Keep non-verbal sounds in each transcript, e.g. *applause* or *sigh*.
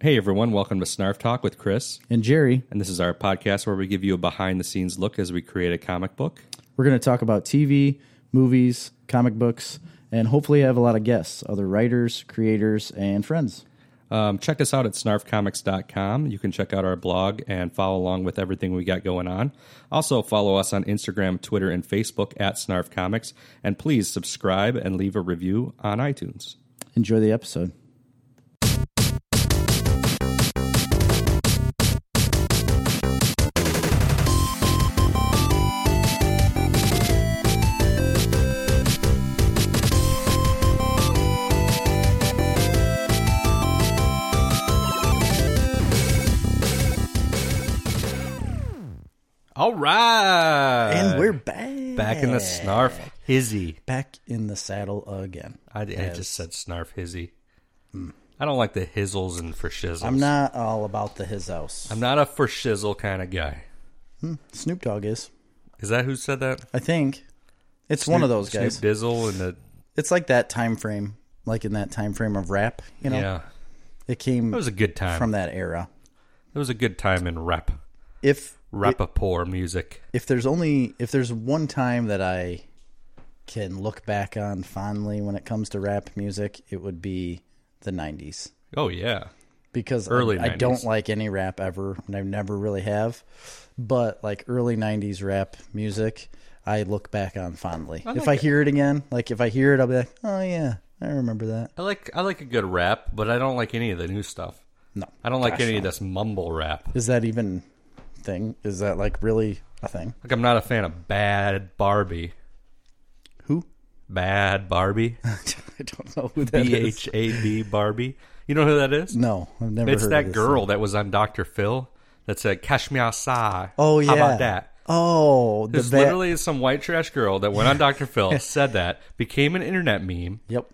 Hey everyone, welcome to Snarf Talk with Chris. And Jerry, And this is our podcast where we give you a behind the scenes look as we create a comic book. we're going to talk about TV, movies, comic books, and hopefully have a lot of guests, other writers, creators, and friends. Um, check us out at snarfcomics.com. You can check out our blog and follow along with everything we got going on. Also, follow us on Instagram, Twitter, and Facebook at Snarf Comics. And please subscribe and leave a review on iTunes. Enjoy the episode. All right. And we're back. back in the Snarf Hizzy. Back in the saddle again. I, I just said Snarf Hizzy. I don't like the hizzles and for shizzles. Mm. I'm not all about the his house. I'm not a for shizzle kind of guy. Snoop Dogg is. Is that who said that? I think. It's one of those Snoop guys. Dizzle and the It's like that time frame, like in that time frame of rap, you know. yeah. It came It was a good time. from that era. it was a good time in rap, If rappaport music. if there's only if there's one time that I can look back on fondly when it comes to rap music, it would be the '90s Oh yeah, because Early I, I 90s. don't like any rap ever, and I never really have. But like early '90s rap music, I look back on fondly. if I hear it again, like if I hear it, I'll be like, "Oh yeah, I remember that." I like I like a good rap, but I don't like any of the new stuff. No, I don't like any of this mumble rap. is that even thing? Is that like really a thing? Like I'm not a fan of Bad Barbie. Who? *laughs* Bad Barbie, I don't know who *laughs* that is. B H A B Barbie. You know who that is? No, I've never. it's heard of that this. girl that was on Doctor Phil. That said, "Cash me outside." Oh yeah. how about that? Oh, the There's ba- literally some white trash girl that *laughs* went on Dr. Phil, said that, became an internet meme, Yep.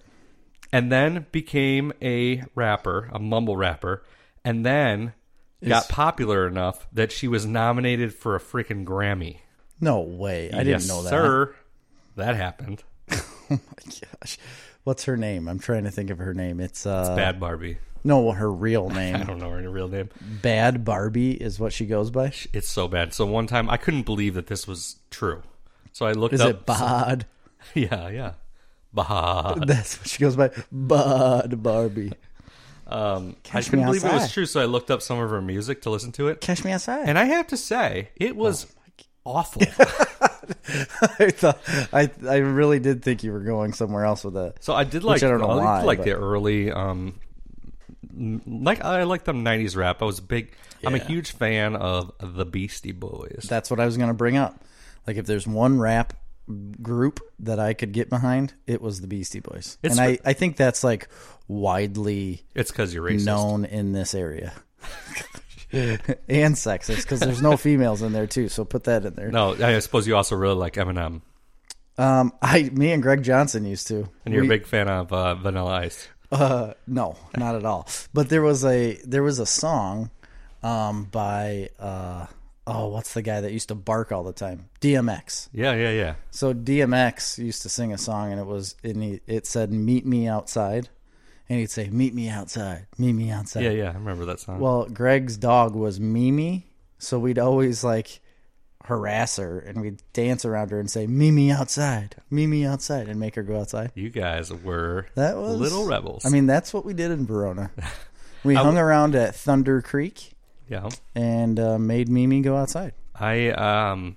and then became a rapper, a mumble rapper, and then got popular enough that she was nominated for a freaking Grammy. No way. I yes, didn't know that. *laughs* Oh sir. That happened. Gosh. What's her name? I'm trying to think of her name. It's uh Bad Barbie. no, her *laughs* real I name. don't know her real name. Bad Barbie is what she goes by. It's so bad. So one time I couldn't believe that this was true. So I looked Is up. it Bod? *laughs* *laughs* Yeah, yeah. Bah. That's what she goes by. Bod Barbie. Um, I Catch me couldn't believe it was outside. true, so I looked up some of her music to listen to it. Catch me outside. And I have to say, it was Oh awful. *laughs* I thought I I really did think you were going somewhere else with that. so I did like I don't know did why, like but- the early um m- like I like the 90s rap. I was a big I'm a Yeah. huge fan of the Beastie Boys. That's what I was going to bring up. Like if there's one rap group that I could get behind, it was the Beastie Boys. It's and I re- I think that's like widely it's cuz you're racist. known in this area. *laughs* and sexist because *laughs* there's no females in there too. So put that in there. No, I suppose you also really like Eminem. Um, I, me and Greg Johnson used to. And you're We- a big fan of uh, Vanilla Ice. Uh, no, not at all. But there was a there was a song, um, by uh, oh, what's the guy that used to bark all the time? DMX. Yeah, yeah, yeah. So DMX used to sing a song, and it was and he, it said "Meet me outside," and he'd say "Meet me outside, meet me outside." Yeah, yeah, I remember that song. Well, Greg's dog was Mimi, so we'd always like harass her and we'd dance around her and say, Mimi outside, Mimi outside, and make her go outside. you guys were That was little rebels. I mean, that's what we did *laughs* in Verona. We hung around at Thunder Creek yeah. and uh, made Mimi go outside. I um,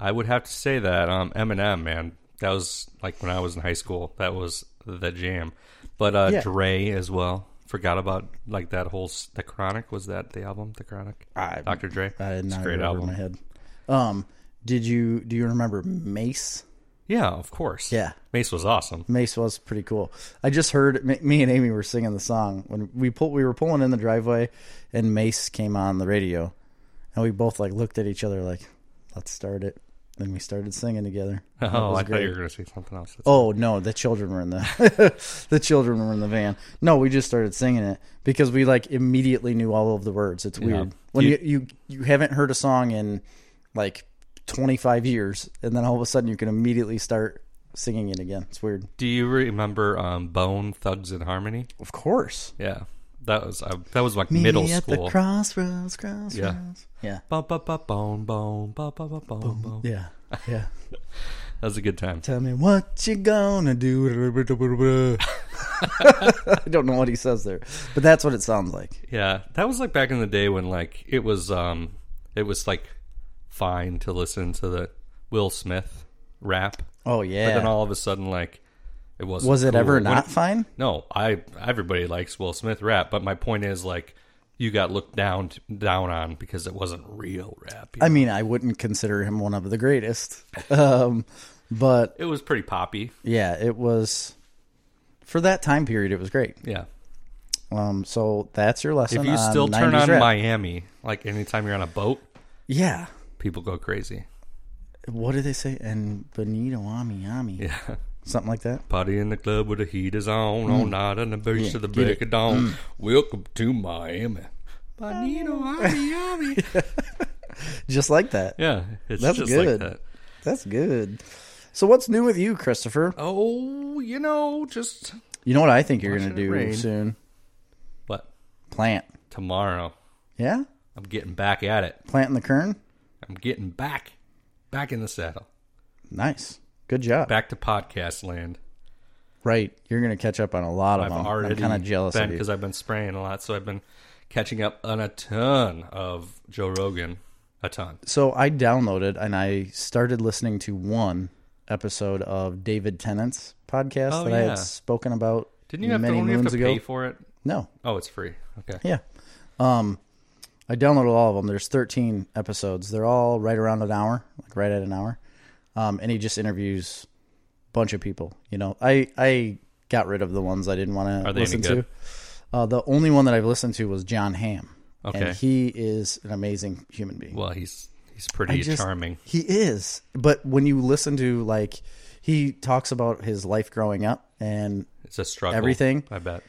I would have to say that um, Eminem, man, that was like when I was in high school. That was the jam. But uh, Yeah. Dre as well. Forgot about like that whole s- the Chronic was that the album the Chronic I- Dr. Dre. I had It's a not great over album. my head. Um, did you do you remember Mace? Yeah, of course. Yeah. Mace was awesome. Mace was pretty cool. I just heard me- me and Amy were singing the song when we pull we were pulling in the driveway, and Mace came on the radio, and we both like looked at each other like, "Let's start it." Then we started singing *laughs* together. That Oh, was I thought great. you were going to say something else. Oh no, the children were in the *laughs* the children were in the van. No, we just started singing it because we like immediately knew all of the words. It's weird when you, You- you you haven't heard a song in like twenty five years, and then all of a sudden you can immediately start singing it again. It's weird. Do you remember um, Bone Thugs and Harmony? Of course. Yeah, That was I, that was like Meet middle at school. the crossroads, crossroads. Yeah. Yeah. Bum, bum, bum, bum, bum, bum, bum, bum, bum, bum. Yeah. *laughs* Yeah. That was a good time. Tell me what you gonna do. *laughs* I don't know what he says there, but that's what it sounds like. Yeah, that was like back in the day when like it was um it was like fine to listen to the Will Smith rap, Oh yeah. but then all of a sudden like it wasn't. was it cool. ever When- not fine? No, I everybody likes Will Smith rap, but my point is like you got looked down down on because it wasn't real rap. you I know? mean, I wouldn't consider him one of the greatest, *laughs* um, but it was pretty poppy. yeah, it was for that time period. It was great. Yeah. Um, so that's your lesson. If you on still turn 90s on uh, rap. Miami, like anytime you're on a boat, yeah. people go crazy. *laughs* What did they say? And Benito Ami Ami, Yeah. something like that. Party in the club where the heat is on, all night on the beach Mm. Yeah, of the get break it. Mm. of dawn. Welcome to Miami. Bonito, Miami. Just like that. *laughs* yeah, it's That's just good. like that. That's good. So what's new with you, Christopher? Oh, you know, just You know what I think you're going to Watching it do rain. soon? but Plant. tomorrow Yeah? I'm getting back at it. Plant in the kern? I'm getting back, back in the saddle, Nice. Good job. back to podcast land. Right. You're going to catch up on a lot of I've them. already I'm kind of jealous of you. because I've been spraying a lot, so I've been catching up on a ton of Joe Rogan, a ton. So I downloaded and I started listening to one episode of David Tennant's podcast Oh, that I yeah. had spoken about Didn't you have many to, only have moons to ago. pay for it? no. Oh, it's free. Okay. Yeah. Um, I downloaded all of them. There's 13 episodes. They're all right around an hour, like right at an hour. Um, and he just interviews a bunch of people. You know, I I got rid of the ones I didn't want to Are they any listen good? to. Uh, the only one that I've listened to was John Hamm. Okay. And he is an amazing human being. Well, he's he's I pretty just- charming. He is. But when you listen to like he talks about his life growing up and It's a struggle. everything? I bet.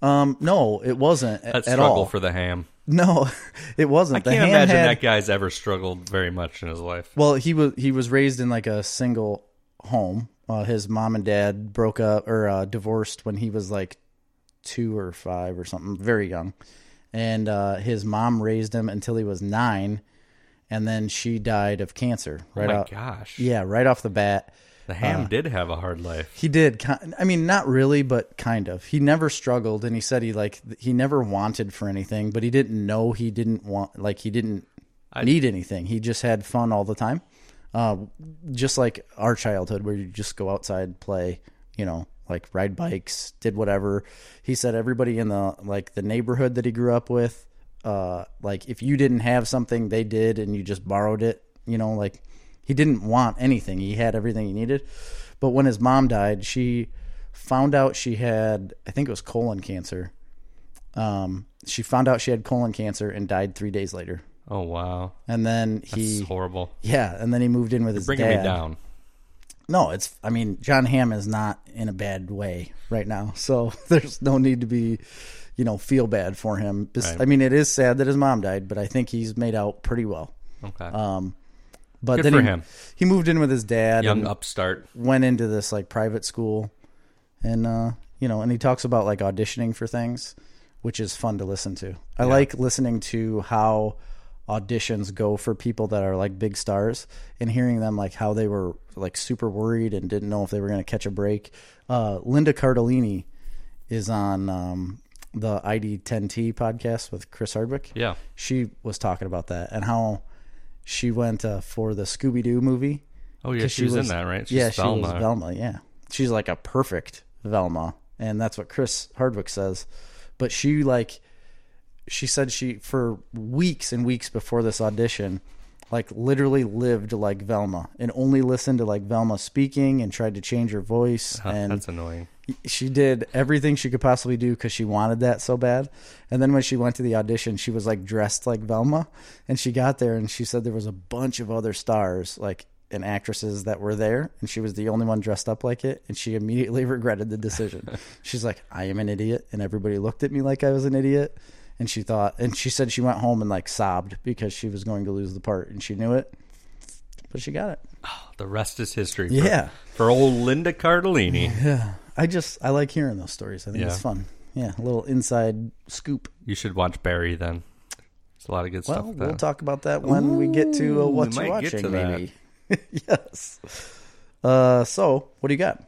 um no, it wasn't a- That at struggle all. for the ham. *laughs* no, it wasn't. I the can't ham imagine had, that guy's ever struggled very much in his life. Well, he was he was raised in like a single home. Uh, his mom and dad broke up or uh, divorced when he was like two or five or something, very young. And uh, his mom raised him until he was nine, and then she died of cancer. Oh Right my off, gosh. yeah, Uh, right off the bat, The ham did have a hard life. he did. ki- I mean, not really, but kind of. He never struggled, and he said he like he never wanted for anything, but he didn't know he didn't want like he didn't need anything. He just had fun all the time, uh, just like our childhood, where you just go outside, play, you know, like ride bikes, did whatever. He said everybody in the like the neighborhood that he grew up with, uh, like if you didn't have something, they did, and you just borrowed it. You know, like he didn't want anything. He had everything he needed. But when his mom died, she found out she had, I think it was colon cancer. Um, she found out she had colon cancer and died three days later. Oh wow, And then it's he, horrible. yeah, and then he moved in with his Bringing dad. me down. No, it's, I mean, John Hamm is not in a bad way right now. So *laughs* there's no need to be, you know, feel bad for him. Bes- Right. I mean, it is sad that his mom died, but I think he's made out pretty well. Okay. Um, But Good then for he, him. he moved in with his dad. Young and- upstart. went into this like private school and uh you know and he talks about like auditioning for things which is fun to listen to i like listening to how auditions go for people that are like big stars and hearing them like how they were like super worried and didn't know if they were going to catch a break uh linda cardellini is on um the id10t podcast with chris hardwick Yeah. she was talking about that and how she went uh, for the scooby-doo movie Oh yeah, 'Cause she was in that right. She's yeah, Velma. she was Velma. Yeah, she's like a perfect Velma, and that's what Chris Hardwick says. But she like, she said she for weeks and weeks before this audition, like literally lived like Velma and only listened to like Velma speaking and tried to change her voice and Ah, That's annoying. she did everything she could possibly do because she wanted that so bad. And then when she went to the audition, she was like dressed like Velma, and she got there and she said there was a bunch of other stars like and actresses that were there, and she was the only one dressed up like it. And she immediately *laughs* regretted the decision. She's like, "I am an idiot," and everybody looked at me like I was an idiot. And she thought, and she said she went home and like sobbed because she was going to lose the part, and she knew it, but she got it. The rest is history. For, Yeah. For old Linda Cardellini. *laughs* I just I like hearing those stories. I think Yeah. it's fun. Yeah, a little inside scoop. You should watch Barry then. There's a lot of good Well, stuff. we'll there. talk about that when we get to uh, Ooh, we what's might get watching, to that. maybe. *laughs* yes. Uh, so, what do you got?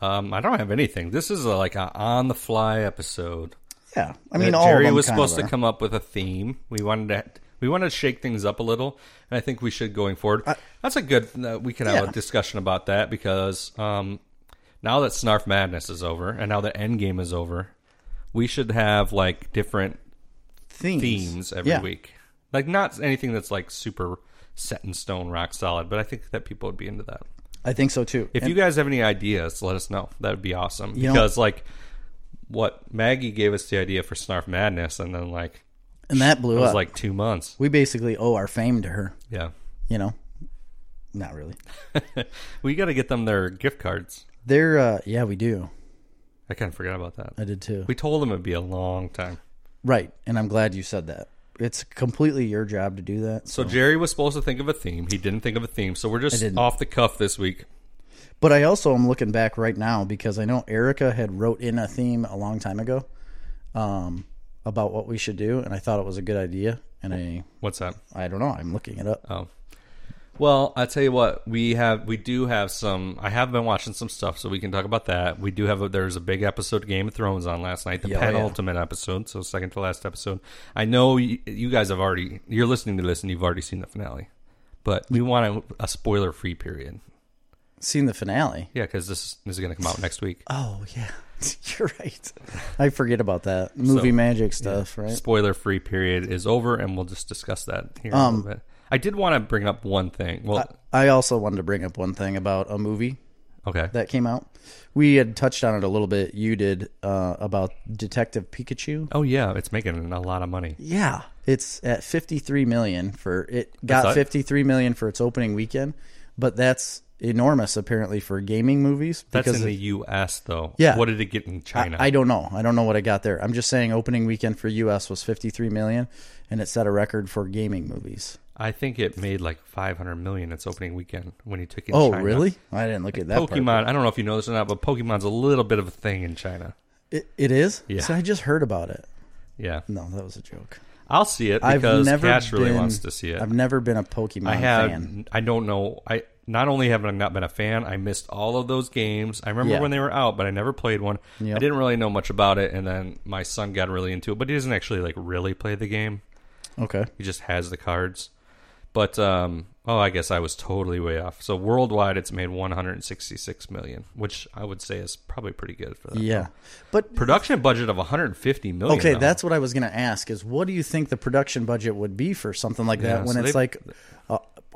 um, I don't have anything. This is a, like an on the fly episode. Yeah, I mean, that all Uh, Jerry of them was kind of supposed to are. come up with a theme. We wanted to we wanted to shake things up a little, and I think we should going forward. That's a good. Uh, we can have Yeah. a discussion about that because um, now that Snarf Madness is over, and now that Endgame is over, we should have like different themes. themes every Yeah. week. Like not anything that's like super set in stone, rock solid, but I think that people would be into that. I think so too. If you guys have any ideas, let us know. That would be awesome. know- because like what Maggie gave us the idea for Snarf Madness, and then like and that blew it was up. like two months. we basically owe our fame to her. Yeah. You know, not really. We got to get them their gift cards. They're uh, yeah, we do. I kind of forgot about that. I did too. We told them it'd be a long time. right, and I'm glad you said that. It's completely your job to do that. So Jerry was supposed to think of a theme. He didn't think of a theme. So we're just didn't. off the cuff this week. But I also am looking back right now because I know Erica had wrote in a theme a long time ago um, about what we should do, and I thought it was a good idea. And I, What's that? I don't know. I'm looking it up. Oh. Well, I tell you what, we have we do have some I have been watching some stuff so we can talk about that. We do have a, there's a big episode of Game of Thrones on last night, the Yeah, oh, yeah. penultimate episode, so second to last episode. I know you, you guys have already you're listening to this and you've already seen the finale. But we want a, a spoiler free period. Seen the finale. Yeah, cuz this, this is going to come out next week. Oh yeah, *laughs* you're right. I forget about that movie So, magic stuff, right? spoiler free period is over and we'll just discuss that here in a little bit. I did want to bring up one thing. Well, Um, I also wanted to bring up one thing about a movie okay. that came out. We had touched on it a little bit. You did uh, about Detective Pikachu. oh yeah, it's making a lot of money. Yeah, it's at 53 million for it got That's it? 53 million for its opening weekend, but that's enormous apparently for gaming movies That's because in the it- U.S. though. Yeah. What did it get in China? I don't know. I don't know what I got there. I'm just saying opening weekend for US was 53 million and it set a record for gaming movies. I think it made like 500 million its opening weekend when you took it. Oh, China. really? I didn't look at that part. Pokemon. I don't know if you know this or not, but Pokemon's a little bit of a thing in China. It, it is? Yeah. So I just heard about it. Yeah, No, that was a joke. I'll see it I've because never Cash really been- wants to see it. I've never been a Pokemon I have. fan. I don't know. I not only have I not been a fan, I missed all of those games. I remember Yeah. when they were out, but I never played one. I Yep. didn't really know much about it, and then my son got really into it, but he doesn't actually like really play the game. Okay. He just has the cards. But um, oh, I guess I was totally way off. So worldwide, it's made 166 million, which I would say is probably pretty good for that. Yeah. But Production budget of 150 million. Okay, though. that's what I was going to ask. Is what do you think the production budget would be for something like Yeah, that when so it's they- like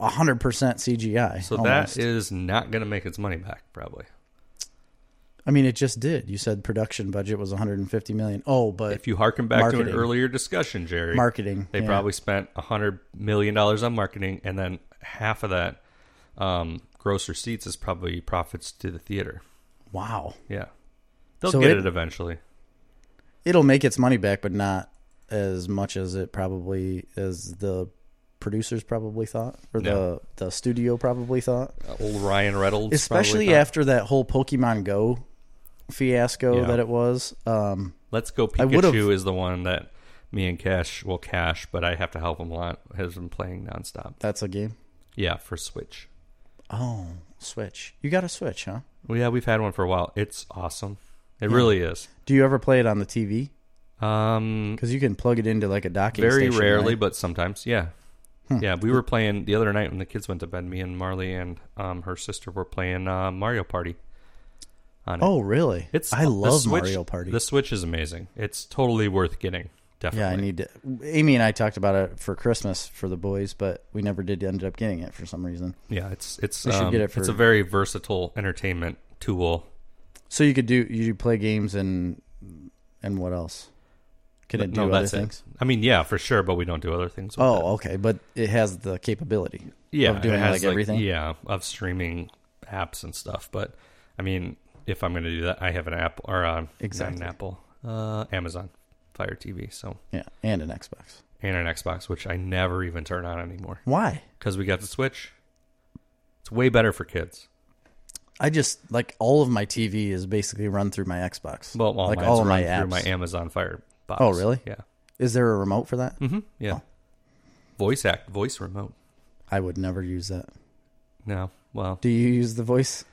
a hundred percent CGI? so almost? that is not going to make its money back probably. I mean, it just did. You said production budget was 150 million. Oh, but If you harken back to Marketing. an earlier discussion, Jerry, marketing, they yeah. probably spent 100 million dollars on marketing, and then half of that um, gross receipts is probably profits to the theater. wow. Yeah, they'll So get it- it eventually. It'll make its money back, but not as much as it probably as the producers probably thought or the the studio probably thought. Uh, Old Ryan Reynolds, probably Especially thought- after that whole Pokemon Go fiasco Yeah. that it was. Um, Let's Go would've- Pikachu is the one that me and Cash will cash, but I have to help him a lot. Has been playing nonstop. that's a game. Yeah, for Switch. Oh, Switch. You got a Switch, huh? Well, yeah, we've had one for a while. It's awesome. It really is. Do you ever play it on the TV? Um, Because you can plug it into like a docking very station. Hmm. rarely, right? but sometimes, yeah. Yeah, we were playing the other night when the kids went to bed. Me and Marley and um, her sister were playing uh, Mario Party. On it. Oh, really? it's I the love Switch- Mario Party. The Switch is amazing. It's totally worth getting. Definitely. yeah, I need to. Amy and I talked about it for Christmas for the boys, but we never did end up getting it for some reason. Yeah, it's it's should um, get it for- it's a very versatile entertainment tool. So you could do you could play games and and what else? Could it do other things? I mean, yeah, for sure, but we don't do other things. With it. Oh, okay, but it has the capability. yeah, of doing, it has, like, everything? Yeah, of streaming apps and stuff. But I mean, if I'm going to do that, I have an Apple or uh, Exactly. not an Apple, uh, Amazon Fire TV, so Yeah, and an Xbox. and an Xbox, which I never even turn on anymore Why? because we got the Switch. It's way better for kids. I just like all of my TV is basically run through my Xbox. Well, all like mine's all of my run apps. through my Amazon Fire box. Oh, really? Oh. Yeah. is there a remote for that? hmm Yeah. Voice act, voice remote. I would never use that. No. Well, Do you use the voice?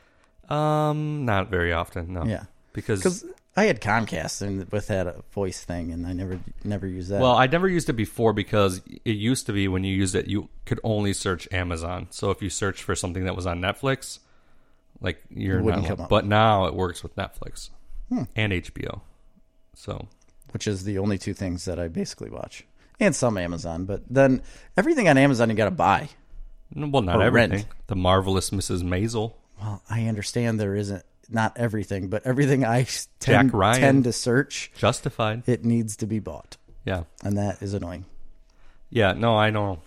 um, not very often. No. Yeah. Because Because I had Comcast and with that uh, voice thing, and I never never used that. well, I never used it before because it used to be when you used it, you could only search Amazon. So if you search for something that was on Netflix, like you're wouldn't not. come up. Hmm. But now it works with Netflix and HBO. So which is the only two things that I basically watch, and some Amazon. But then everything on Amazon you got to buy. n- well, not Or rent. everything. The marvelous Mrs. Maisel. Well, I understand there isn't not everything, but everything I s- Jack tend, Ryan. tend to search, Justified. it needs to be bought, Yeah. and that is annoying. Yeah. No, I know.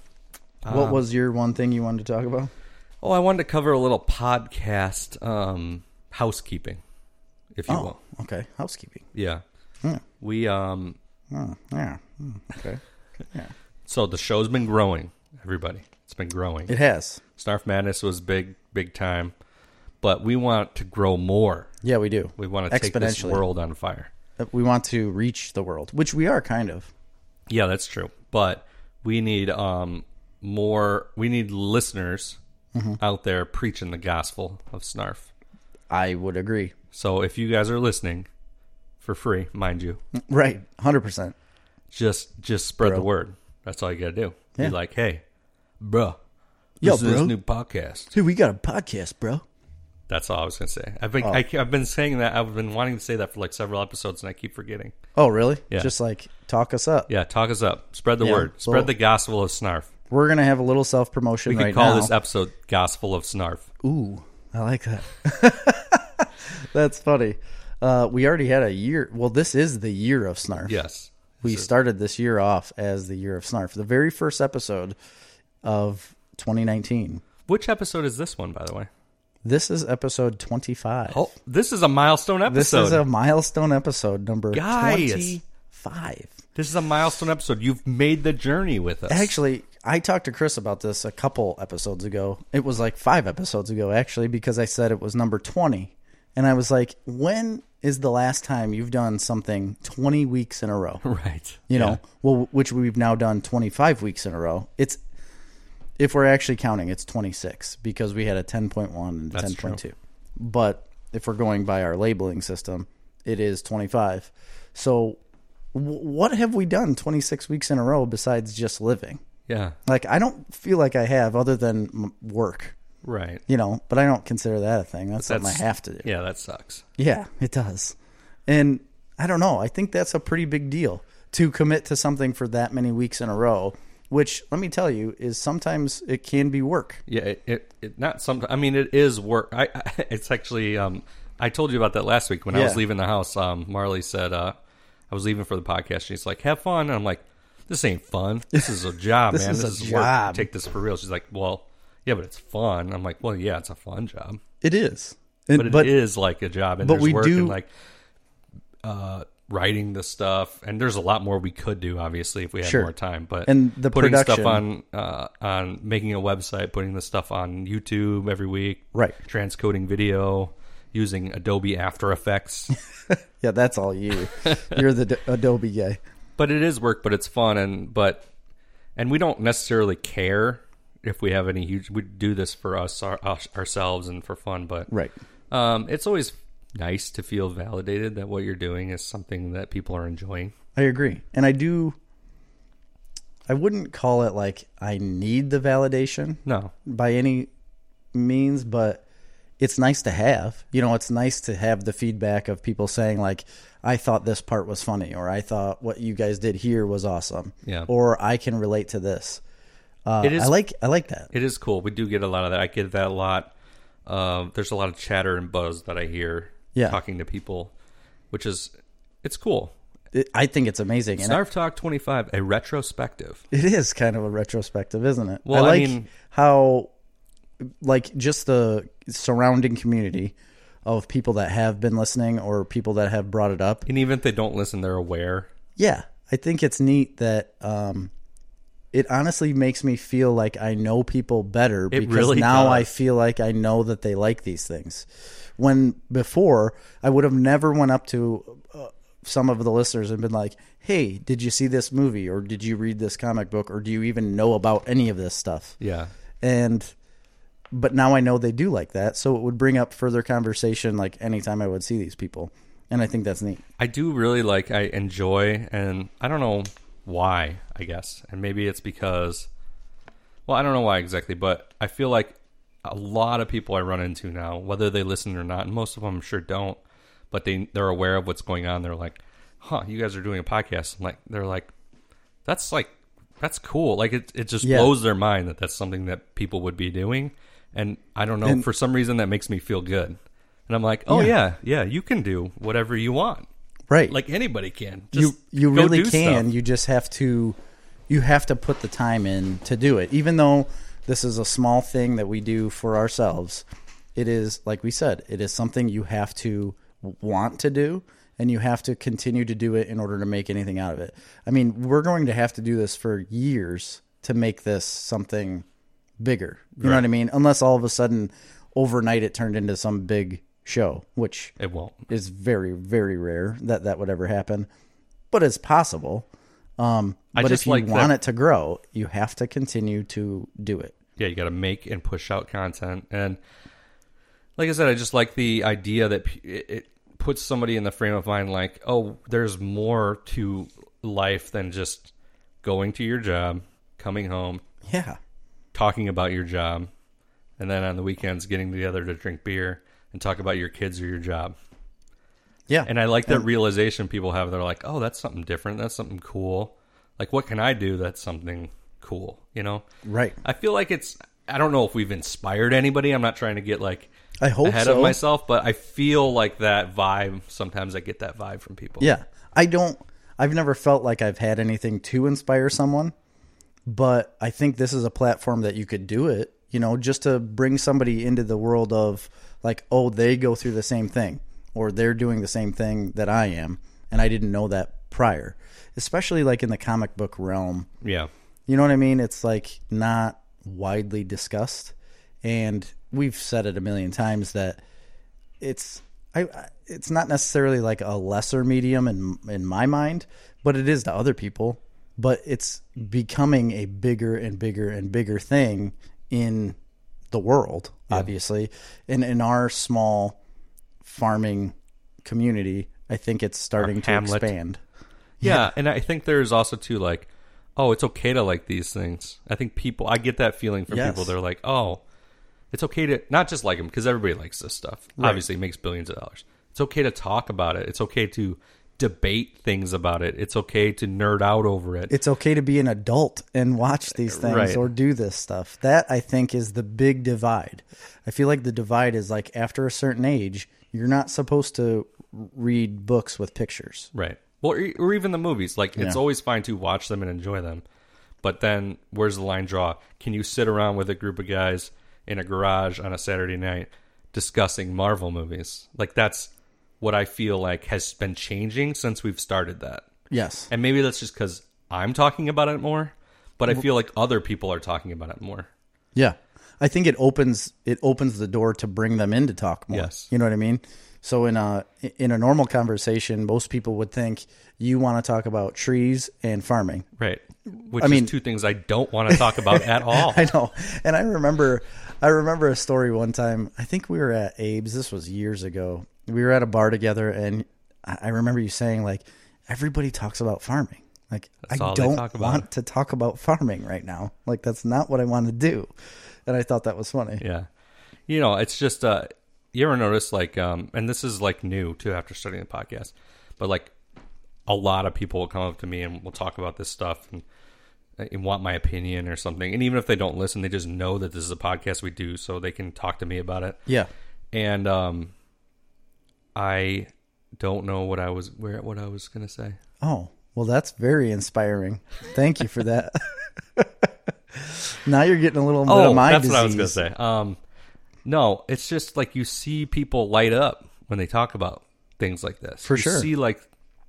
Um, what was your one thing you wanted to talk about? Oh, I wanted to cover a little podcast um, housekeeping, if Oh. you will. Okay, housekeeping. Yeah. Hmm. We um Oh, yeah. Hmm, *laughs* Okay. so the show's been growing, everybody. It's been growing. It has. Snarf Madness was big, big time. But we want to grow more. Yeah, we do. We want to take this Exponentially. world on fire. Uh, We want to reach the world, which we are kind of. Yeah, that's true. But we need um more we need listeners Mm-hmm. out there preaching the gospel of Snarf. I would agree. So if you guys are listening for free, mind you, Right. 100%. just just spread the word. That's all you gotta do. Yeah. Be like, hey, bruh, Yo, listen to bro. this new podcast. Dude, we got a podcast, bro. That's all I was gonna say. I've Oh. been I, have been saying that. I've been wanting to say that for like several episodes, and I keep forgetting. Oh, really? Yeah. Just like talk us up. Yeah, talk us up. Spread the Yeah, word. so- Spread the gospel of snarf. We're going to have a little self promotion We could right call now. this episode "Gospel of Snarf." Ooh, I like *laughs* that. *laughs* That's funny. Uh, we already had a year. Well, this is the year of Snarf. Yes, We started this year off as the year of Snarf, the very first episode of 2019. Which episode is this one, by the way? This is episode 25. Oh, this is a milestone episode. This is a milestone episode number Guys. 25. milestone episode. You've made the journey with us. Actually, I talked to Chris about this a couple episodes ago. It was like five episodes ago, actually, because I said it was number 20. And I was like, when is the last time you've done something 20 weeks in a row? *laughs* right? You know, well, which we've now done 25 weeks in a row. It's, if we're actually counting, it's 26 because we had a 10.1 and That's 10.2. But if we're going by our labeling system, it is 25. So, w- what have we done 26 weeks in a row besides just living? yeah, Like, I don't feel like I have other than m- work, right. you know, but I don't consider that a thing. That's, That's- something I have to do. Yeah, that sucks. Yeah, it does. And I don't know. I think that's a pretty big deal to commit to something for that many weeks in a row, which let me tell you is sometimes it can be work. Yeah, it, it, it not some. I mean, it is work. I, *laughs* I it's actually. Um, I told you about that last week when I was Yeah. leaving the house. Um, Marley said, uh, I was leaving for the podcast. She's like, "Have fun," and I'm like, "This ain't fun. This is a *laughs* job, man. is this a is job." work. Take this for real." She's like, "Well, yeah, but it's fun." I'm like, "Well, yeah, it's a fun job, It is. And, but it is like a job, and but there's we work do- and like uh, writing the stuff, and there's a lot more we could do, obviously, if we had Sure. more time. But And the putting stuff production- on uh, on making a website, putting the stuff on YouTube every week, Right. Transcoding video, using Adobe After Effects. *laughs* yeah, that's all you. You're the d- Adobe guy. but it is work, but it's fun, and but and we don't necessarily care if we have any huge. We do this for us, our, us ourselves, and for fun, but Right. Um, it's always nice to feel validated that what you're doing is something that people are enjoying. I agree. And I do I wouldn't call it like I need the validation No, by any means, but it's nice to have. You know, it's nice to have the feedback of people saying like, "I thought this part was funny," or "I thought what you guys did here was awesome," Yeah. or "I can relate to this." Uh, It is- I like I like that. it is cool. We do get a lot of that. I get that a lot. Um, there's a lot of chatter and buzz that I hear Yeah. talking to people, which is it's cool. It, I think it's amazing, and Snarf Talk 25, a retrospective. it is kind of a retrospective, isn't it? Well, I I like mean- how like just the surrounding community of people that have been listening or people that have brought it up And even if they don't listen, they're aware. yeah, I think it's neat that um, it honestly makes me feel like I know people better because really now I does. feel like I know that they like these things. When before I would have never went up to uh, some of the listeners and been like, "Hey, did you see this movie or did you read this comic book or do you even know about any of this stuff?" Yeah. and but now I know they do like that, so it would bring up further conversation like anytime I would see these people, and I think that's neat. I do really like I enjoy and I don't know why, I guess. And maybe it's because well, I don't know why exactly, but I feel like a lot of people I run into now, whether they listen or not, and most of them I'm sure don't, but they they're aware of what's going on. They're like, "Huh, you guys are doing a podcast." And like they're like, "That's like that's cool." Like it it just Yeah. blows their mind that that's something that people would be doing. And I don't know, for some reason that makes me feel good. And I'm like, "Oh yeah, yeah, you can do whatever you want." Right, like anybody can. you Just you go really do can. stuff. You just have to you have to put the time in to do it, even though this is a small thing that we do for ourselves. It is like we said, it is something you have to want to do. And you have to continue to do it in order to make anything out of it. I mean, we're going to have to do this for years to make this something bigger. You know what I mean? Unless all of a sudden overnight it turned into some big show, which It won't. is very very rare that that would ever happen, but it's possible. Um, I but just if you like want that- it to grow, you have to continue to do it. Yeah, you got to make and push out content. And like I said, I just like the idea that p- it it puts somebody in the frame of mind like, oh, there's more to life than just going to your job, coming home, Yeah, talking about your job, and then on the weekends getting together to drink beer and talk about your kids or your job. yeah, And I like that realization people have. They're like, oh, that's something different. That's something cool. Like, what can I do that's something cool? You know? right. I feel like it's. I don't know if we've inspired anybody. I'm not trying to get like I hope ahead so. of myself, but I feel like that vibe. Sometimes I get that vibe from people. Yeah, I don't. I've never felt like I've had anything to inspire someone, but I think this is a platform that you could do it. You know, just to bring somebody into the world of like, oh, they go through the same thing, or they're doing the same thing that I am, and I didn't know that prior. Especially like in the comic book realm, yeah, you know what I mean? It's like not widely discussed, and we've said it a million times that it's I, I- it's not necessarily like a lesser medium in in my mind, but it is to other people. But it's becoming a bigger and bigger and bigger thing in the world, obviously, and in our small farming community. I think it's starting to hamlet. expand. yeah. And I think there's also too like, oh, it's okay to like these things. I think people. I get that feeling from Yes. people. They're like, oh, it's okay to not just like them because everybody likes this stuff. Obviously, it makes billions of dollars. It's okay to talk about it. It's okay to debate things about it. It's okay to nerd out over it. it's okay to be an adult and watch these things Right. or do this stuff. That I think is the big divide. I feel like the divide is like after a certain age, you're not supposed to read books with pictures. Right. Well, or, e, or even the movies. Like it's Yeah. always fine to watch them and enjoy them, but then where's the line draw? Can you sit around with a group of guys in a garage on a Saturday night discussing Marvel movies? Like that's what I feel like has been changing since we've started that. Yes. And maybe that's just because I'm talking about it more, but I feel like other people are talking about it more. Yeah. I think it opens it opens the door to bring them in to talk more. Yes. You know what I mean? So in a in a normal conversation, most people would think you want to talk about trees and farming. Right. Which mean- is two things I don't want to talk about at all. *laughs* I know. And I remember I remember a story one time. I think we were at Abe's. This was years ago. We were at a bar together and I I remember you saying like everybody talks about farming. Like That's I all they don't talk about. want to talk about farming right now. Like that's not what I want to do. And I thought that was funny. Yeah. You know, it's just uh you ever notice like um and this is like new too after starting the podcast, but like a lot of people will come up to me and we'll talk about this stuff and, uh, and want my opinion or something. And even if they don't listen, they just know that this is a podcast we do so they can talk to me about it. Yeah. And um I don't know what I was where what I was gonna say. Oh, well that's very inspiring. Thank you for that. *laughs* now you're getting a little bit of my Oh, that's disease. what I was gonna say. Um, no, it's just like you see people light up when they talk about things like this. For You sure. see like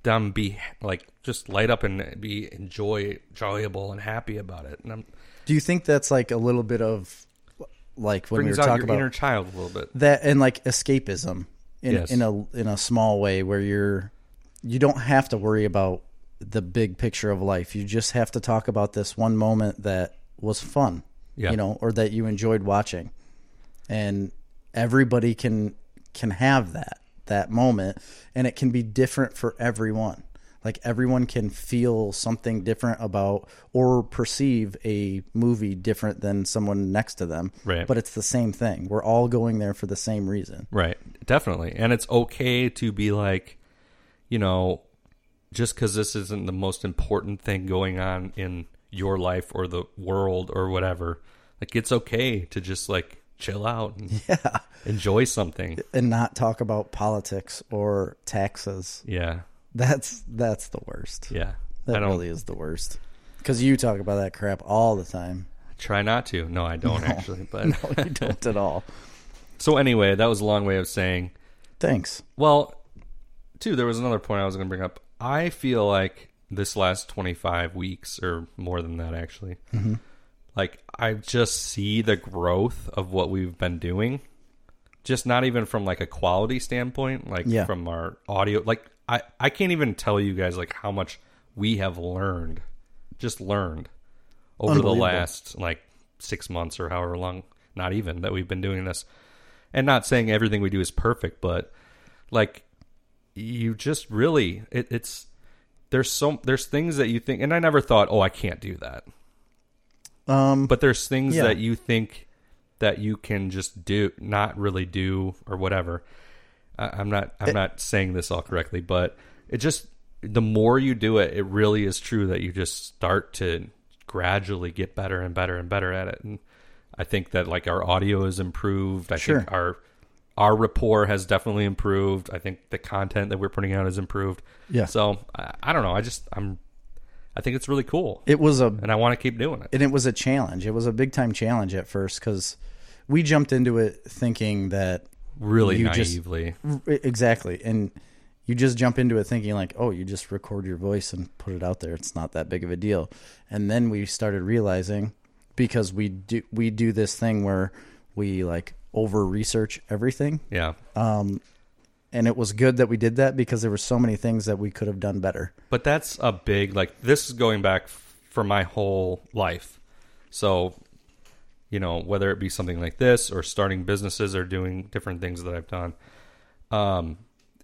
them be like just light up and be enjoy enjoyable and happy about it. And I'm, Do you think that's like a little bit of like when we brings were out talking your about inner child a little bit. that and like escapism in Yes. in a in a small way where you're you don't have to worry about the big picture of life. You just have to talk about this one moment that was fun, Yeah. you know, or that you enjoyed watching. And everybody can can have that that moment and it can be different for everyone. Like everyone can feel something different about or perceive a movie different than someone next to them. Right. But it's the same thing. We're all going there for the same reason. Right. Definitely. And it's okay to be like, you know, just because this isn't the most important thing going on in your life or the world or whatever, like it's okay to just like chill out *laughs* and enjoy something. And not talk about politics or taxes. *laughs* Yeah. That's that's the worst. Yeah. I That don't really is the worst. Because you talk about that crap all the time. try not to. No, I don't actually. But *laughs* *laughs* No, you don't at all. so anyway, that was a long way of saying *laughs* Thanks. Well, too, there was another point I was going to bring up. I feel like this last 25 weeks, or more than that, actually, Mm-hmm. like I just see the growth of what we've been doing. Just not even from like a quality standpoint, like Yeah. from our audio. Like I, I can't even tell you guys like how much we have learned, just learned over the Unbelievable. last like six months or however long, not even that we've been doing this. And not saying everything we do is perfect, but like you just really it, it's there's so there's things that you think and i never thought oh i can't do that Um, but there's things Yeah. that you think that you can just do not really do or whatever I, i'm not Eh. i'm not saying this all correctly but it just the more you do it it really is true that you just start to gradually get better and better and better at it and i think that like our audio is improved i Sure. think our our rapport has definitely improved i think the content that we're putting out is improved Yeah. so i, I don't know i just i'm i think it's really cool it was a and i want to keep doing it and it was a challenge. It was a big time challenge at first because we jumped into it thinking that really you just- naively exactly, and you just jump into it thinking like, oh, you just record your voice and put it out there. It's not that big of a deal. And then we started realizing because we do we do this thing where we like over research everything, Yeah. and it was good that we did that because there were so many things that we could have done better. But that's a big, like, this is going back f- for my whole life. So, you know, whether it be something like this or starting businesses or doing different things that I've done, um,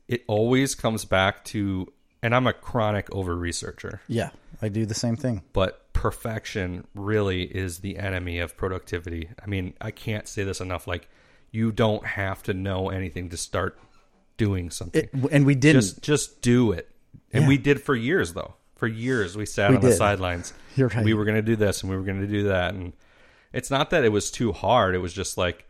it always comes back to, and I'm a chronic over researcher, Yeah, I do the same thing. but perfection really is the enemy of productivity. I mean, I can't say this enough. Like, you don't have to know anything to start doing something. It, and we didn't. just just do it. And Yeah. we did for years though. For years we sat on the did. sidelines. *laughs* You're right. We were going to do this and we were going to do that and it's not that it was too hard, it was just like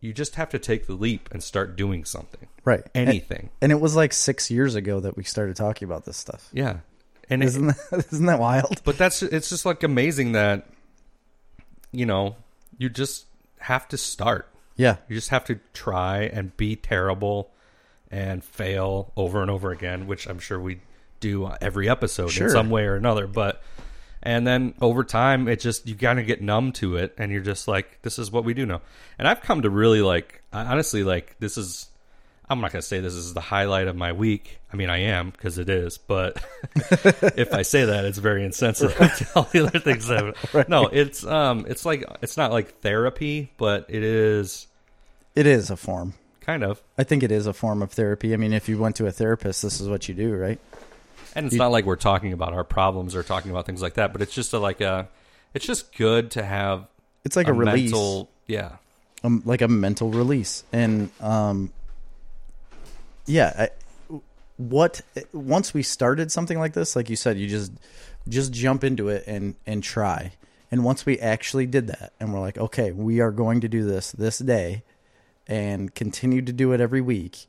you just have to take the leap and start doing something. right. Anything. And it was like six years ago that we started talking about this stuff. yeah. And it, Isn't that, *laughs* isn't that wild? but that's it's just like amazing that you know, you just have to start. Yeah. You just have to try and be terrible and fail over and over again, which I'm sure we do every episode Sure. in some way or another. But and then over time, it just you kind of get numb to it, and you're just like, this is what we do now. And I've come to really like, I- honestly, like this is. I'm not gonna say this is the highlight of my week. I mean, I am because it is, but *laughs* if I say that, it's very insensitive to all the other things. That, No, it's um, it's like it's not like therapy, but it is It is a form. kind of. I think it is a form of therapy. I mean, if you went to a therapist, this is what you do, right? And it's not like we're talking about our problems or talking about things like that, but it's just a, like a, it's just good to have It's like a, a release, mental, yeah, um, like a mental release. And um, yeah, I, what once we started something like this, like you said, you just just jump into it and and try. And once we actually did that, and we're like, okay, we are going to do this this day, and continue to do it every week.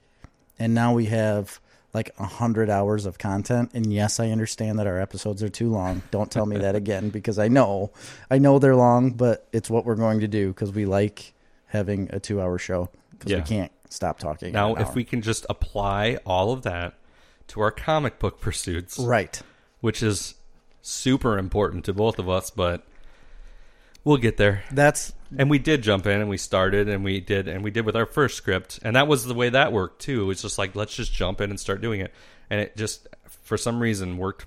and now we have like a hundred hours of content. And yes, I understand that our episodes are too long. Don't tell *laughs* me that again because I know, I know they're long, but it's what we're going to do because we like having a two-hour show because Yeah. we can't stop talking. Now, in an if hour. we can just apply all of that to our comic book pursuits, Right. which is super important to both of us, but we'll get there. That's And we did jump in and we started and we did and we did with our first script. And that was the way that worked too. It was just like let's just jump in and start doing it. And it just for some reason worked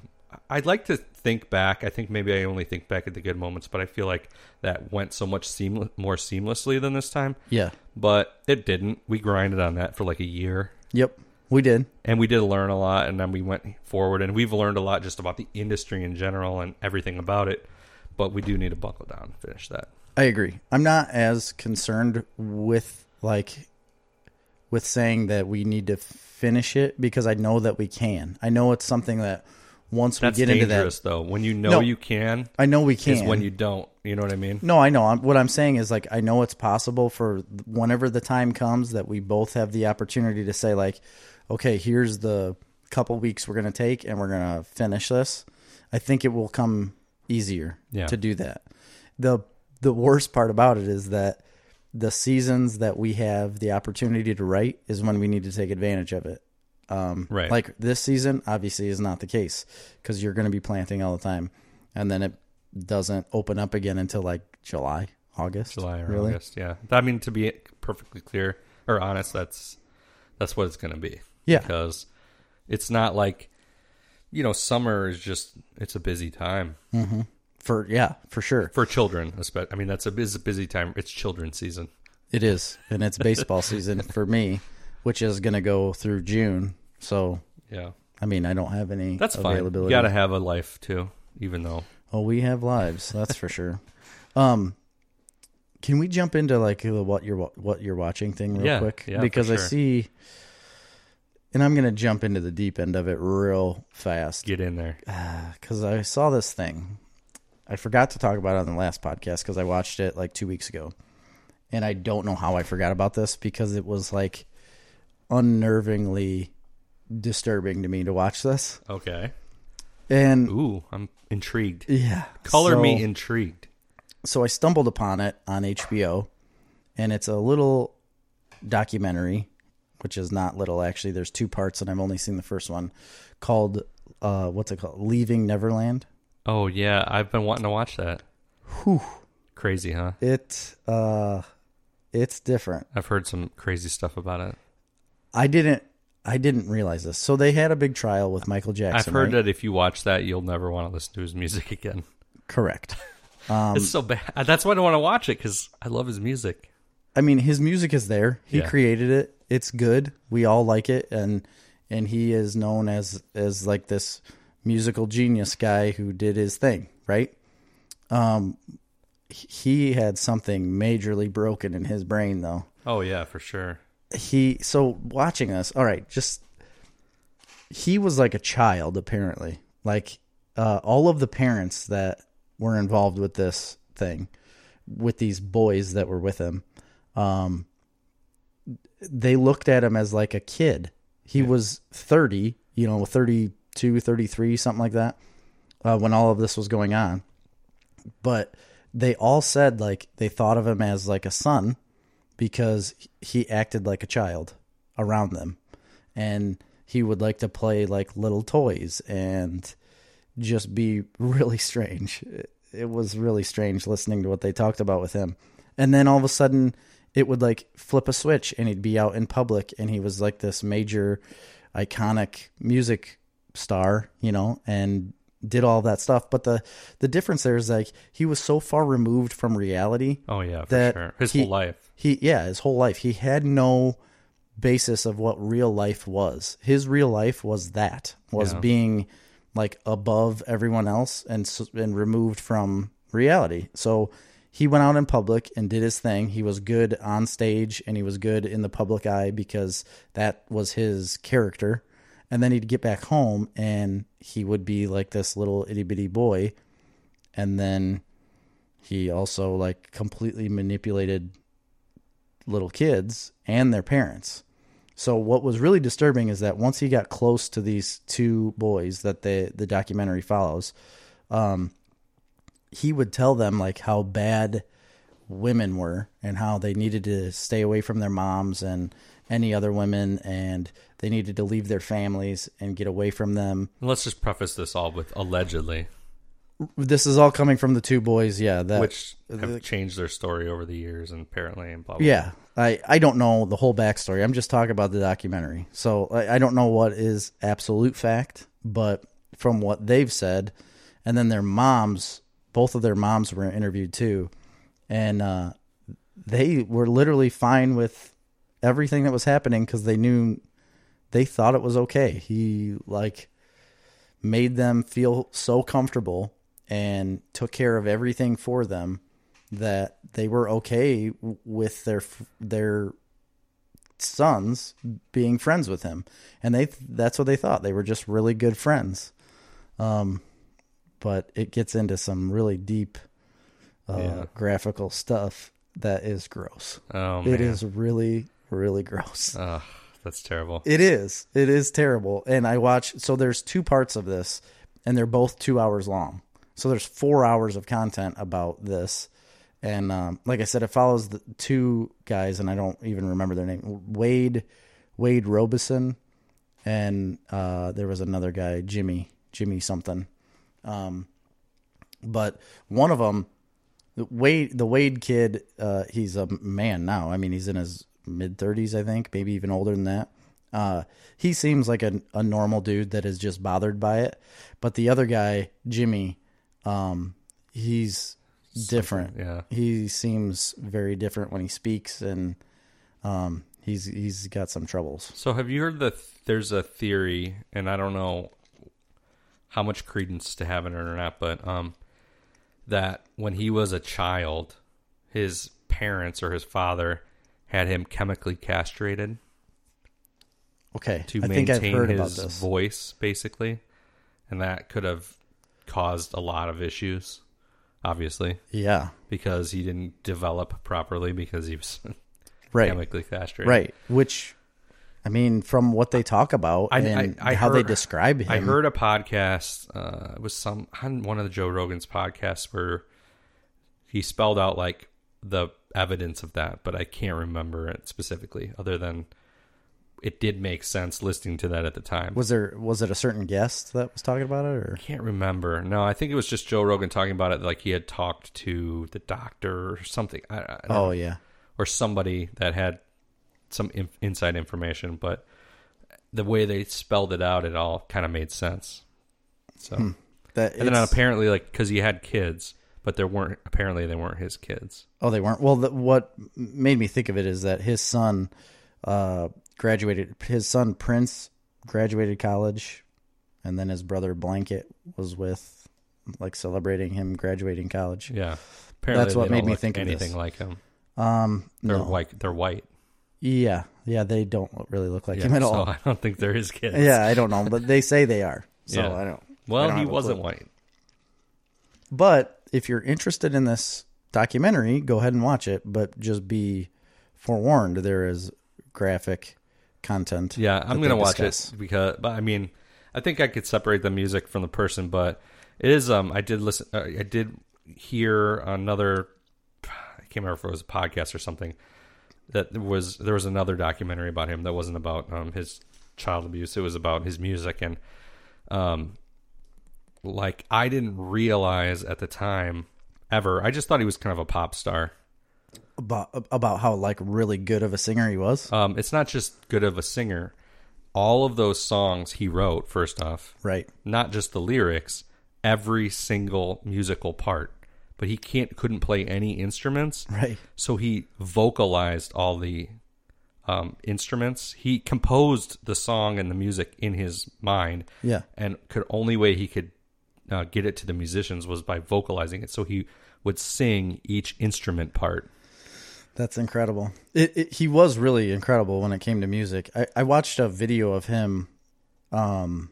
I'd like to think back. I think maybe I only think back at the good moments, but I feel like that went so much seamless, more seamlessly than this time. yeah. But it didn't. We grinded on that for like a year Yep. We did. and we did learn a lot and then we went forward and we've learned a lot just about the industry in general and everything about it but we do need to buckle down and finish that I agree. I'm not as concerned with like with saying that we need to finish it because I know that we can. I know it's something that once that's we get into dangerous that, though when you know No, you can, I know we can. is when you don't you know what i mean no, I know. I'm, what I'm saying is like I know it's possible for th- whenever the time comes that we both have the opportunity to say like, okay, here's the couple weeks we're gonna take and we're gonna finish this. I think it will come easier Yeah. to do that. the The worst part about it is that the seasons that we have the opportunity to write is when we need to take advantage of it. Um, Right. Like this season, obviously, is not the case because you're going to be planting all the time, and then it doesn't open up again until like July, August, july or really. august yeah i mean to be perfectly clear or honest that's that's what it's going to be Yeah. because it's not like you know summer is just it's a busy time For yeah, for sure, for children especially i mean that's a, is a busy time it's children's season it is, and it's baseball *laughs* season for me, which is going to go through June. So yeah I mean, I don't have any that's fine you availability. gotta have a life too even though Oh, we have lives, that's for sure. Um, can we jump into like the what you're wa- what you're watching thing real Yeah, quick? yeah, for because I sure. see, and I'm gonna jump into the deep end of it real fast get in there. because I saw this thing. I forgot to talk about it on the last podcast because I watched it like two weeks ago, and I don't know how I forgot about this because it was like unnervingly disturbing to me to watch this. Okay. And Ooh, I'm intrigued. yeah, Color so- me intrigued. so I stumbled upon it on HBO, and it's a little documentary, which is not little actually. There's two parts, and I've only seen the first one, called uh, what's it called? Leaving Neverland. Oh yeah, I've been wanting to watch that. Whew. Crazy, huh? It uh, it's different. I've heard some crazy stuff about it. I didn't I didn't realize this. So they had a big trial with Michael Jackson. I've heard right? that if you watch that, you'll never want to listen to his music *laughs* again. correct. Um, it's so bad. *laughs* That's why I don't want to watch it because I love his music. I mean, his music is there. He Yeah. created it. It's good. We all like it, and and he is known as as like this musical genius guy who did his thing, right? Um, he had something majorly broken in his brain, though. Oh yeah, for sure. He so watching us. All right, just he was like a child apparently. Like uh, all of the parents that were involved with this thing, with these boys that were with him, um, they looked at him as like a kid. He was 30, you know, 32, 33, something like that, uh, when all of this was going on. But they all said like they thought of him as like a son because he acted like a child around them. And he would like to play like little toys and just be *laughs* really strange. It- It was really strange listening to what they talked about with him. And then all of a sudden, it would like flip a switch and he'd be out in public and he was like this major iconic music star, you know, and did all that stuff. But the the difference there is like he was so far removed from reality Oh yeah, for That sure. His he- whole life. he yeah his whole life he had no basis of what real life was his real life was that was Yeah. being like above everyone else and s- and removed from reality so he went out in public and did his thing he was good on stage and he was good in the public eye because that was his character and then he'd get back home and he would be like this little itty-bitty boy and then he also like completely manipulated little kids and their parents. So what was really disturbing is that once he got close to these two boys that the the documentary follows, um, he would tell them like how bad women were and how they needed to stay away from their moms and any other women and They needed to leave their families and get away from them. Let's just preface this all with allegedly, This is all coming from the two boys. Yeah, that which have changed their story over the years and apparently and blah blah. Yeah, I I don't know the whole backstory. I'm just talking about the documentary, so I, I don't know what is absolute fact, but from what they've said, and then their moms, both of their moms were interviewed too, and uh, they were literally fine with everything that was happening because they knew they thought it was okay. He like made them feel so comfortable and took care of everything for them that they were okay w- with their f- their sons being friends with him, and they that's what they thought. They were just really good friends. Um, but it gets into some really deep uh, Yeah. graphical stuff that is gross. Oh man, It is really really *laughs* gross. Ugh, that's terrible. It is. It is terrible. And I watch so there's two parts of this and they're both 2 hours long. So there's 4 hours of content about this. And um, like I said it follows the two guys and I don't even remember their name. Wade Wade Robeson and uh, there was another guy, Jimmy, Jimmy something. Um, but one of them the Wade, the Wade kid, uh, he's a man now. I mean, he's in his mid thirties, I think, maybe even older than that. Uh, he seems like a, a normal dude that is just bothered by it. But the other guy, Jimmy, um, he's different. yeah. he seems very different when he speaks, and um, he's he's got some troubles. So have you heard that there's a theory, and I don't know how much credence to have in it or not, but um, that when he was a child, his parents or his father had him chemically castrated Okay, to I think maintain I've heard about his this. voice, basically, and that could have caused a lot of issues, obviously, yeah, because he didn't develop properly because he was *laughs* right, chemically castrated. right. Which, I mean, from what they talk about I- and I- I how they heard- describe him, I heard a podcast. Uh, it was some on one of the Joe Rogan's podcasts where he spelled out like the evidence of that, but I can't remember it specifically. Other than it did make sense listening to that at the time. Was there was it a certain guest that was talking about it or I can't remember. No, I think it was just Joe Rogan talking about it. Like he had talked to the doctor or something, I, I don't Oh yeah. or somebody that had some in, inside information. But the way they spelled it out, it all kind of made sense. So. Hmm. That And then it's- apparently, like, because he had kids, but there weren't apparently they weren't his kids. oh they weren't. Well, the, what made me think of it is that his son uh graduated his son Prince graduated college and then his brother Blanket was with like celebrating him graduating college. Yeah, apparently That's what they made don't me look think of anything this. like him. Um They're no. white. They're white. Yeah. Yeah, they don't really look like Yeah, him at so all. I don't think they're *laughs* his kids. Yeah, I don't know, but they say they are. So Yeah. I don't I Well, don't he have a wasn't clue. white. But if you're interested in this documentary, go ahead and watch it. But just be forewarned there is graphic content. Yeah, I'm gonna they watch discuss. it because. But I mean, I think I could separate the music from the person. But it is. Um, I did listen. Uh, I did hear another. I can't remember if it was a podcast or something. That there was there was another documentary about him that wasn't about um his child abuse. It was about his music and um like I didn't realize at the time ever. I just thought he was kind of a pop star. about about how like really good of a singer he was. Um, it's not just good of a singer. All of those songs he wrote, first off, right. not just the lyrics, every single musical part. But he can't couldn't play any instruments, Right. so he vocalized all the um, instruments. He composed the song and the music in his mind, Yeah. and could only way he could uh, get it to the musicians was by vocalizing it. So he would sing each instrument part. That's incredible. It, it, he was really incredible when it came to music. I, I watched a video of him um,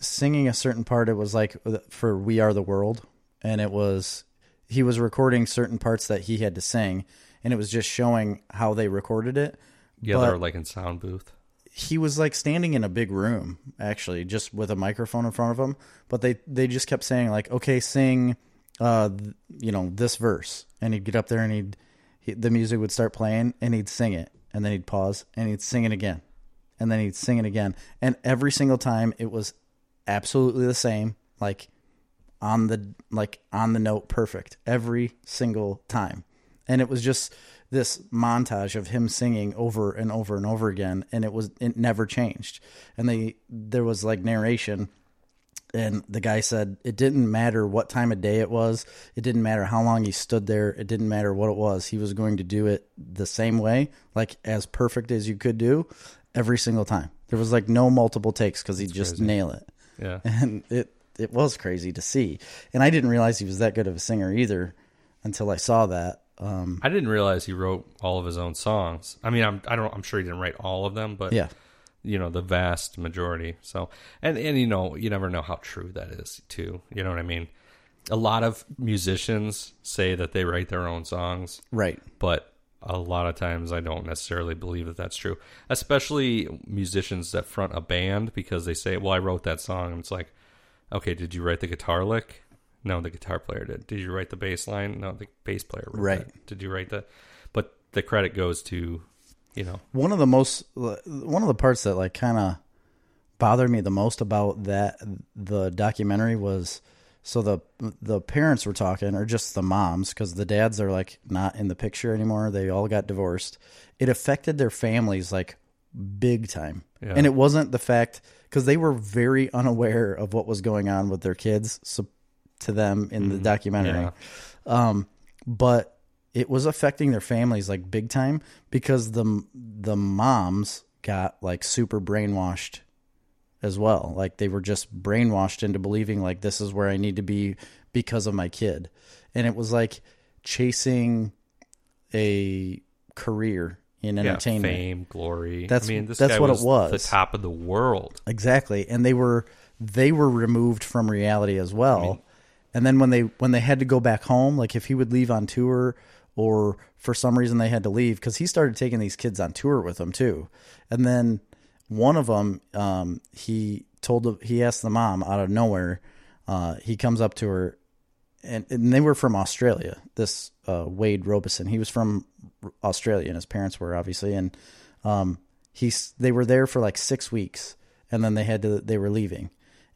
singing a certain part. It was like uh, for We Are the World. And it was, he was recording certain parts that he had to sing. And it was just showing how they recorded it. Yeah, But- they were like in sound booth. he was like standing in a big room actually just with a microphone in front of him but they they just kept saying like okay sing uh th- you know this verse and he'd get up there and he'd he, the music would start playing and he'd sing it and then he'd pause and he'd sing it again and then he'd sing it again. And every single time it was absolutely the same, like on the like on the note perfect every single time. And it was just this montage of him singing over and over and over again and it was it never changed. And they there was like narration and the guy said it didn't matter what time of day it was it didn't matter how long he stood there it didn't matter what it was he was going to do it the same way like as perfect as you could do every single time there was like no multiple takes because he'd just nail it *laughs* Yeah. and it it was crazy to see and i didn't realize he was that good of a singer either until i saw that um I didn't realize he wrote all of his own songs. I mean, I'm I don't I'm sure he didn't write all of them, but yeah you know, the vast majority. So, and and you know, you never know how true that is too. You know what I mean? A lot of musicians say that they write their own songs, right but a lot of times I don't necessarily believe that that's true. Especially musicians that front a band because they say, "Well, I wrote that song." And it's like, "Okay, did you write the guitar lick?" No, the guitar player did. Did you write the bass line? No, the bass player wrote Right. that. Did you write that? But the credit goes to, you know, one of the most one of the parts that like kind of bothered me the most about that the documentary was so the the parents were talking or just the moms because the dads are like not in the picture anymore they all got divorced it affected their families like big time Yeah. and it wasn't the fact because they were very unaware of what was going on with their kids so, to them in the documentary Mm-hmm. yeah. um, but it was affecting their families like big time because the the moms got like super brainwashed as well. Like they were just brainwashed into believing like this is where I need to be because of my kid, and it was like chasing a career in yeah, entertainment. fame, glory. That's- I mean, this that's guy what it was, was. The top of the world. Exactly, and they were they were removed from reality as well. and then when they when they had to go back home, like if he would leave on tour or for some reason they had to leave because he started taking these kids on tour with him too, and then one of them um, he told the- he asked the mom out of nowhere. Uh, he comes up to her and, and they were from Australia. This uh, Wade Robeson, he was from Australia, and his parents were obviously. And um, he's they were there for like six weeks, and then they had to they were leaving.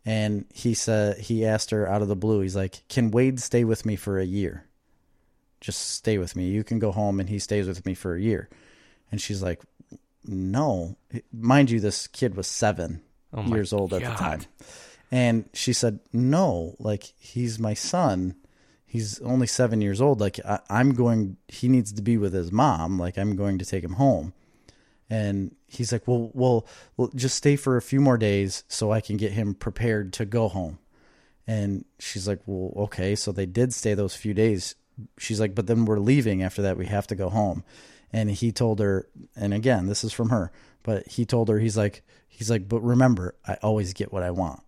And he said he asked her out of the blue. He's like, "Can Wade stay with me for a year? Just stay with me. You can go home, and he stays with me for a year." And she's like, "No, mind you, this kid was seven Oh my years old at the God. time." And she said, No, like he's my son. He's only seven years old. Like I, I'm going, he needs to be with his mom. Like I'm going to take him home. And he's like, well, well, well, just stay for a few more days so I can get him prepared to go home. And she's like, well, okay. So they did stay those few days. She's like, but then we're leaving after that. We have to go home. And he told her, and again, this is from her, but he told her, he's like, he's like, but remember, I always get what I want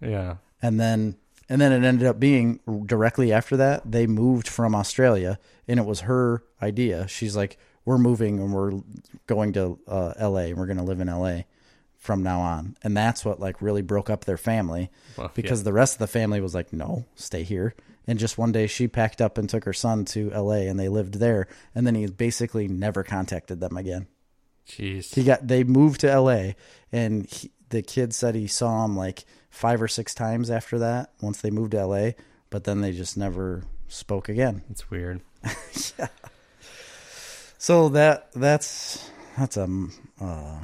Yeah. and then and then it ended up being directly after that they moved from Australia, and it was her idea. She's like, "We're moving, and we're going to uh, L.A. and we're going to live in L.A. from now on." And that's what like really broke up their family Well, because the rest of the family was like, "No, stay here." And just one day, she packed up and took her son to L.A. and they lived there. And then he basically never contacted them again Jeez. he got they moved to LA and he, the kid said he saw him like five or six times after that once they moved to LA but then they just never spoke again it's weird. so that that's that's a uh,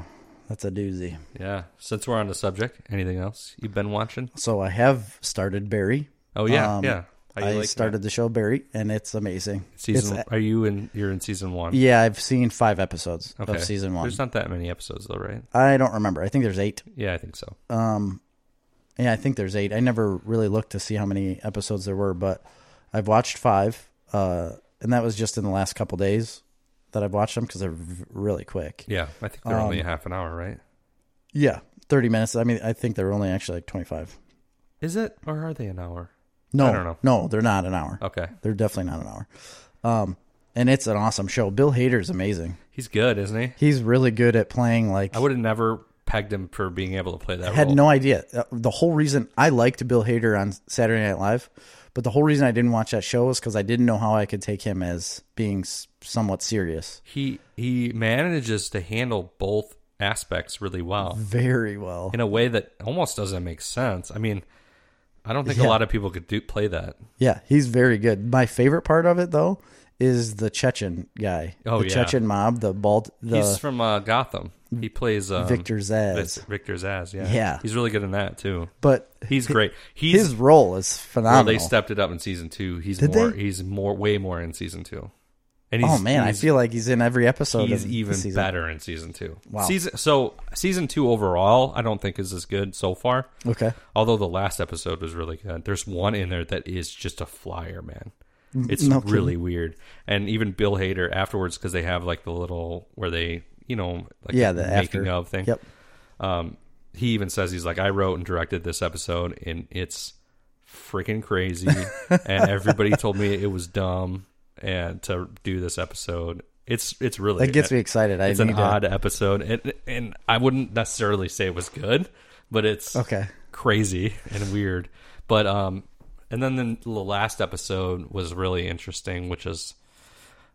that's a doozy Yeah. Since we're on the subject, anything else you've been watching? so I have started Barry Oh yeah, Um, yeah. How you I like started the show Barry and it's amazing that? season. it's, are you in? You're in season one. yeah I've seen five episodes of season one There's not that many episodes though, right? I don't remember I think there's eight Yeah, I think so. Um, yeah, I think there's eight. I never really looked to see how many episodes there were, but I've watched five, uh, and that was just in the last couple days that I've watched them because they're v- really quick. Yeah, I think they're Um, only a half an hour, right? Yeah, thirty minutes. I mean, I think they're only actually like twenty-five. Is it or are they an hour? No, don't know. no, they're not an hour. Okay, They're definitely not an hour. Um, and it's an awesome show. Bill Hader's amazing. he's good, isn't he? He's really good at playing like I would have never pegged him for being able to play that had role. no idea. Uh, The whole reason I liked Bill Hader on Saturday Night Live, but the whole reason I didn't watch that show was because I didn't know how I could take him as being s- somewhat serious. he he manages to handle both aspects really well very well. in a way that almost doesn't make sense. I mean, I don't think a Yeah. lot of people could do play that. Yeah, he's very good. My favorite part of it though is the Chechen guy. Oh, the yeah. Chechen mob, the bald the He's from uh, Gotham. He plays um, Victor Zaz. Vic- Victor Zaz. Yeah, Yeah. He's really good in that too. But He's *laughs* great. He's his role is well, phenomenal. they stepped it up in season two. He's Did more. they? He's more. Way more in season two. And oh man, I he's- feel like he's in every episode he's of even the season. better in season two. Wow. Season so season two overall, I don't think is as good so far. Okay. Although the last episode was really good. There's one in there that is just a flyer, man. It's no kidding. really weird. And even Bill Hader afterwards, because they have like the little where they, you know, like Yeah, the the making after- of thing. Yep. He even says he's like, I wrote and directed this episode, and it's freaking *laughs* crazy. and everybody told me it was dumb and to do this episode. It's it's really That gets me excited. I it's need an to, odd episode, and and I wouldn't necessarily say it was good, but it's Okay. crazy and weird. But um, and then the, the last episode was really interesting, which is,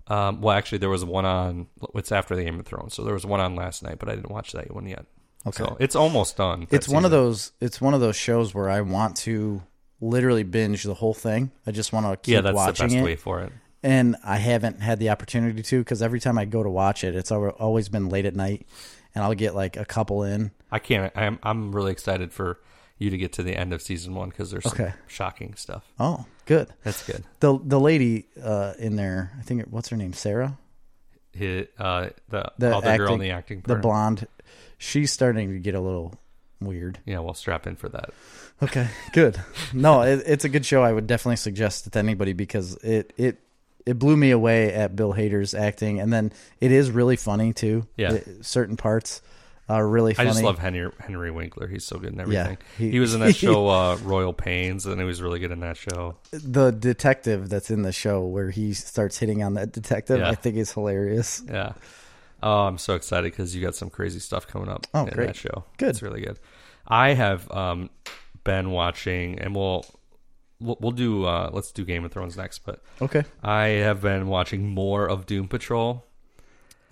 um, well, actually there was one on it's after the Game of Thrones, so there was one on last night, but I didn't watch that one yet. Okay, so it's almost done. that It's one of season. those it's one of those shows where I want to literally binge the whole thing. I just want to keep yeah, that's the watching best it. way for it. and I haven't had the opportunity to because every time I go to watch it, it's al- always been late at night, and I'll get like a couple in. I can't. I'm I'm really excited for you to get to the end of season one because there's Okay. some shocking stuff. Oh, good. That's good. The the lady uh, in there, I think it- what's her name, Sarah, Hi- uh, the, The other girl in acting- the acting the part. blonde. She's starting to get a little weird. yeah, we'll strap in for that. Okay, good. No, it, it's a good show. I would definitely suggest it to anybody because it it it blew me away at Bill Hader's acting, and then it is really funny too. Yeah. It- certain parts are really I funny. just love Henry Henry Winkler. He's so good in everything. he, he- was *laughs* in that show uh, Royal Pains, and he was really good in that show. the detective that's in the show where he starts hitting on that detective Yeah. i think is hilarious Yeah. Oh, I'm so excited because you got some crazy stuff coming up Oh, in great. that show. Good. It's really good. I have um, been watching, and we'll we'll, we'll do uh, let's do Game of Thrones next. But okay I have been watching more of Doom Patrol.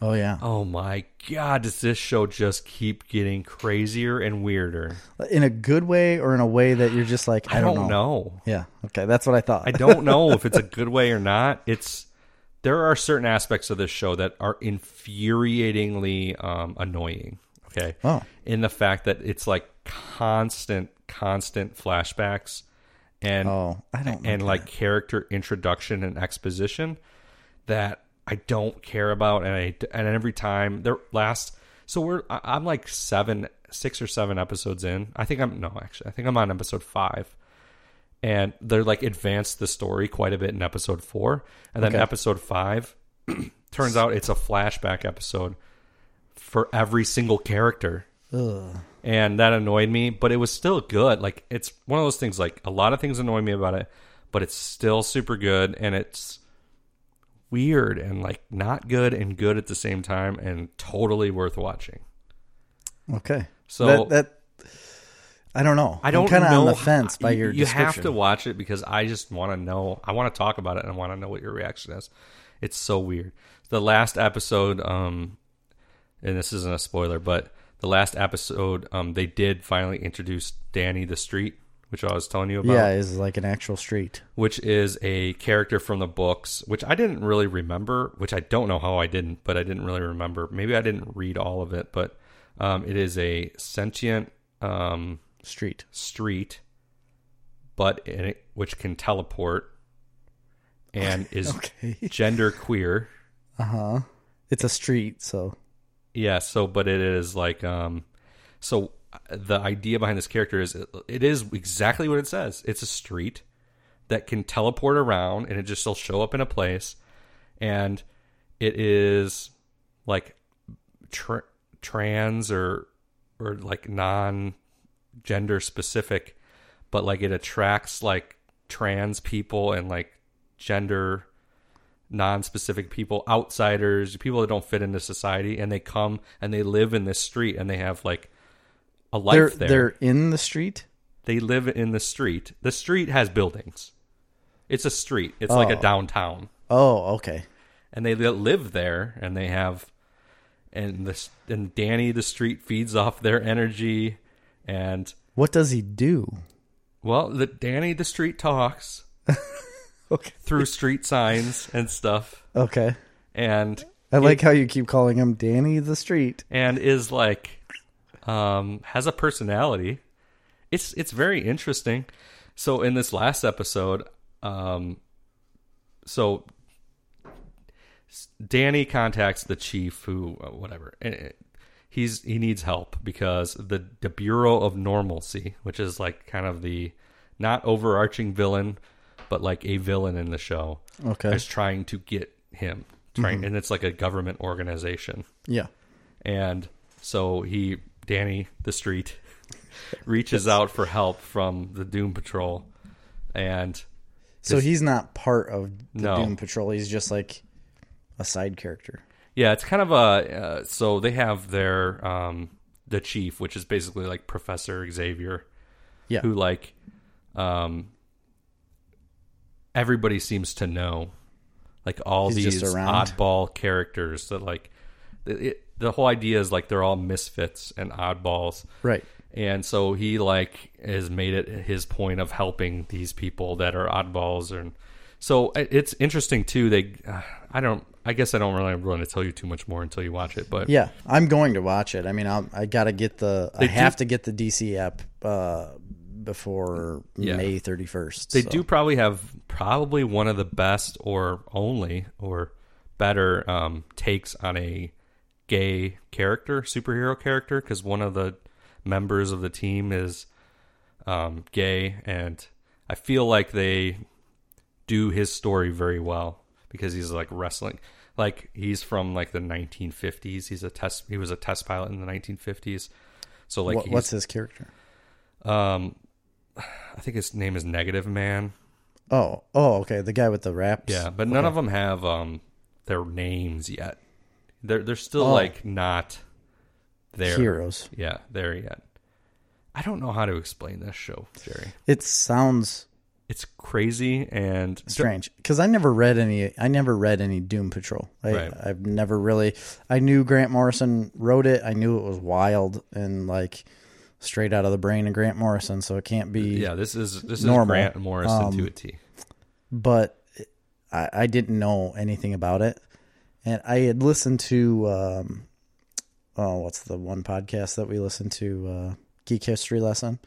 oh yeah Oh my god, does this show just keep getting crazier and weirder? in a good way or in a way that you're just like i, I don't, know. know. yeah okay that's what i thought I don't know if it's a good way or not. It's there are certain aspects of this show that are infuriatingly um, annoying. Okay, Oh. in the fact that it's like constant, constant flashbacks, and oh i don't know and like character introduction and exposition that I don't care about, and I and every time their last. So we're I- I'm like seven, six or seven episodes in. I think I'm no actually I think I'm on episode five, and they're like advanced the story quite a bit in episode four, and then Okay. episode five *clears throat* turns out it's a flashback episode for every single character Ugh. and that annoyed me but it was still good like it's one of those things like a lot of things annoy me about it but it's still super good and it's weird and like not good and good at the same time and totally worth watching okay So- that, that i don't know i don't kind of know on the fence by you- your you have description. to watch it because i just want to know i want to talk about it and i want to know what your reaction is it's so weird the last episode um and this isn't a spoiler but the last episode um they did finally introduce danny the street which i was telling you about yeah is like an actual street which is a character from the books, which I didn't really remember, which I don't know how I didn't, but I didn't really remember. Maybe I didn't read all of it, but um, it is a sentient um, street street, but in it, which can teleport and is okay *laughs* gender queer. uh-huh it's a street so Yeah, so but it is like um so uh, the idea behind this character is it is exactly what it says. It's a street that can teleport around and it just will show up in a place and it is like tr trans or or like non gender specific but like it attracts like trans people and like gender non-specific people outsiders people that don't fit into society and they come and they live in this street and they have like a life they're there they're in the street they live in the street the street has buildings it's a street it's like a downtown oh okay and they li- live there and they have and this and Danny the street feeds off their energy, and What does he do? well, the Danny the street talks Okay. through street signs and stuff, Okay. and I like how you keep calling him Danny the Street. and is like um has a personality it's it's very interesting so in this last episode um so danny contacts the chief who uh, whatever and it- he's he needs help because the the bureau of normalcy which is like kind of the not overarching villain but like a villain in the show Okay. is trying to get him trying and it's like a government organization Yeah. and so he danny the street *laughs* *laughs* reaches out for help from the doom patrol and So he's not part of the No. Doom Patrol. He's just like a side character. yeah it's kind of a uh, so they have their um the chief which is basically like professor xavier Yeah. who like um everybody seems to know like all He's these just around. oddball characters that like it, it, the whole idea is like they're all misfits and oddballs Right. and so he like has made it his point of helping these people that are oddballs and so i- it's interesting too they uh, i don't i guess i don't really want to tell you too much more until you watch it but Yeah, I'm going to watch it. I mean, I'll, I got to get the. I do- have to get the DC app uh, before May 31st. they do probably have probably one of the best or only or better um, takes on a gay character superhero character because one of the members of the team is um, gay and i feel like they do his story very well because he's like wrestling like he's from like the 1950s he's a test he was a test pilot in the 1950s so like What, he's- what's his character? um i think his name is negative man Oh, oh, okay, the guy with the raps. Yeah, but none of them have um their names yet. They're they're still Oh. like not there. heroes. Yeah, there yet. I don't know how to explain this show, Jerry. It sounds It's crazy and strange because I never read any. I never read any Doom Patrol. I, Right. I've never really. I knew Grant Morrison wrote it. I knew it was wild and like straight out of the brain of Grant Morrison. So it can't be. yeah, this is this is Normal. Um, Grant Morrison to a T. but I, I didn't know anything about it. And I had listened to, um, oh, what's the one podcast that we listened to? Uh, Geek History Lesson.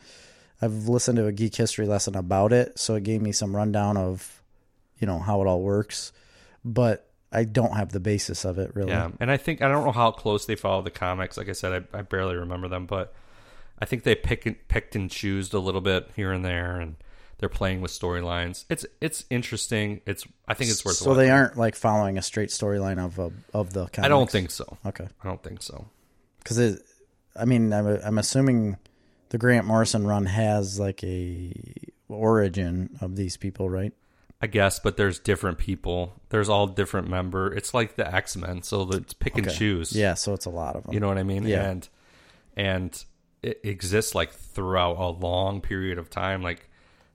I've listened to a Geek History Lesson about it, so it gave me some rundown of, you know, how it all works. But I don't have the basis of it really. Yeah, and I think I don't know how close they follow the comics. Like I said, I, I barely remember them, but I think they pick and, picked and choosed a little bit here and there, and they're playing with storylines. It's it's interesting. It's I think it's worth. so watching. they aren't like following a straight storyline of a, of the. Comics. I don't think so. Okay. I don't think so. because I mean, I'm, I'm assuming the Grant Morrison run has like a origin of these people, right? I guess, but there's different people. There's all different member. It's like the X Men, so that it's pick and choose. Yeah, so it's a lot of them. you know what I mean. Yeah. and and it exists like throughout a long period of time. Like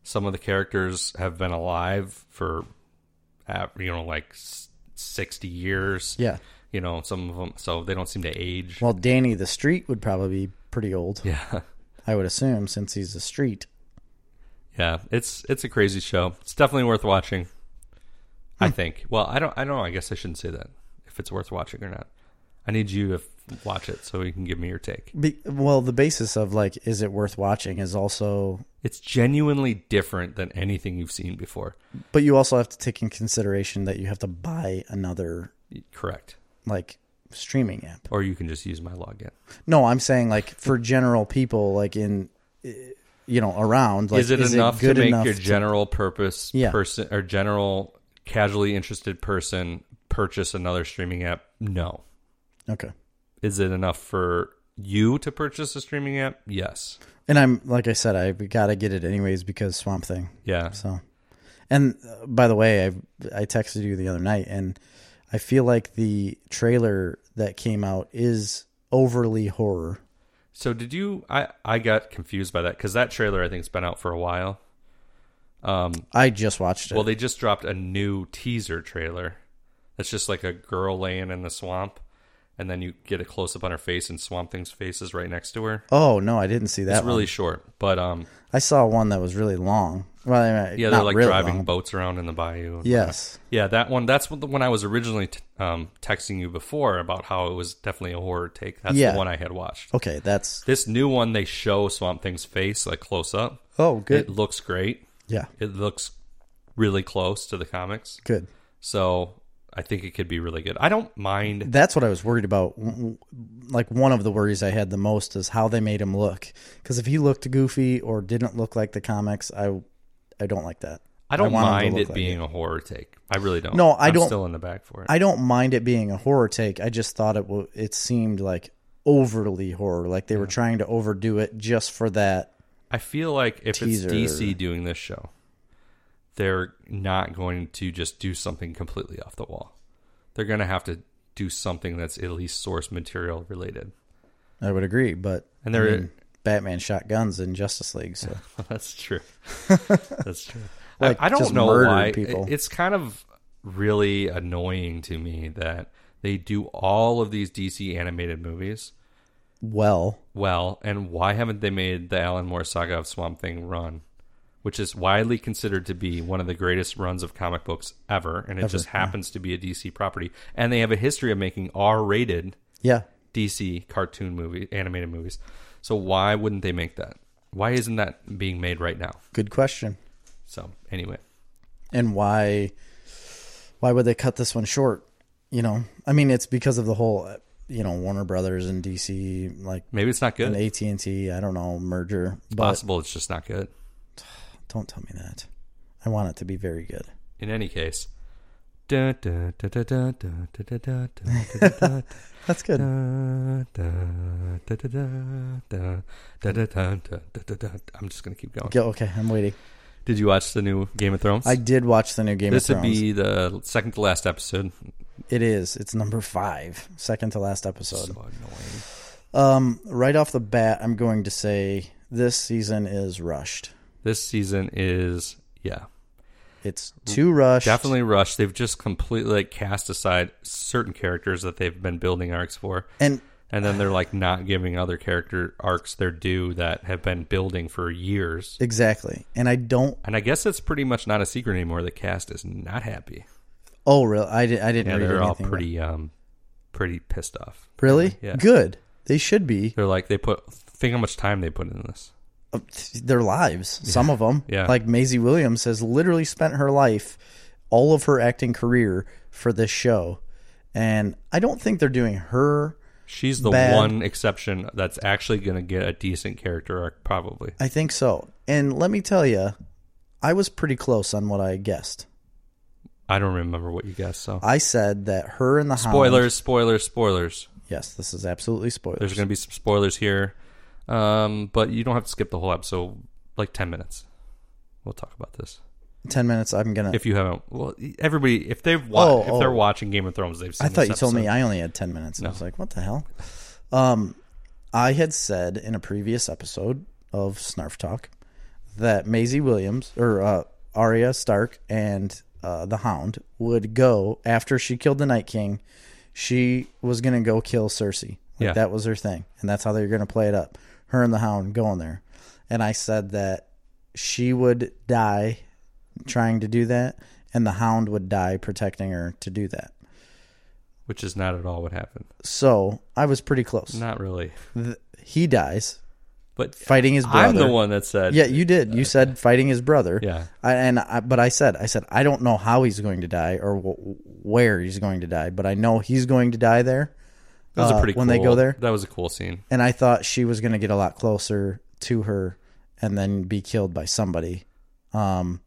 some of the characters have been alive for, uh, you know, like s- sixty years. yeah. you know, some of them, so they don't seem to age. Well, Danny the Street would probably be pretty old, *laughs* yeah, I would assume, since he's a street. yeah. It's it's a crazy show. It's definitely worth watching. I Hmm. think. Well, I don't. I don't. I guess I shouldn't say that if it's worth watching or not. I need you to f- watch it so you can give me your take. Be, well, the basis of like, is it worth watching is also, It's genuinely different than anything you've seen before. but you also have to take in consideration that you have to buy another Correct. like streaming app. Or you can just use my login. No, I'm saying like for general people, like in, eh, you know, around. Like, is it enough to good make enough your to- general purpose Yeah. person or general casually interested person purchase another streaming app? No. Okay. Is it enough for you to purchase a streaming app? Yes. And I'm like I said, I got to get it anyways because Swamp Thing. Yeah. So, and uh, by the way, I I texted you the other night, and I feel like the trailer that came out is overly horror. So did you? I I got confused by that because that trailer I think's been out for a while. Um. I just watched it. Well, they just dropped a new teaser trailer. That's just like a girl laying in the swamp, and then you get a close up on her face, and Swamp Thing's face is right next to her. Oh no, I didn't see that. It's one. really short, but um, I saw one that was really long. Well, I mean, yeah, not they're like really driving long. boats around in the bayou. and Yes. Yeah, that one. That's what the one I was originally t- um, texting you before about how it was definitely a horror take. That's Yeah. the one I had watched. Okay, that's This new one, they show Swamp Thing's face like close up. oh good. It looks great. yeah, It looks really close to the comics. good. So I think it could be really good. I don't mind. That's what I was worried about. W- w- Like one of the worries I had the most is how they made him look. Because if he looked goofy or didn't look like the comics, I I don't like that. I don't want him to mind look it like being a horror take. I really don't. No, I I'm don't- Still in the back for it. I don't mind it being a horror take. I just thought it w- it seemed like overly horror, like they were trying to overdo it just for that. I feel like if Teaser. it's DC doing this show, they're not going to just do something completely off the wall. They're going to have to do something that's at least source material related. I would agree, but And they're Batman shot guns in Justice League, so *laughs* that's *laughs* true. that's true. Like, I, I don't just know murdered why. people. It- it's kind of really annoying to me that they do all of these DC animated movies well, well, and why haven't they made the Alan Moore saga of Swamp Thing run, which is widely considered to be one of the greatest runs of comic books ever, and it just happens to be a DC property, and they have a history of making R-rated yeah. DC cartoon movie animated movies. So why wouldn't they make that? Why isn't that being made right now? Good question. So anyway, and why why would they cut this one short you know i mean it's because of the whole uh, you know warner brothers and dc like maybe it's not an good. at&t i don't know merger but Possible it's just not good. don't tell me that i want it to be very good In any case. da, da, da, da, da, da, da, da, da, that's good I'm just gonna keep going. Go- okay i'm waiting Did you watch the new Game of Thrones? i did watch the new game this of would thrones be the second to last episode. it is it's number five second to last So episode annoying. um right off the bat i'm going to say this season is rushed This season is yeah it's too rushed definitely rushed. They've just completely like, cast aside certain characters that they've been building arcs for, and and then they're like not giving other character arcs their due that have been building for years. exactly and i don't And I guess it's pretty much not a secret anymore. The cast is not happy. oh really i, did, I didn't Yeah, read they're all anything about- pretty um pretty pissed off. Really? Yeah. Good. They should be. They're like they put think how much time they put in this. Uh, Their *laughs* lives, some of them. Yeah. Like Maisie Williams has literally spent her life, all of her acting career for this show. And I don't think they're doing her. She's the Bad. one exception that's actually going to get a decent character arc probably. I think so. And let me tell you, I was pretty close on what I guessed. I don't remember what you guessed, so I said that her and the Hound- spoilers, spoilers, spoilers. Yes, this is absolutely spoilers. There's going to be some spoilers here. Um but you don't have to skip the whole episode like 10 minutes. We'll talk about this. Ten minutes. I'm gonna. If you haven't well everybody if they've wa- Oh, if oh. they're watching Game of Thrones, they've seen I thought this you told me episode. I only had 10 minutes. I was like, what the hell? Um, I had said in a previous episode of Snarf Talk that Maisie Williams or uh, Arya Stark and uh, the Hound would go after she killed the Night King. She was going to go kill Cersei. Like, Yeah. That was her thing. And that's how they were going to play it up. Her and the Hound going there. And I said that she would die trying to do that, and the Hound would die protecting her to do that. which is not at all what happened. So I was pretty close. Not really. Th- he dies But fighting his brother. I'm the one that said Yeah, you did. You said fighting his brother. Yeah. I, and I, but I said, I said I don't know how he's going to die or wh- where he's going to die, but I know he's going to die there. That was uh, a pretty when they cool- go there. That was a cool scene. And I thought she was going to get a lot closer to her and then be killed by somebody. Um,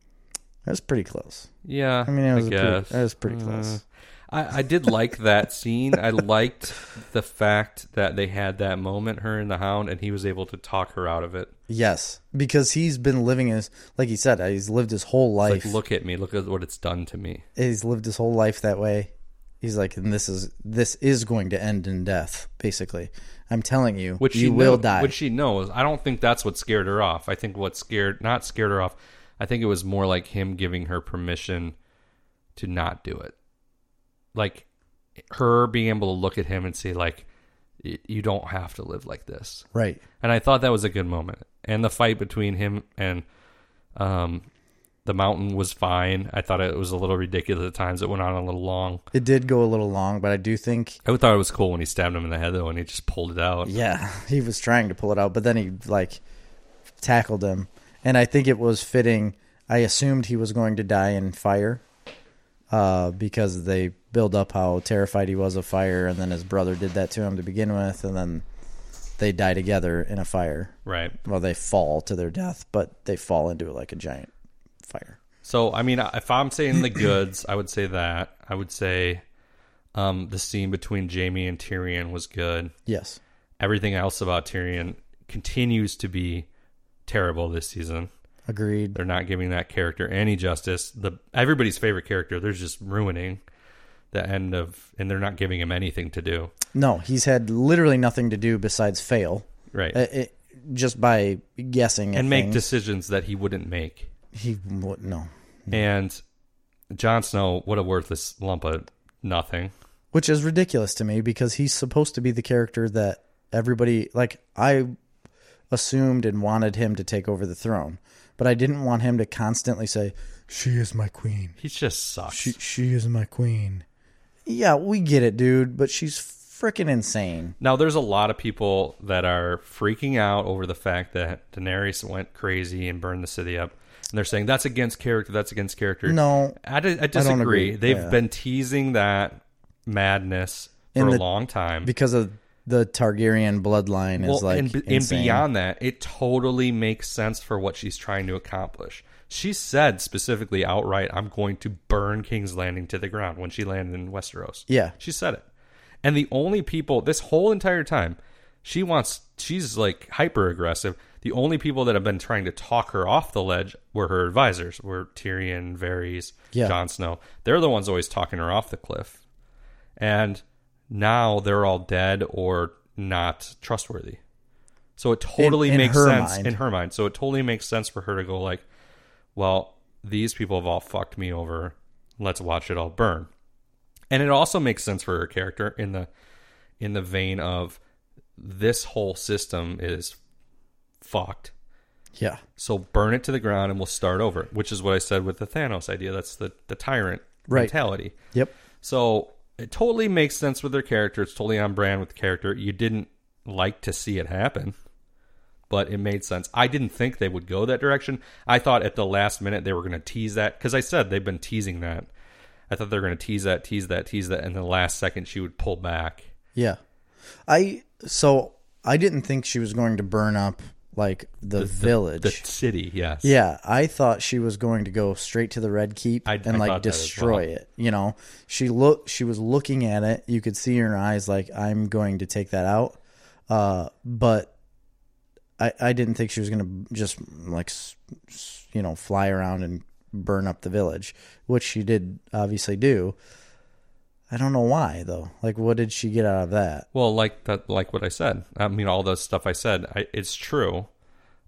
that was pretty close. Yeah, I mean, it was a pretty- guess. Uh. that was pretty close. I, I did like that scene. I liked the fact that they had that moment, her and the Hound, and he was able to talk her out of it. Yes, because he's been living his like he said, he's lived his whole life. Like, look at me, look at what it's done to me. he's lived his whole life that way. He's like, and this is this is going to end in death. Basically, I'm telling you, Which you she will kno- die. Which she knows. I don't think that's what scared her off. I think what scared, not scared her off. I think it was more like him giving her permission to not do it. Like her being able to look at him and say like, "Y- "You don't have to live like this." Right. and I thought that was a good moment. And the fight between him and um, the mountain was fine. I thought it was a little ridiculous at times. It went on a little long. It did go a little long, but I do think I thought it was cool when he stabbed him in the head though, and he just pulled it out. yeah, *laughs* he was trying to pull it out, but then he like tackled him. And I think it was fitting. I assumed he was going to die in fire. Uh, because they build up how terrified he was of fire, and then his brother did that to him to begin with, and then they die together in a fire. Right. Well, they fall to their death, but they fall into like a giant fire. So I mean, if I'm saying the goods, I would say that. I would say um, the scene between Jamie and Tyrion was good. Yes. Everything else about Tyrion continues to be terrible this season. Agreed. They're not giving that character any justice. The everybody's favorite character, they're just ruining the end of, and they're not giving him anything to do. No, he's had literally nothing to do besides fail. Right, Uh, it, just by guessing at and make things. decisions that he wouldn't make. he would no. And Jon Snow, what a worthless lump of nothing. Which is ridiculous to me because he's supposed to be the character that everybody like I assumed and wanted him to take over the throne. But I didn't want him to constantly say, She is my queen. He just sucks. She she is my queen. Yeah, we get it, dude, but she's freaking insane. Now, there's a lot of people that are freaking out over the fact that Daenerys went crazy and burned the city up. And they're saying that's against character, that's against character. No. I, di- I disagree. agree. They've Yeah. been teasing that madness for In a the- long time. Because of the Targaryen bloodline is well, like and, be- and insane. beyond that, it totally makes sense for what she's trying to accomplish. She said specifically outright, I'm going to burn King's Landing to the ground when she landed in Westeros. Yeah. She said it. And the only people this whole entire time, she wants she's like hyper aggressive. The only people that have been trying to talk her off the ledge were her advisors, were Tyrion, Varys, Yeah. Jon Snow. They're the ones always talking her off the cliff. And now they're all dead or not trustworthy. So it totally In- in makes her sense mind. in her mind. So it totally makes sense for her to go like, well, these people have all fucked me over. Let's watch it all burn. And it also makes sense for her character in the in the vein of this whole system is fucked. Yeah. So burn it to the ground and we'll start over, which is what I said with the Thanos idea. That's the, the tyrant Right. mentality. Yep. So it totally makes sense with their character. It's totally on brand with the character. You didn't like to see it happen, but it made sense. I didn't think they would go that direction. I thought at the last minute they were going to tease that because I said they've been teasing that. I thought they were going to tease that, tease that, tease that, and the last second she would pull back. Yeah. I so I didn't think she was going to burn up like the, village. The city, yes. yeah, I thought she was going to go straight to the red keep I- I and like thought that as destroy it. You know, she look she was looking at it. You could see in her eyes like I'm going to take that out. Uh, but I I didn't think she was going to just like s- s- you know fly around and burn up the village, which she did obviously do. I don't know why though. Like, what did she get out of that? Well, like that, like what I said. I mean, all the stuff I said, I, it's true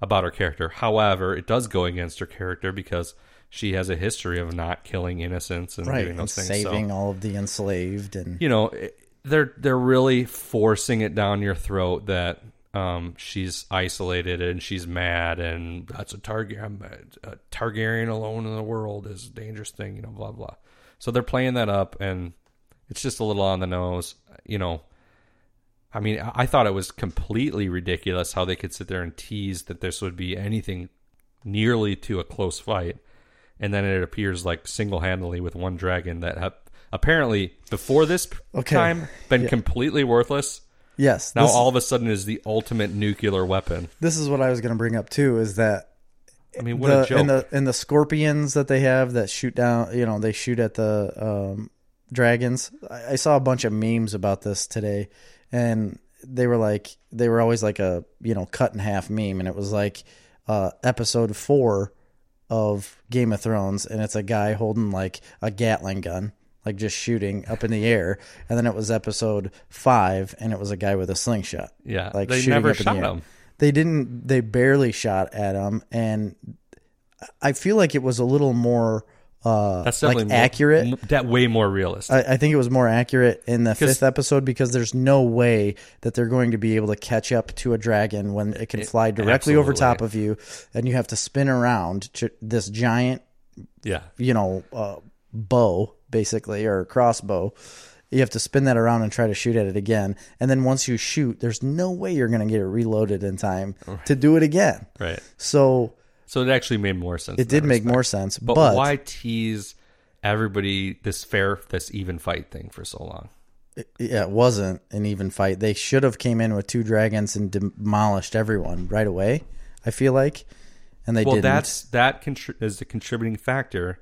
about her character. However, it does go against her character because she has a history of not killing innocents and right doing and those things. saving So, all of the enslaved and you know, it- they're they're really forcing it down your throat that um, she's isolated and she's mad and that's a Targaryen. A Targaryen alone in the world is a dangerous thing. You know, blah blah. So they're playing that up, and it's just a little on the nose. You know. I mean, I I thought it was completely ridiculous how they could sit there and tease that this would be anything nearly to a close fight, and then it appears like single-handedly with one dragon that ha- apparently before this p- Okay. time been completely worthless. yes Now this, all of a sudden is the ultimate nuclear weapon. this is what i was going to bring up too is that I mean, what the a joke! and the and the scorpions that they have that shoot down you know they shoot at the um dragons I, I saw a bunch of memes about this today and they were like they were always like a you know cut in half meme and it was like uh episode four of game of thrones and it's a guy holding like a gatling gun like just shooting up in the air and then it was episode five and it was a guy with a slingshot yeah, like they shooting never up in shot the air. him. They didn't. They barely shot at him, and I feel like it was a little more uh, That's like definitely more- accurate. Uh, m- that way more realistic. I, I think it was more accurate in the 'Cause- fifth episode because there's no way that they're going to be able to catch up to a dragon when it can fly directly over absolutely. top of you, and you have to spin around to this giant, yeah, you know, uh, bow basically or crossbow. You have to spin that around and try to shoot at it again, and then once you shoot, there's no way you're going to get it reloaded in time to do it again. right. So So it actually made more sense. it did make more sense, but, But, why tease everybody this fair, this even fight thing for so long? Yeah, it wasn't an even fight. They should have came in with two dragons and demolished everyone right away. I feel like, and they Well, didn't. that's that contri- is the contributing factor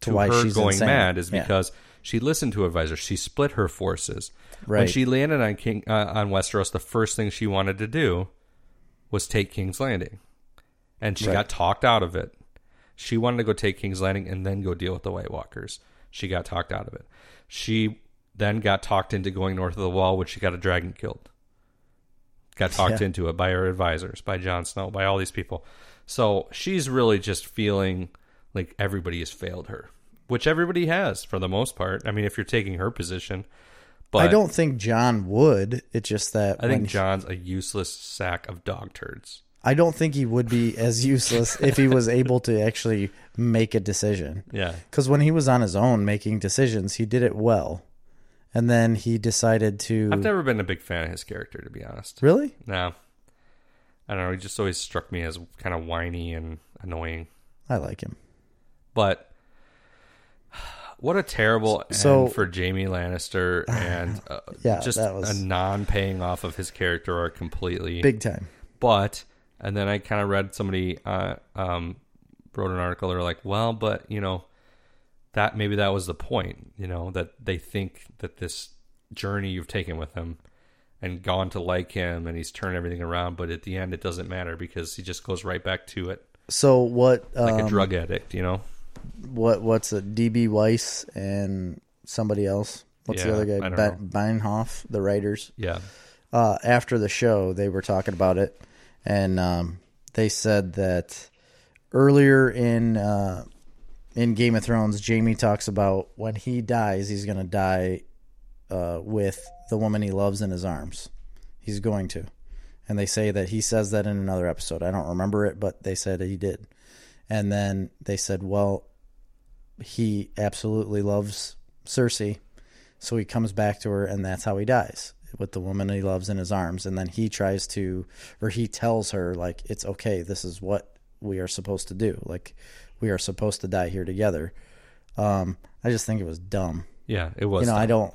to, why her she's going insane. mad is Yeah. because she listened to advisor. She split her forces. When Right. she landed on King uh, on Westeros, the first thing she wanted to do was take King's Landing, and she got talked out of it. She wanted to go take King's Landing and then go deal with the White Walkers. She got talked out of it. She then got talked into going north of the Wall, which she got a dragon killed. *laughs* Got talked into it by her advisors, by Jon Snow, by all these people. So she's really just feeling like everybody has failed her, which everybody has for the most part. I mean, if you're taking her position, but I don't think John would. It's just that I think John's a useless sack of dog turds. I don't think he would be as *laughs* useless if he was able to actually make a decision. Yeah, Because when he was on his own making decisions, he did it well, and then he decided to I've never been a big fan of his character, to be honest. really. No. I don't know. He just always struck me as kind of whiny and annoying. I like him. But *sighs* what a terrible So- end for Jamie *sighs* Lannister and uh, Yeah, just that was- a non paying off of his character arc completely. Big time. But, and then I kind of read somebody uh, um, wrote an article. They're like, well, but, you know, that maybe that was the point, you know, that they think that this journey you've taken with him and gone to like him and he's turned everything around, but at the end it doesn't matter because he just goes right back to it So what? like Um, a drug addict, you know? what? What's a DB Weiss and somebody else? What's the Yeah, other I guy? don't Be- Beinhoff, the writers. Yeah. uh, after the show, they were talking about it, and um, they said that earlier in uh, in Game of Thrones, Jamie talks about when he dies, he's going to die uh, with the woman he loves in his arms. He's going to, and they say that he says that in another episode. I don't remember it, but they said he did, and then they said, well, he absolutely loves Cersei. So he comes back to her, and that's how he dies with the woman he loves in his arms. And then he tries to, or he tells her, like, it's okay. This is what we are supposed to do. Like, we are supposed to die here together. Um, I just think it was dumb. Yeah, it was. You know, I dumb. don't.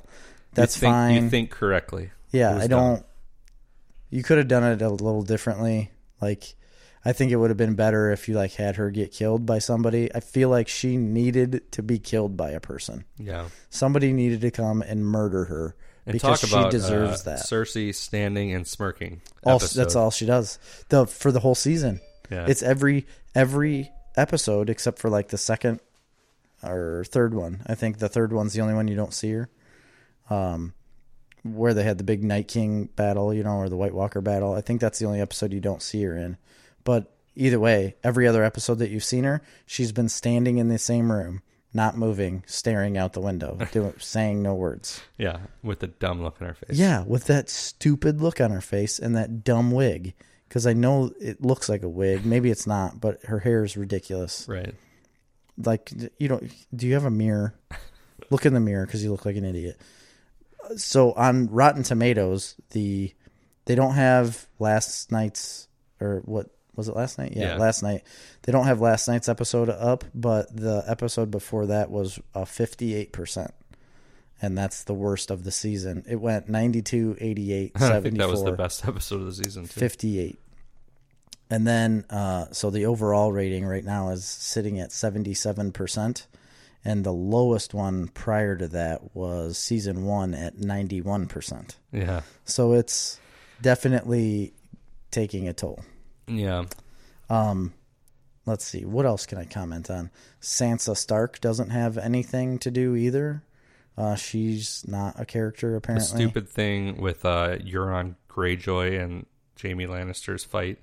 That's you think, fine. You think correctly. It yeah, was I dumb. don't. You could have done it a little differently. Like, I think it would have been better if you like had her get killed by somebody. I feel like she needed to be killed by a person. Yeah. Somebody needed to come and murder her And because talk about she deserves uh, that. Cersei standing and smirking. all, episode. that's all she does the for the whole season. Yeah. It's every every episode except for like the second or third one. I think the third one's the only one you don't see her. Um, where they had the big Night King battle, you know, or the White Walker battle. I think that's the only episode you don't see her in. But either way, every other episode that you've seen her, she's been standing in the same room, not moving, staring out *laughs* the window, doing, saying no words. yeah, with a dumb look in her face. Yeah, with that stupid look on her face and that dumb wig. Because I know it looks like a wig. Maybe it's not, but her hair is ridiculous. Right. *laughs* Like, you don't. Do you have a mirror? Look in the mirror because you look like an idiot. So on Rotten Tomatoes, the they don't have last night's or what was it last night? Yeah, Yeah. last night. They don't have last night's episode up, but the episode before that was a fifty-eight percent. And that's the worst of the season. It went 92, 88, *laughs* I think 74. that was the best episode of the season too. 58. And then, uh, so the overall rating right now is sitting at 77%. And the lowest one prior to that was season one at 91%. Yeah. So it's definitely taking a toll. Um, Yeah. Let's see. What else can I comment on? Sansa Stark doesn't have anything to do either. Uh, she's not a character, apparently. Stupid thing with uh Euron Greyjoy and Jamie Lannister's fight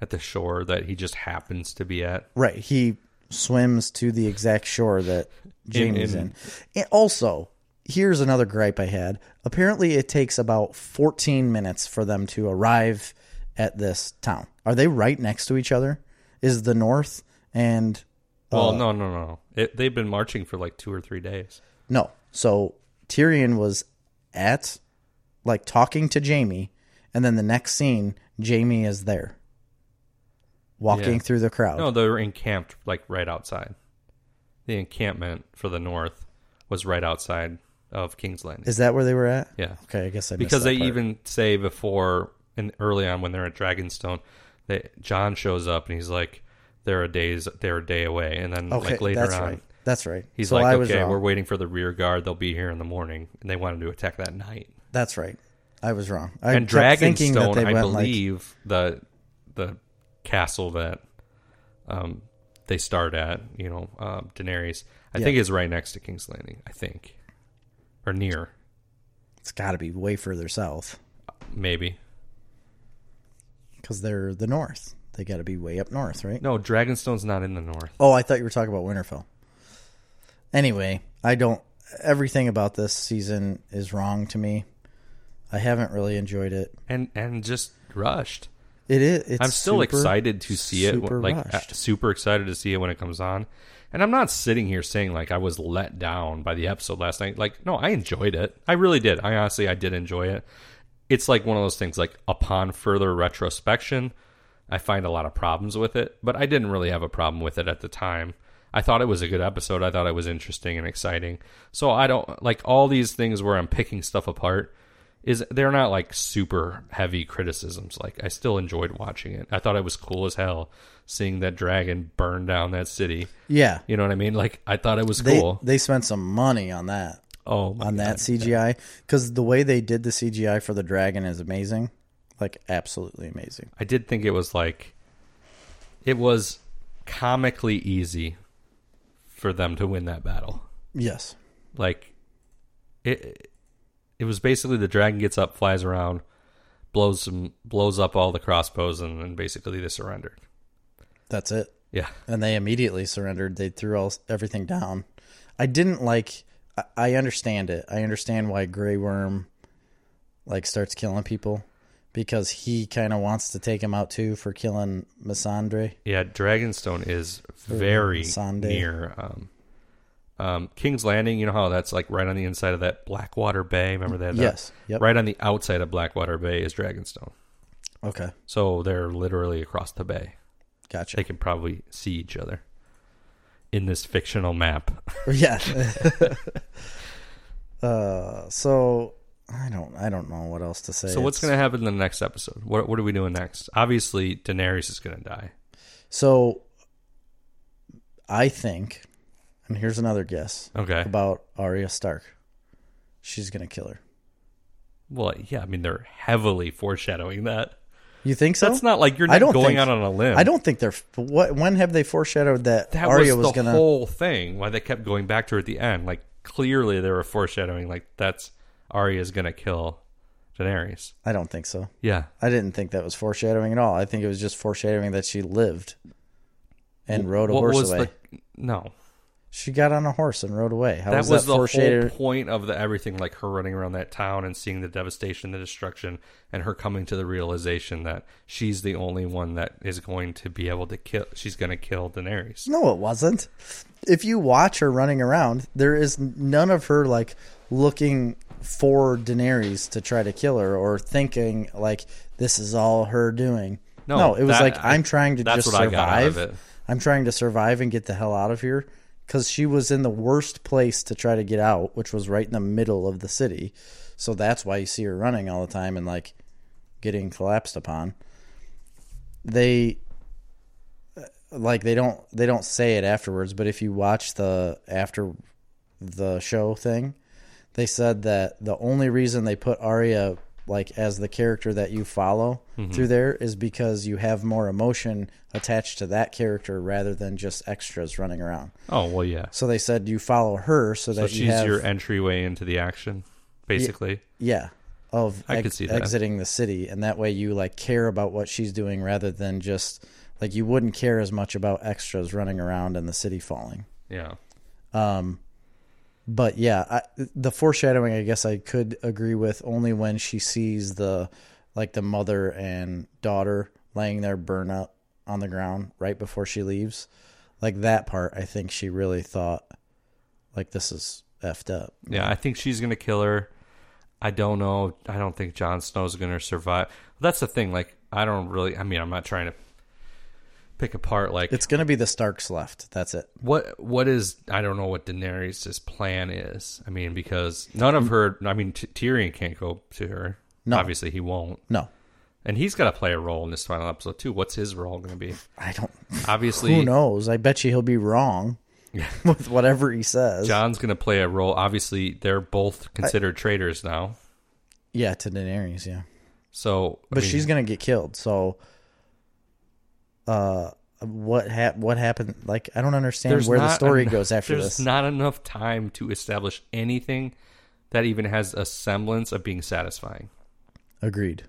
at the shore that he just happens to be at. Right. He swims to the exact shore that Jamie's *laughs* in. in- And also, here's another gripe I had. Apparently, it takes about 14 minutes for them to arrive at this town. Are they right next to each other? Is the north and Well, Uh, no, no, no. It, they've been marching for like two or three days. no? So Tyrion was at like talking to Jamie, and then the next scene, Jamie is there walking Yeah. through the crowd. No, they were encamped like right outside. The encampment for the north was right outside of King's Landing. Is that where they were at? yeah, Okay, I guess I missed because that they part. even say before and early on when they're at Dragonstone, that John shows up and he's like, "They're a days, they're a day away," and then okay like later that's on. right. That's right. He's So like, I was uh, okay, wrong. we're waiting for the rear guard. They'll be here in the morning, and they wanted to attack that night. That's right. I was wrong. I and kept thinking that Dragonstone, they I went believe the the castle that um, they start at, you know, um, Daenerys, I think is right next to King's Landing. I think, or near, like it's got to be way further south maybe. because they're the north. They got to be way up north, right? No, Dragonstone's not in the north. Oh, I thought you were talking about Winterfell. Anyway, I don't. Everything about this season is wrong to me. I haven't really enjoyed it. and and just rushed. It is. It's I'm still super- excited to see it, super like uh, rushed. super excited to see it when it comes on. And I'm not sitting here saying like I was let down by the episode last night. Like no, I enjoyed it. I really did. I honestly I did enjoy it. It's like one of those things like upon further retrospection, I find a lot of problems with it, but I didn't really have a problem with it at the time. I thought it was a good episode. I thought it was interesting and exciting. So I don't like all these things where I'm picking stuff apart is they're not like super heavy criticisms. Like I still enjoyed watching it. I thought it was cool as hell seeing that dragon burn down that city. Yeah, You know what I mean? Like I thought it was they cool. they spent some money on that oh, my on God. that CGI because the way they did the CGI for the dragon is amazing, like absolutely amazing. I did think it was like it was comically easy for them to win that battle. Yes. like it it was basically the dragon gets up flies around blows some blows up all the crossbows and then basically they surrendered That's it. yeah And they immediately surrendered. They threw all everything down. I didn't like. I, I understand it. I understand why Grey Worm like starts killing people because he kind of wants to take him out too for killing Missandre. yeah dragonstone is very Sunday. near um um, King's Landing, you know how that's like right on the inside of that Blackwater Bay. Remember that? Yes. Yep. Right on the outside of Blackwater Bay is Dragonstone. Okay. So they're literally across the bay. Gotcha. They can probably see each other in this fictional map. *laughs* *laughs* yeah. *laughs* uh. So I don't. I don't know what else to say. So what's It's- going to happen in the next episode? What what are we doing next? Obviously, Daenerys is going to die. So I think, and here's another guess Okay. about Arya Stark. She's gonna kill her. Well, yeah. I mean, they're heavily foreshadowing that. You think so? That's not like you're I not don't going think- out on a limb. I don't think they're. What? When have they foreshadowed that, That Arya was was, the gonna? whole thing. Why they kept going back to her at the end? Like clearly they were foreshadowing. Like that's Arya's going to kill Daenerys. I don't think so. Yeah. I didn't think that was foreshadowing at all. I think it was just foreshadowing that she lived and rode a what horse was away. the no? She got on a horse and rode away. How that was, was, that the whole foreshadowing? point of the everything like her running around that town and seeing the devastation the destruction and her coming to the realization that she's the only one that is going to be able to kill she's going to kill daenerys No, it wasn't. If you watch her running around, there is none of her like looking for Daenerys to try to kill her or thinking like this is all her doing. No, No, it was that- like I'm trying to that's just what I survive. got out of it. I'm trying to survive and get the hell out of here because she was in the worst place to try to get out, which was right in the middle of the city. So that's why you see her running all the time and like getting collapsed upon. They uh, like they don't they don't say it afterwards, but if you watch the after the show thing, they said that the only reason they put Arya like as the character that you follow Mm-hmm. through there is because you have more emotion attached to that character rather than just extras running around. oh well yeah So they said you follow her so that so you she's have your entryway into the action basically yeah of I ex- could see that. exiting the city, and that way you like care about what she's doing rather than just like you wouldn't care as much about extras running around and the city falling. Yeah. But yeah, I, the foreshadowing, I guess I could agree with only when she sees the like the mother and daughter laying there burn up on the ground right before she leaves. Like that part, I think she really thought like this is effed up. Yeah, I think she's gonna kill her. I don't know. I don't think Jon Snow's gonna survive. That's the thing. Like, I don't really. I mean, I'm not trying to pick apart. Like, It's gonna be the Starks left. That's it. what what is? I don't know what Daenerys' plan is. I mean, because none of her. I mean, T- Tyrion can't go to her. No. obviously he won't. No, And he's got to play a role in this final episode too. What's his role going to *laughs* be? I don't. Obviously, Who knows? I bet you he'll be wrong *laughs* with whatever he says. John's going to play a role. Obviously, they're both considered traitors now. Yeah, to Daenerys. Yeah. So, I but mean, she's gonna get killed. So, uh, what hap- what happened? Like, I don't understand there's where the not story enough- goes after there's this. not enough time to establish anything that even has a semblance of being satisfying. Agreed.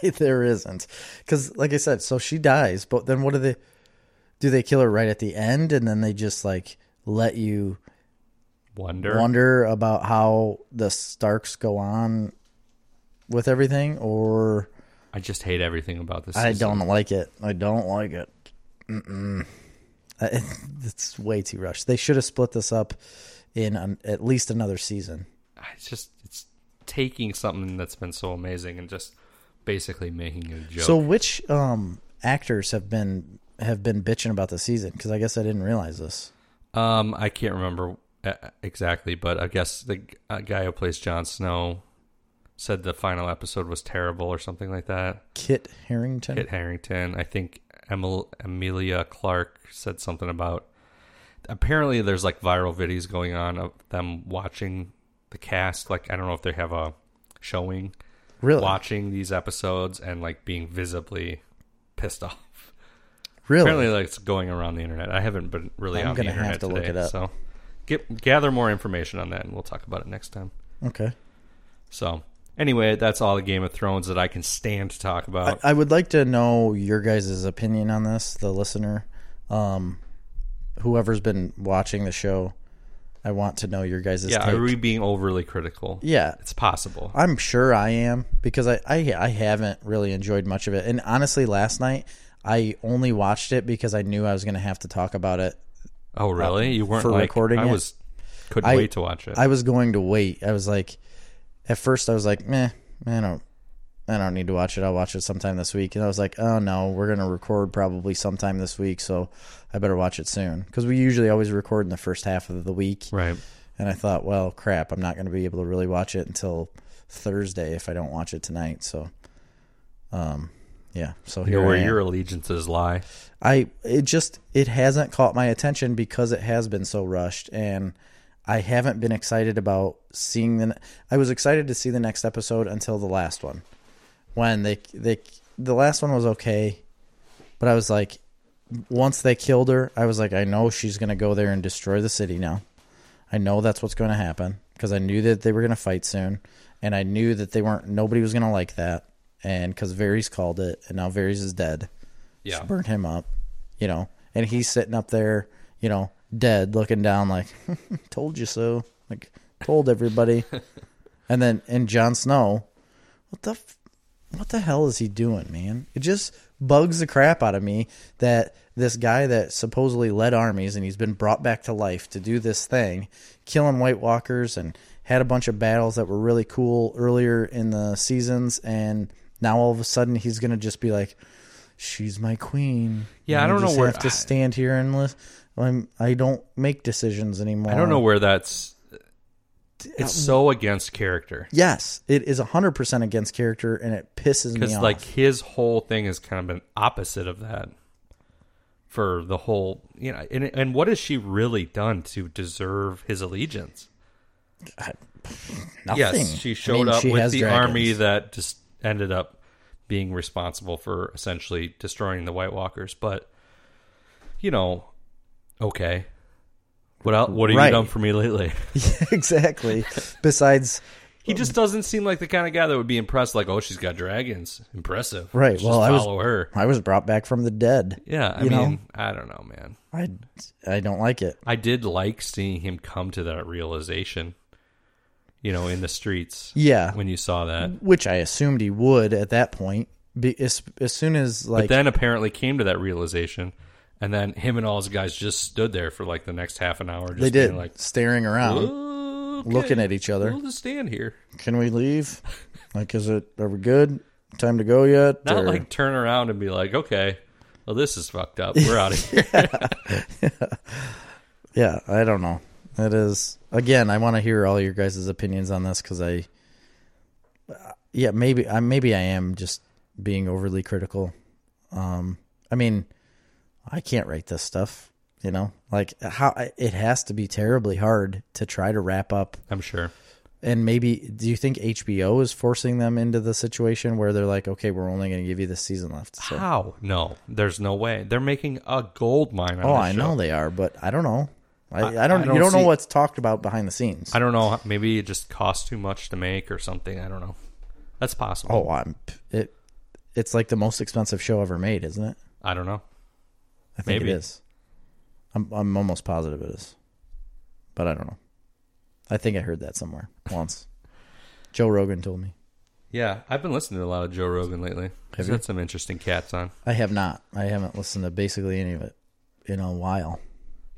*laughs* there isn't, because like I said, so she dies. But then what do they do? They kill her right at the end, and then they just like let you Wonder. wonder about how the Starks go on with everything, or I just hate everything about this. I season. don't like it. I don't like it. Mm-mm. I, *laughs* it's way too rushed. They should have split this up in an, at least another season. I just it's taking something that's been so amazing and just basically making it a joke. So, which um, actors have been have been bitching about the season? Because I guess I didn't realize this. Um, I can't remember uh, exactly, but I guess the g- uh, guy who plays Jon Snow said the final episode was terrible or something like that. Kit Harrington. Kit Harrington, I think Emil- Amelia Clark said something about. Apparently, there's like viral videos going on of them watching the cast. Like, I don't know if they have a showing, really, watching these episodes and like being visibly pissed off. *laughs* really. Apparently, like it's going around the internet. I haven't been really I'm on the gonna have internet to today, look it up. so get gather more information on that, and we'll talk about it next time. Okay. So, anyway, that's all the Game of Thrones that I can stand to talk about. I would like to know your guys' opinion on this, the listener. Um, whoever's been watching the show, I want to know your guys' yeah, take. are we being overly critical? yeah, it's possible. I'm sure I am because I, I I haven't really enjoyed much of it. And honestly, last night I only watched it because I knew I was going to have to talk about it. Oh, really? You weren't Uh, for like, recording I it? was couldn't I- wait to watch it. I was going to wait. I was like, at first I was like, meh, I don't, I don't need to watch it. I'll watch it sometime this week. And I was like, oh no, we're going to record probably sometime this week, so I better watch it soon because we usually always record in the first half of the week. right. And I thought, well, crap, I'm not going to be able to really watch it until Thursday if I don't watch it tonight. So, um, yeah. So here Where I am. your allegiances lie. I it just it hasn't caught my attention because it has been so rushed, and I haven't been excited about seeing the. I was excited to see the next episode until the last one, when they they the last one was okay, but I was like, once they killed her, I was like, I know she's gonna go there and destroy the city now. I know that's what's going to happen because I knew that they were going to fight soon, and I knew that they weren't. Nobody was going to like that, and because Varys called it, and now Varys is dead. Yeah. She burned him up, you know, and he's sitting up there, you know, dead, looking down, like, *laughs* told you so, like, told everybody. and then, and Jon Snow, what the, f- what the hell is he doing, man? It just bugs the crap out of me that this guy that supposedly led armies and he's been brought back to life to do this thing, killing White Walkers and had a bunch of battles that were really cool earlier in the seasons, and now all of a sudden he's gonna just be like, "She's my queen." Yeah, I and don't know just where- have to stand here and listen. I'm, I don't make decisions anymore. I don't know where that's. It's uh, so against character. Yes, it is 100% against character and it pisses me because off. like his whole thing has kind of been opposite of that for the whole you know and, and what has she really done to deserve his allegiance Nothing. yes she showed I mean, up she with has the dragons. *laughs* army that just ended up being responsible for essentially destroying the white walkers but you know okay what else, what have Right. you done for me lately exactly. Besides *laughs* He just doesn't seem like the kind of guy that would be impressed. Like, oh, she's got dragons, impressive. Right, Let's well, just I was- follow her. I was brought back from the dead. Yeah, I you know? mean, I don't know, man. I I don't like it. I did like seeing him come to that realization. You know, in the streets. Yeah. Mm, when you saw that. Which I assumed he would at that point. Be, as, as soon as like but then apparently came to that realization, and then him and all his guys just stood there for like the next half an hour. Just they did, being like staring around, "Okay, looking at each other. We'll just stand here, Can we leave? Like, is it? Are we good? Time to go *laughs* yet? not Or- like turn around and be like, okay, well this is fucked up. We're out of here. *laughs* yeah, I don't know. That is again. I want to hear all your guys' opinions on this because I, yeah, maybe I maybe I am just being overly critical. Um, I mean, I can't rate this stuff. You know, like how it has to be terribly hard to try to wrap up I'm sure. and maybe do you think HBO is forcing them into the situation where they're like, okay, we're only going to give you this season left? So, How? No, there's no way. They're making a gold mine. On this oh, I show. know they are, but I don't know. I, I, don't, I You don't don't see- know what's talked about behind the scenes. I don't know. Maybe it just costs too much to make or something. I don't know. That's possible. oh, I'm it. It's like the most expensive show ever made, isn't it? I don't know. I think Maybe. it is. I'm I'm almost positive it is, but I don't know. I think I heard *laughs* that somewhere once. Joe Rogan told me. Yeah, I've been listening to a lot of Joe Rogan lately. He's got some interesting cats on. I have not. I haven't listened to basically any of it in a while.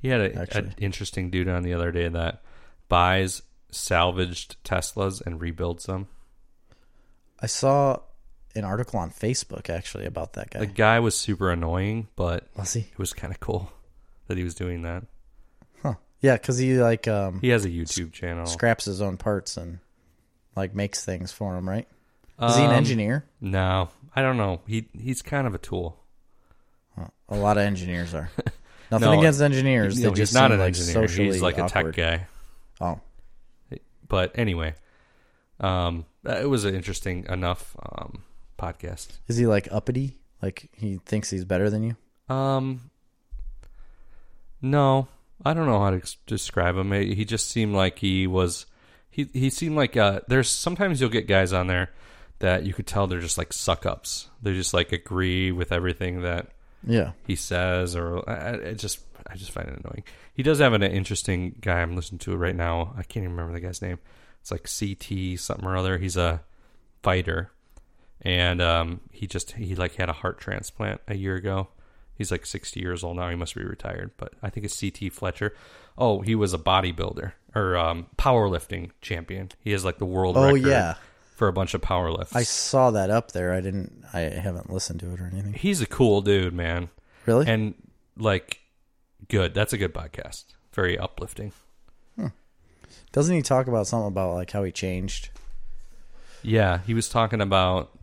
He had a, Actually. an interesting dude on the other day that buys salvaged Teslas and rebuilds them. I saw an article on Facebook actually about that guy. The guy was super annoying, but Was he? it was kind of cool *laughs* that he was doing that. Huh. Yeah, because he like um, He has a YouTube channel. scraps his own parts and like makes things for him, right? Is he an Um, engineer? No, I don't know. He he's kind of a tool. A lot of engineers *laughs* are. Nothing No, against engineers. No, they he's just not seem, an like, engineer. Socially He's like a awkward. tech guy. Oh, But anyway, um, it was an interesting enough um, podcast. is he like uppity? Like he thinks he's better than you? Um, no, I don't know how to ex- describe him. He he just seemed like he was. He he seemed like uh. There's sometimes you'll get guys on there that you could tell they're just like suck ups. They just like agree with everything that Yeah. he says, or I, I- it just I just find it annoying. He does have an interesting guy I'm listening to right now. I can't even remember the guy's name. It's like CT something or other. He's a fighter, and um, he just he like had a heart transplant a year ago. He's like 60 years old now. He must be retired, but I think it's CT Fletcher. Oh, he was a bodybuilder or um, powerlifting champion. He has like the world Oh, record yeah. for a bunch of power lifts. I saw that up there. I didn't. I haven't listened to it or anything. He's a cool dude, man Really? and like good that's a good podcast very uplifting Doesn't he talk about something about like how he changed yeah he was talking about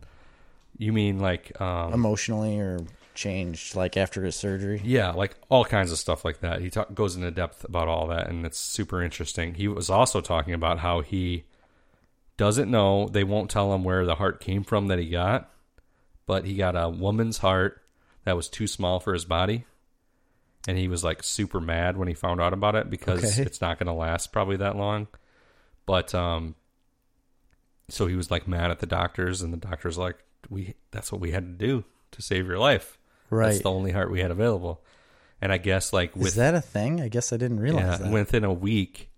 you mean like um emotionally or changed like after his surgery? yeah like all kinds of stuff like that he talk, goes into depth about all that and it's super interesting he was also talking about how he doesn't know they won't tell him where the heart came from that he got but he got a woman's heart that was too small for his body and he was like super mad when he found out about it because Okay. it's not going to last probably that long but um so he was like mad at the doctors and the doctors like we that's what we had to do to save your life that's Right. the only heart we had available and i guess like Is with that a thing? I guess I didn't realize yeah, that. within a week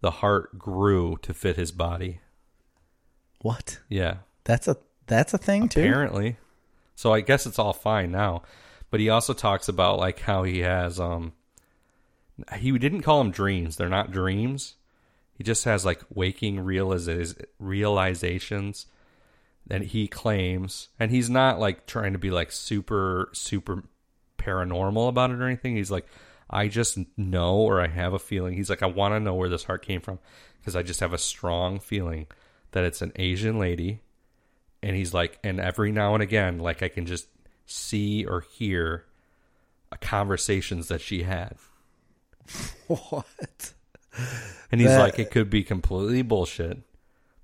the heart grew to fit his body What? yeah That's a that's a thing too. apparently so i guess it's all fine now but he also talks about like how he has um he didn't call them dreams they're not dreams he just has like waking realiza- realizations that he claims and he's not like trying to be like super super paranormal about it or anything he's like i just know or i have a feeling he's like i want to know where this heart came from because i just have a strong feeling that it's an asian lady and he's like and every now and again like i can just see or hear uh, conversations that she had *laughs* What? and he's That- like it could be completely bullshit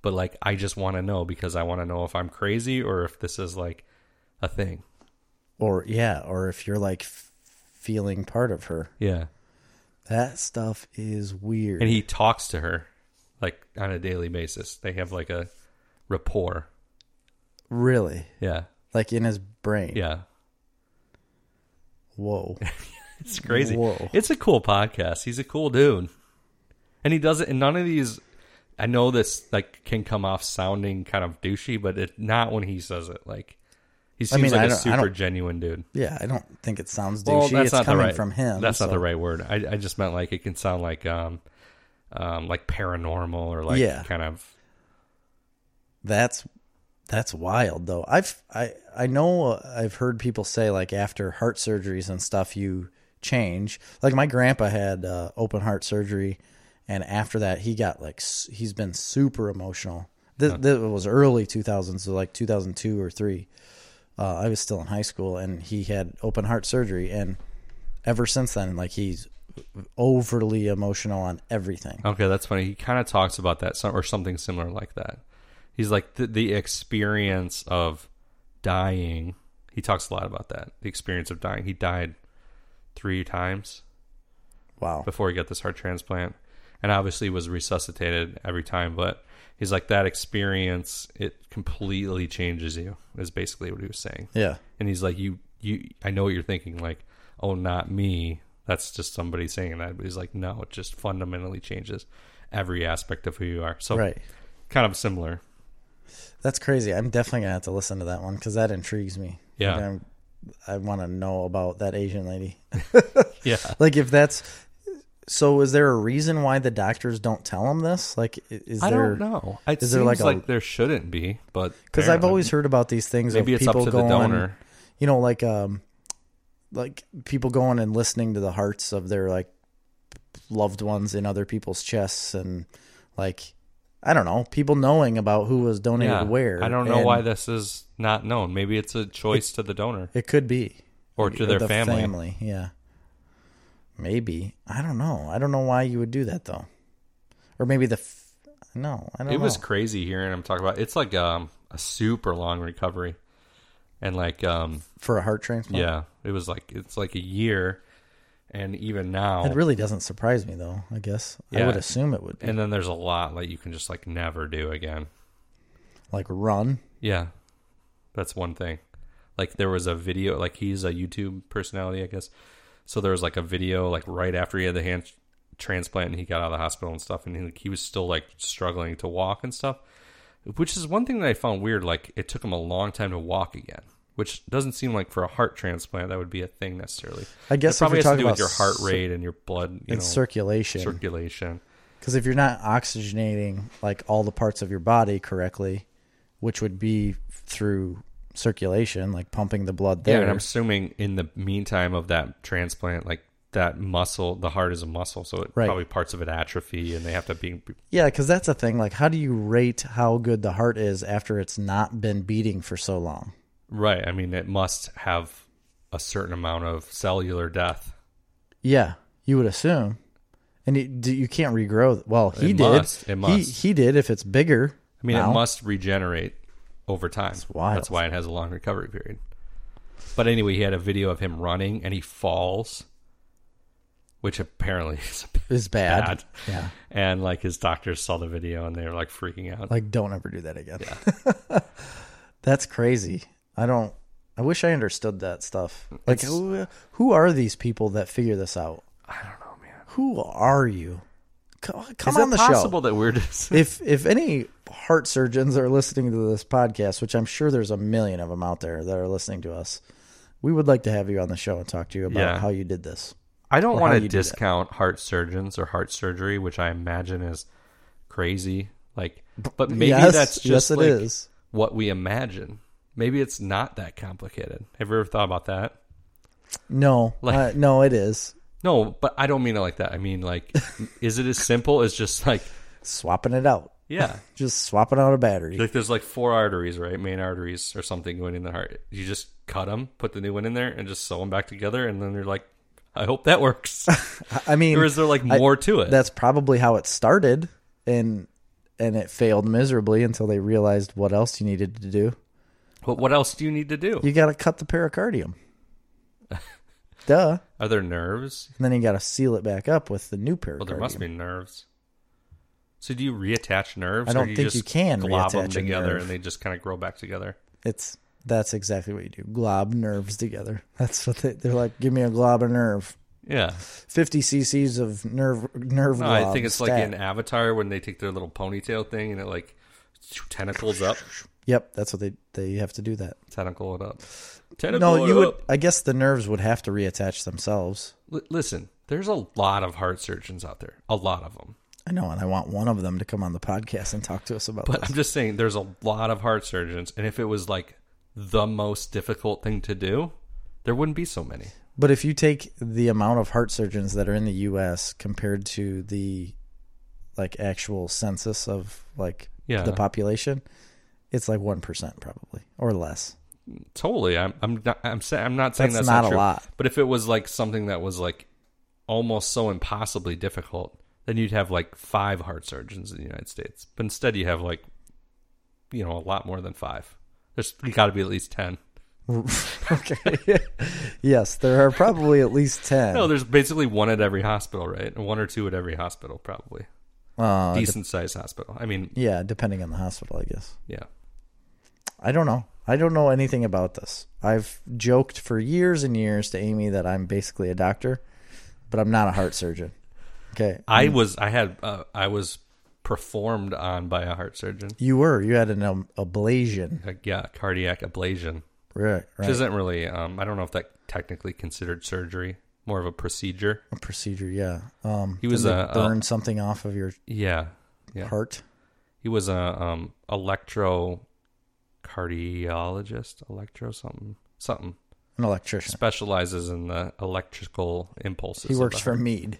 but like i just want to know because i want to know if i'm crazy or if this is like a thing Or yeah, or if you're like f- feeling part of her. yeah That stuff is weird. and he talks to her like on a daily basis. They have like a rapport. Really? Yeah. Like in his brain. Yeah. *laughs* Whoa. It's crazy. Whoa. It's a cool podcast. He's a cool dude. And he does it and none of these I know this like can come off sounding kind of douchey, but it not when he says it. Like he seems mean, I like a don't- I super don't- genuine dude. yeah, I don't think it sounds douchey. Well, that's it's not the coming right, from him. That's not so- the right word. I, I just meant like it can sound like um um like paranormal or like Yeah. kind of That's that's wild though. I've I I know uh, I've heard people say like after heart surgeries and stuff you change. Like my grandpa had uh, open heart surgery, and after that he got like s- he's been super emotional. This, this was early 2000s, so like 2002 or three. Uh, I was still in high school, and he had open heart surgery, and ever since then, like he's overly emotional on everything. Okay, that's funny. He kind of talks about that some, or something similar like that. He's like the, the experience of dying. He talks a lot about that. The experience of dying. He died three times Wow. before he got this heart transplant, and obviously was resuscitated every time. But he's like that experience. It completely changes you. Is basically what he was saying. Yeah. And he's like, you, you. I know what you're thinking. Like, oh, not me. That's just somebody saying that. But he's like, no, it just fundamentally changes every aspect of who you are. So Right. kind of similar. That's crazy. I'm definitely gonna have to listen to that one because that intrigues me. Yeah. Like, I'm, I want to know about that Asian lady. *laughs* Yeah. like, if that's so, is there a reason why the doctors don't tell him this? Like, i- is I there? don't know. It is seems there like, like a- there shouldn't be, but Because I've apparently- always heard about these things. maybe of it's up people to going, the donor. You know, like um, like people going and listening to the hearts of their like loved ones in other people's chests, and like I don't know, people knowing about who was donated Yeah. where. I don't know and why this is not known. Maybe it's a choice to the donor it could be. or to their the family. Yeah. Maybe I don't know. I don't know why you would do that though, or maybe the f- no. I don't. It was know. crazy hearing him talk about. It's like um, a super long recovery, and like um, for a heart transplant. yeah, it was like it's like a year, and even now, It really doesn't surprise me though. I guess I Yeah. would assume it would be and then there's a lot like you can just like never do again. like run. Yeah. That's one thing. Like there was a video like he's a YouTube personality, I guess. So there was like a video like right after he had the hand transplant and he got out of the hospital and stuff and he, he was still like struggling to walk and stuff. Which is one thing that I found weird like it took him a long time to walk again, which doesn't seem like for a heart transplant that would be a thing necessarily. I guess it if probably has you're to talking do with about your heart cir- rate and your blood, you In know, circulation, circulation. because if you're not oxygenating like all the parts of your body correctly, which would be through circulation, like pumping the blood Yeah, there. and I'm assuming in the meantime of that transplant, like that muscle, the heart is a muscle, so it Right. probably parts of it atrophy, and they have to be. Yeah, because that's a thing. Like, how do you rate how good the heart is after it's not been beating for so long? Right. I mean, it must have a certain amount of cellular death. Yeah, you would assume, and you, do- you can't regrow. Well, he It did. must. It must. He, he did. If it's bigger, I mean, now. it must regenerate over time. That's, wild. why it has a long recovery period. But anyway, he had a video of him running, and he falls, which apparently *laughs* is is bad. bad. Yeah, And like his doctors saw the video, and they were like freaking out. like don't ever do that again. *laughs* that's crazy. I don't. I wish I understood that stuff. Like, It's- who, who are these people that figure this out? I don't know, man. Who are you? Come, come Is on it the show. possible that we're just if if any heart surgeons are listening to this podcast, which I'm sure there's a million of them out there that are listening to us, we would like to have you on the show and talk to you about Yeah. how you did this. I don't Or want how to you do that. discount heart surgeons or heart surgery, which I imagine is crazy. Like, but maybe yes, that's just yes, it like is. what we imagine. Maybe it's not that complicated. Have you ever thought about that? No, *laughs* Like- uh, no, it is No, but I don't mean it like that. I mean *laughs* like, is it as simple as just like, swapping it out, *laughs* yeah, just swapping out a battery. like there's like four arteries, right, main arteries or something going in the heart. You just cut them, put the new one in there, and just sew them back together, and then you're like, I hope that works. *laughs* I- I mean, or is there like more to it? that's probably how it started, and and it failed miserably until they realized what else you needed to do. But what else do you need to do? You got to cut *laughs* the pericardium. Duh. Are there nerves? And then you got to seal it back up with the new Well, pericardium. there must be nerves. So do you reattach nerves? I don't or do think just you can glob them reattach a together nerve. and they just kind of grow back together. It's that's exactly what you do. Glob nerves together. *laughs* That's what they, they're like. Give me a glob of nerve. Yeah, Fifty cc's of nerve nerve. No, glob, I think it's like stat. in Avatar when they take their little ponytail thing and it like tentacles up, Yep, that's what they they have to do that. tentacle it up. Tentacle No, you it would. up. I guess the nerves would have to reattach themselves. L- listen, there's a lot of heart surgeons out there, a lot of them. I know, and I want one of them to come on the podcast and talk to us *laughs* about. But this. I'm just saying, there's a lot of heart surgeons, and if it was like the most difficult thing to do, there wouldn't be so many. But if you take the amount of heart surgeons that are in the U.S. compared to the like actual census of like Yeah. the population, it's like one percent probably or less. Totally, I'm I'm not I'm, sa- I'm not saying that's, That's not, not a true. lot. But if it was like something that was like almost so impossibly difficult, then you'd have like five heart surgeons in the United States. But instead, you have like you know a lot more than five. There's got to be at least ten. *laughs* okay. yes, there are probably at least ten. No, there's basically one at every hospital, right? And one or two at every hospital, probably uh, decent sized hospital. I mean, yeah, depending on the hospital, I guess. yeah. I don't know. I don't know anything about this. I've joked for years and years to Amy that I'm basically a doctor, but I'm not a heart surgeon. Okay. I was I had uh, I was performed on by a heart surgeon. You were. You had an um, ablation. Like, yeah, cardiac ablation, Right. Right. which isn't really. Um, I don't know if that technically considered surgery, more of a procedure. A procedure, yeah. Um, He was did they a- burn something off of your Yeah, yeah. heart. He was a um electrocardiologist, electro something something An electrician. specializes in the electrical impulses. He of works the for Mead.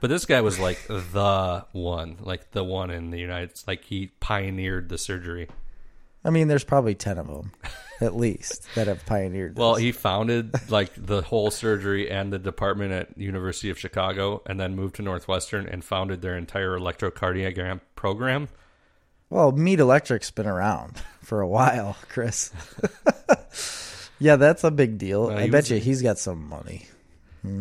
But this guy was like the one, like the one in the United Like he pioneered the surgery. I mean, there's probably ten of them, at least, that *laughs* have pioneered. This. Well, he founded like the whole surgery and the department at University of Chicago, and then moved to Northwestern and founded their entire electrocardiogram program. well, Mead Electric's been around *laughs* for a while, Chris. *laughs* yeah, that's a big deal. he I bet was- you he's got some money.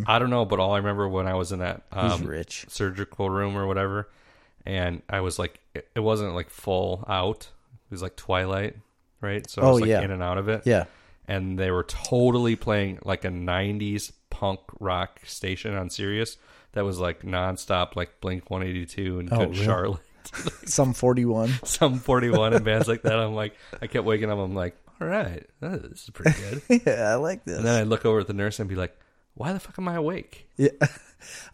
I don't know, but all I remember when I was in that He's um, rich. surgical room or whatever, and I was like, it it wasn't like full out. It was like twilight, right? So I Oh, was like yeah. in and out of it. Yeah. and they were totally playing like a 90s punk rock station on Sirius that was like nonstop, like Blink 182 and Good Oh, really? Charlotte, *laughs* Some forty-one. *laughs* some 41 and bands like that. I'm like, I kept waking up, I'm like, all right, uh, this is pretty good. *laughs* And yeah, I like this. then I'd look over at the nurse and be like, why the fuck am I awake? yeah. *laughs*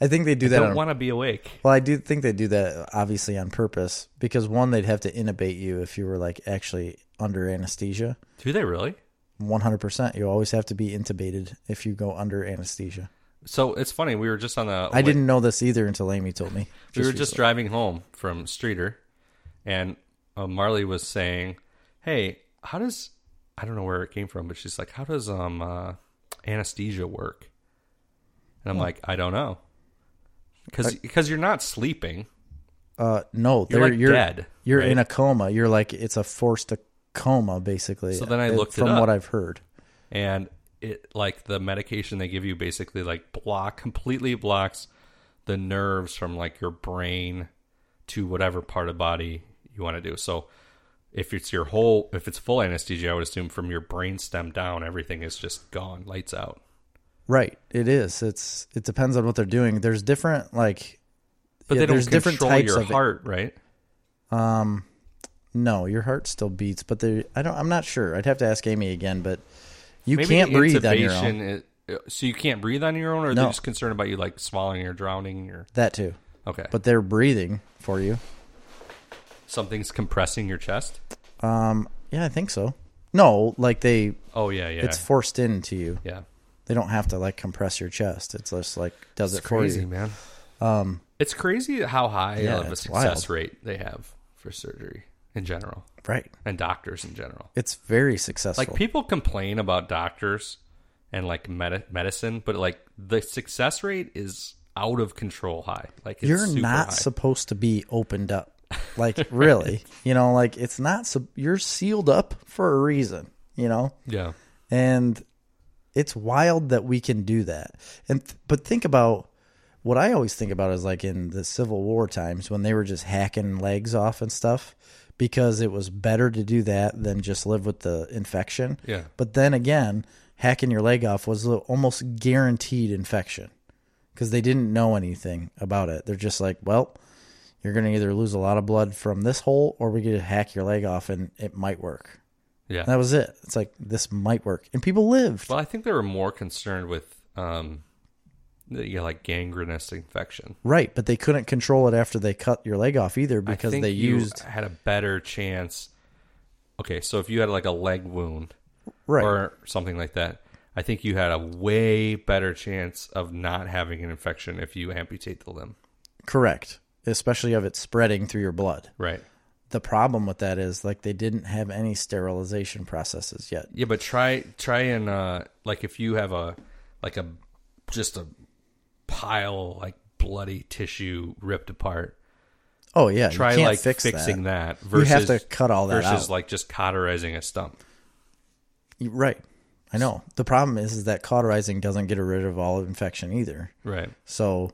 I think they do that. Don't on- want to be awake. well, I do think they do that obviously on purpose because one, they'd have to intubate you if you were like actually under anesthesia. Do they really? 100%. You always have to be intubated if you go under anesthesia. So it's funny. We were just on a. I didn't know this either until Amy told we me. were recently. just driving home from Streeter, and uh, Marley was saying, "Hey, how does I don't know where it came from, but she's like, how does um uh, anesthesia work?" And Hmm. I'm like, I don't know, because you're not sleeping, uh no, you're they're- like you're dead. you're right? in a coma. You're like it's a forced coma basically. So then I uh, looked it from up. what I've heard. and it like the medication they give you basically like block completely blocks the nerves from like your brain to whatever part of body you want to do so if it's your whole if it's full anesthesia i would assume from your brain stem down everything is just gone lights out Right. It is. It's it depends on what they're doing. There's different like but yeah, they don't there's control different types your of it. Um, heart right no, your heart still beats, but they I don't I'm not sure. I'd have to ask Amy again, but you Maybe can't the breathe on your own. intubation is- so you can't breathe on your own or No. they're just concerned about you like swallowing or drowning or That too. okay but But they're breathing for you. something's compressing your chest Um yeah, I think so. No, like they oh yeah yeah it's forced into you. yeah They don't have to like compress your chest. It's just like does it It's for crazy, you. man. Um, it's crazy how high Yeah, of a it's success wild. rate they have for surgery in general Right. and doctors in general. It's very successful. Like people complain about doctors and like med- medicine, but like the success rate is out of control high. Like it's you're super not high. supposed to be *laughs* opened up. Like really, you know, like it's not sub- you're sealed up for a reason, you know? yeah. And it's wild that we can do that. And th- but think about what I always think about is like in the Civil War times when they were just hacking legs off and stuff because it was better to do that than just live with the infection. Yeah. But then again, hacking your leg off was a- almost guaranteed infection because they didn't know anything about it. They're just like, well, you're going to either lose a lot of blood from this hole or we get to hack your leg off and it might work. Yeah. That was it. It's like, this might work. And people lived. Well, I think they were more concerned with, um, the- yeah, like gangrenous infection. Right, but they couldn't control it after they cut your leg off either I because think they you used had a better chance. Okay, so if you had like a leg wound right. or something like that, I think you had a way better chance of not having an infection if you amputate the limb. Correct. Especially of it spreading through your blood. Right. The problem with that is like they didn't have any sterilization processes yet. Yeah, but try try and uh like if you have a like a just a pile like bloody tissue ripped apart. Oh yeah, Try you can't like fix fixing that. that, You versus have to cut all that versus out. like just cauterizing a stump. You- Right. I know. The problem is, is that cauterizing doesn't get rid of all infection either. Right. So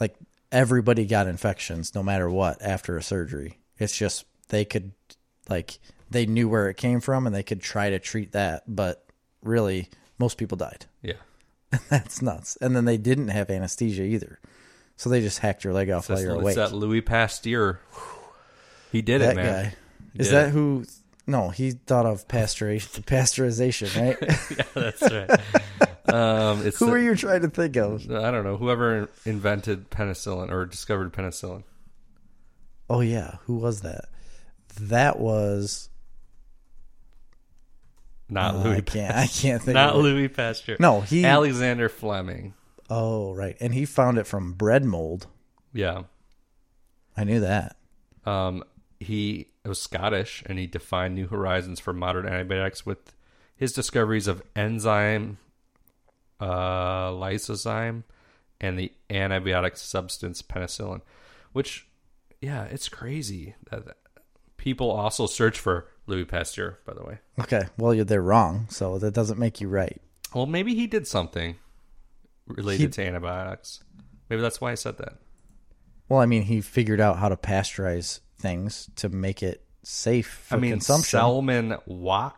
like everybody got infections no matter what after a surgery. It's just they could like they knew where it came from and they could try to treat that, but really most people died. *laughs* Yeah. That's nuts. And then they didn't have anesthesia either. So they just hacked your leg off while That's, you're that's awake. that Louis Pasteur. He did That it, man. guy. Is Yeah. that who no, he thought of pasteurization, *laughs* *laughs* pasteurization right? *laughs* That's right. *laughs* um, it's who the- are you trying to *laughs* think of? I don't know. Whoever invented penicillin or discovered penicillin. Oh yeah, who was that? That was Not I Louis. Pa- can't I can't think Not of it. Louis Pasteur. No, he Alexander Fleming. Oh, right. And he found it from bread mold. Yeah. I knew that. Um, he was Scottish and he defined new horizons for modern antibiotics with his discoveries of enzyme, uh, lysozyme, and the antibiotic substance penicillin, which, yeah, it's crazy that that- people also search for Louis Pasteur, by the way. Okay. Well, you're, they're wrong, so that doesn't make you right. Well, maybe he did something related to antibiotics. Maybe that's why I said that. Well, I mean, he figured out how to pasteurize things to make it safe for I mean, consumption. Salman Wa-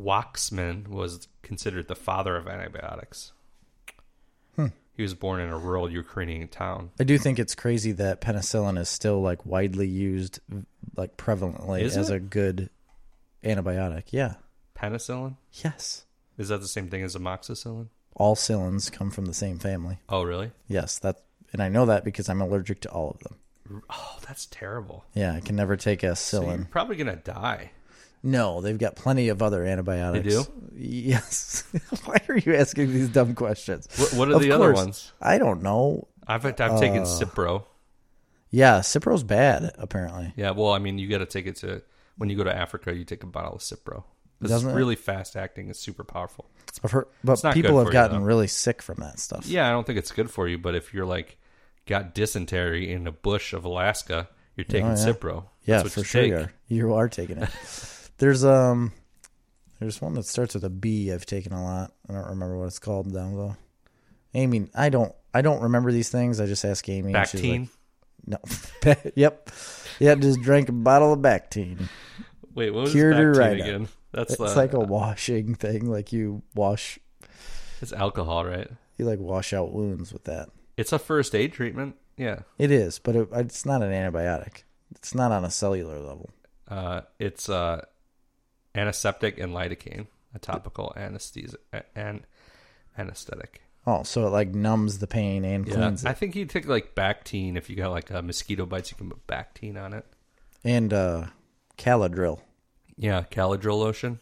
Waxman was considered the father of antibiotics. Hmm. He was born in a rural Ukrainian town. I do think it's crazy that penicillin is still like widely used, like prevalently Is as it? a good antibiotic. Yeah. Penicillin? Yes. Is that the same thing as amoxicillin? All cillins come from the same family. Oh, really? Yes, that, and I know that because I'm allergic to all of them. Oh, that's terrible. Yeah, I can never take a So cillin. you're probably going to die. No, they've got plenty of other antibiotics. do? *laughs* Yes. *laughs* Why are you asking these dumb questions? What, what are Of the other course. Uh. ones? I don't know. I've, I've taken Cipro. Yeah, Cipro's bad apparently. Yeah, well, I mean, you got to take it to, when you go to Africa, you take a bottle of Cipro. It's Doesn't it? really fast acting. It's super powerful. I've heard, but not people good have for you, gotten though. really sick from that stuff. Yeah, I don't think it's good for you, but if you're like got dysentery in the bush of Alaska, you're taking Cipro. Oh, Yeah, That's what for you sure. take. You are. You are *laughs* taking it. there's um, there's one that starts with a B. I've taken a lot. I don't remember what it's called down though. Amy, I don't. I don't remember these things. I just ask Amy. and she's like, Bactine. no. *laughs* yep. Yeah, just drank a bottle of Bactine. Wait, what was Cured her Bactine right up. again? That's It's uh, like a washing thing. Like you wash, it's alcohol, right? you like wash out wounds with that. It's a first aid treatment. Yeah, It is, but it, it's not an antibiotic. It's not on a cellular level. uh, it's uh, antiseptic and lidocaine, a topical anesthesia and anesthetic. Oh, so it like numbs the pain and Yeah, cleans it. I think you take like Bactine if you got like a mosquito bites, you can put Bactine on it. And uh, Caladril. Yeah, Caladril lotion.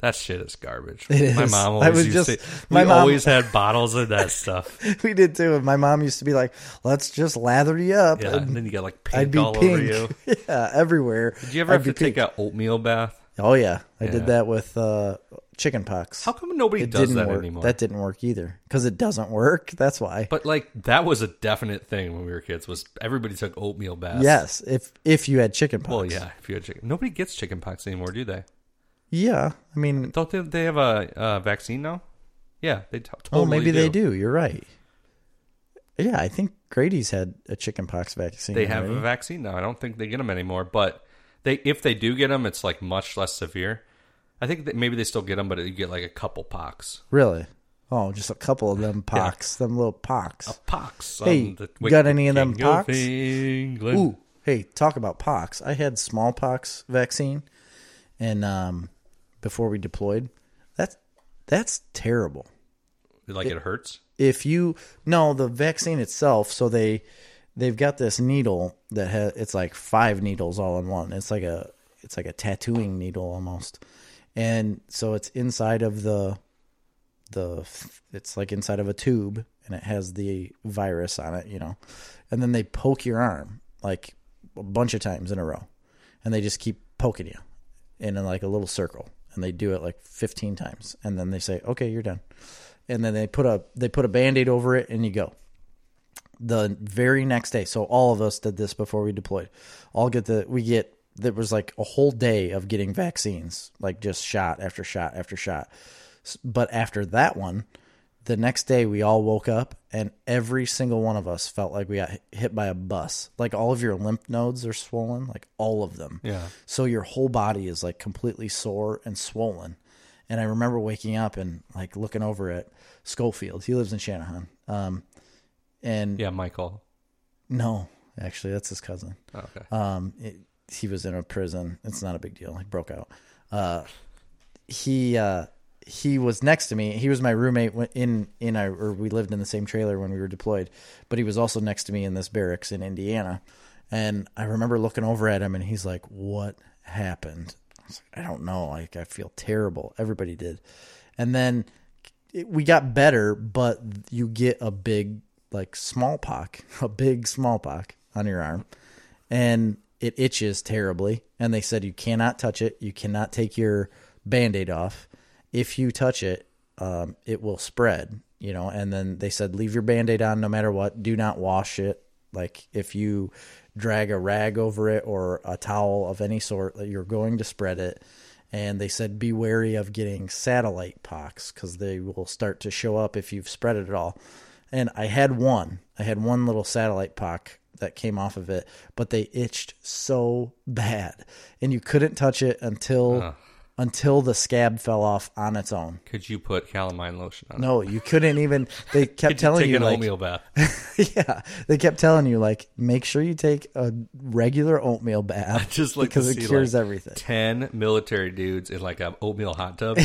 That shit is garbage. Mm-hmm. It My is. mom I always was used just- to. my we mom- always had bottles of that *laughs* stuff. *laughs* we did too. And my mom used to be like, "Let's just lather you up." Yeah, and then you got like pink I'd be all over you. pink. *laughs* yeah, everywhere. Did you ever I'd have be to take pink. an oatmeal bath? Oh yeah, I Yeah. did that with uh, chicken pox. How come nobody it does didn't that work. anymore? That didn't work either because it doesn't work. That's why. but like that was a definite thing when we were kids. Was everybody took oatmeal baths? yes, if if you had chicken pox. Well, yeah. If you had chicken, nobody gets chicken pox anymore, do they? Yeah, I mean, Don't they, they have a uh, vaccine now? Yeah, they t- totally. oh, maybe they do. You're right. Yeah, I think Grady's had a chickenpox vaccine. They have a already. vaccine now. I don't think they get them anymore, but they if they do get them, it's like much less severe. I think that maybe they still get them, but you get like a couple pox. really. Oh, just a couple of them pox, them little pox. Pox. Hey, on the you got any of them King pox? England. Ooh, hey, talk about pox. I had smallpox vaccine, and um, before we deployed, that's that's terrible. Like it hurts. if you no the vaccine itself so they they've got this needle that has it's like five needles all in one it's like a it's like a tattooing needle almost and so it's inside of the the it's like inside of a tube and it has the virus on it you know and then they poke your arm like a bunch of times in a row and they just keep poking you in a, like a little circle and they do it like 15 times and then they say okay you're done and then they put a they put a band-aid over it and you go the very next day so all of us did this before we deployed all get the we get there was like a whole day of getting vaccines like just shot after shot after shot S- but after that one the next day we all woke up and every single one of us felt like we got hit- hit by a bus like all of your lymph nodes are swollen like all of them Yeah. so your whole body is like completely sore and swollen. And I remember waking up and like looking over at Schofield. He lives in Shanahan. Um, and Yeah, Michael. Uh, no, actually, that's his cousin. Okay. Um, it, he was in a prison. It's not a big deal. Like broke out. Uh, he uh, he was next to me. He was my roommate when- in in our or we lived in the same trailer when we were deployed. But he was also next to me in this barracks in Indiana. And I remember looking over at him, and he's like, "What happened?" I was like, "I don't know. Like I feel terrible. Everybody did." And then it, we got better, but you get a big like smallpox, *laughs* a big smallpox on your arm, and it itches terribly. And they said you cannot touch it. You cannot take your band-aid off. If you touch it, um, it will spread. You know. And then they said leave your band-aid on no matter what. Do not wash it. Like if you drag a rag over it or a towel of any sort, that you're going to spread it and they said be wary of getting satellite pox because they will start to show up if you've spread it at all. And I had one. I had one little satellite pox that came off of it, but they itched so bad, and you couldn't touch it until until the scab fell off on its own. Could you put calamine lotion on? it? No, you couldn't even. *laughs* They kept Could telling take you an like, oatmeal bath. *laughs* yeah, they kept telling you like, make sure you take a regular *laughs* oatmeal bath Just like to because it see, cures like, everything. *laughs* Ten military dudes in like a oatmeal hot tub.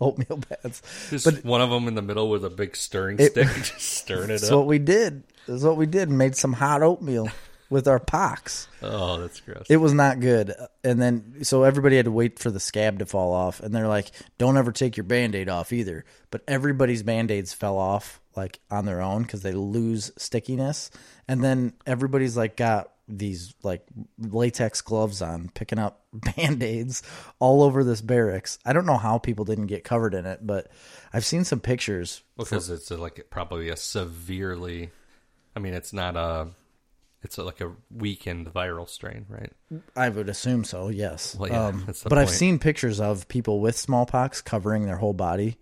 Oatmeal baths. Just one of them in the middle with a big stirring *laughs* stick, *laughs* just stirring it That's up. what we did. That's what we did. Made some hot oatmeal with our pox. Oh, that's gross. It was not good. And then, so everybody had to wait for the scab to fall off. And they're like, don't ever take your band aid off either. But everybody's band aids fell off like on their own because they lose stickiness. And then everybody's like got these like latex gloves on, picking up *laughs* band aids all over this barracks. I don't know how people didn't get covered in it, but I've seen some pictures. because it's a, like probably a severely i mean it's not a it's like a weakened viral strain right I would assume so. Yes. Well, yeah, um, but that's the I've point. seen pictures of people with smallpox covering their whole body.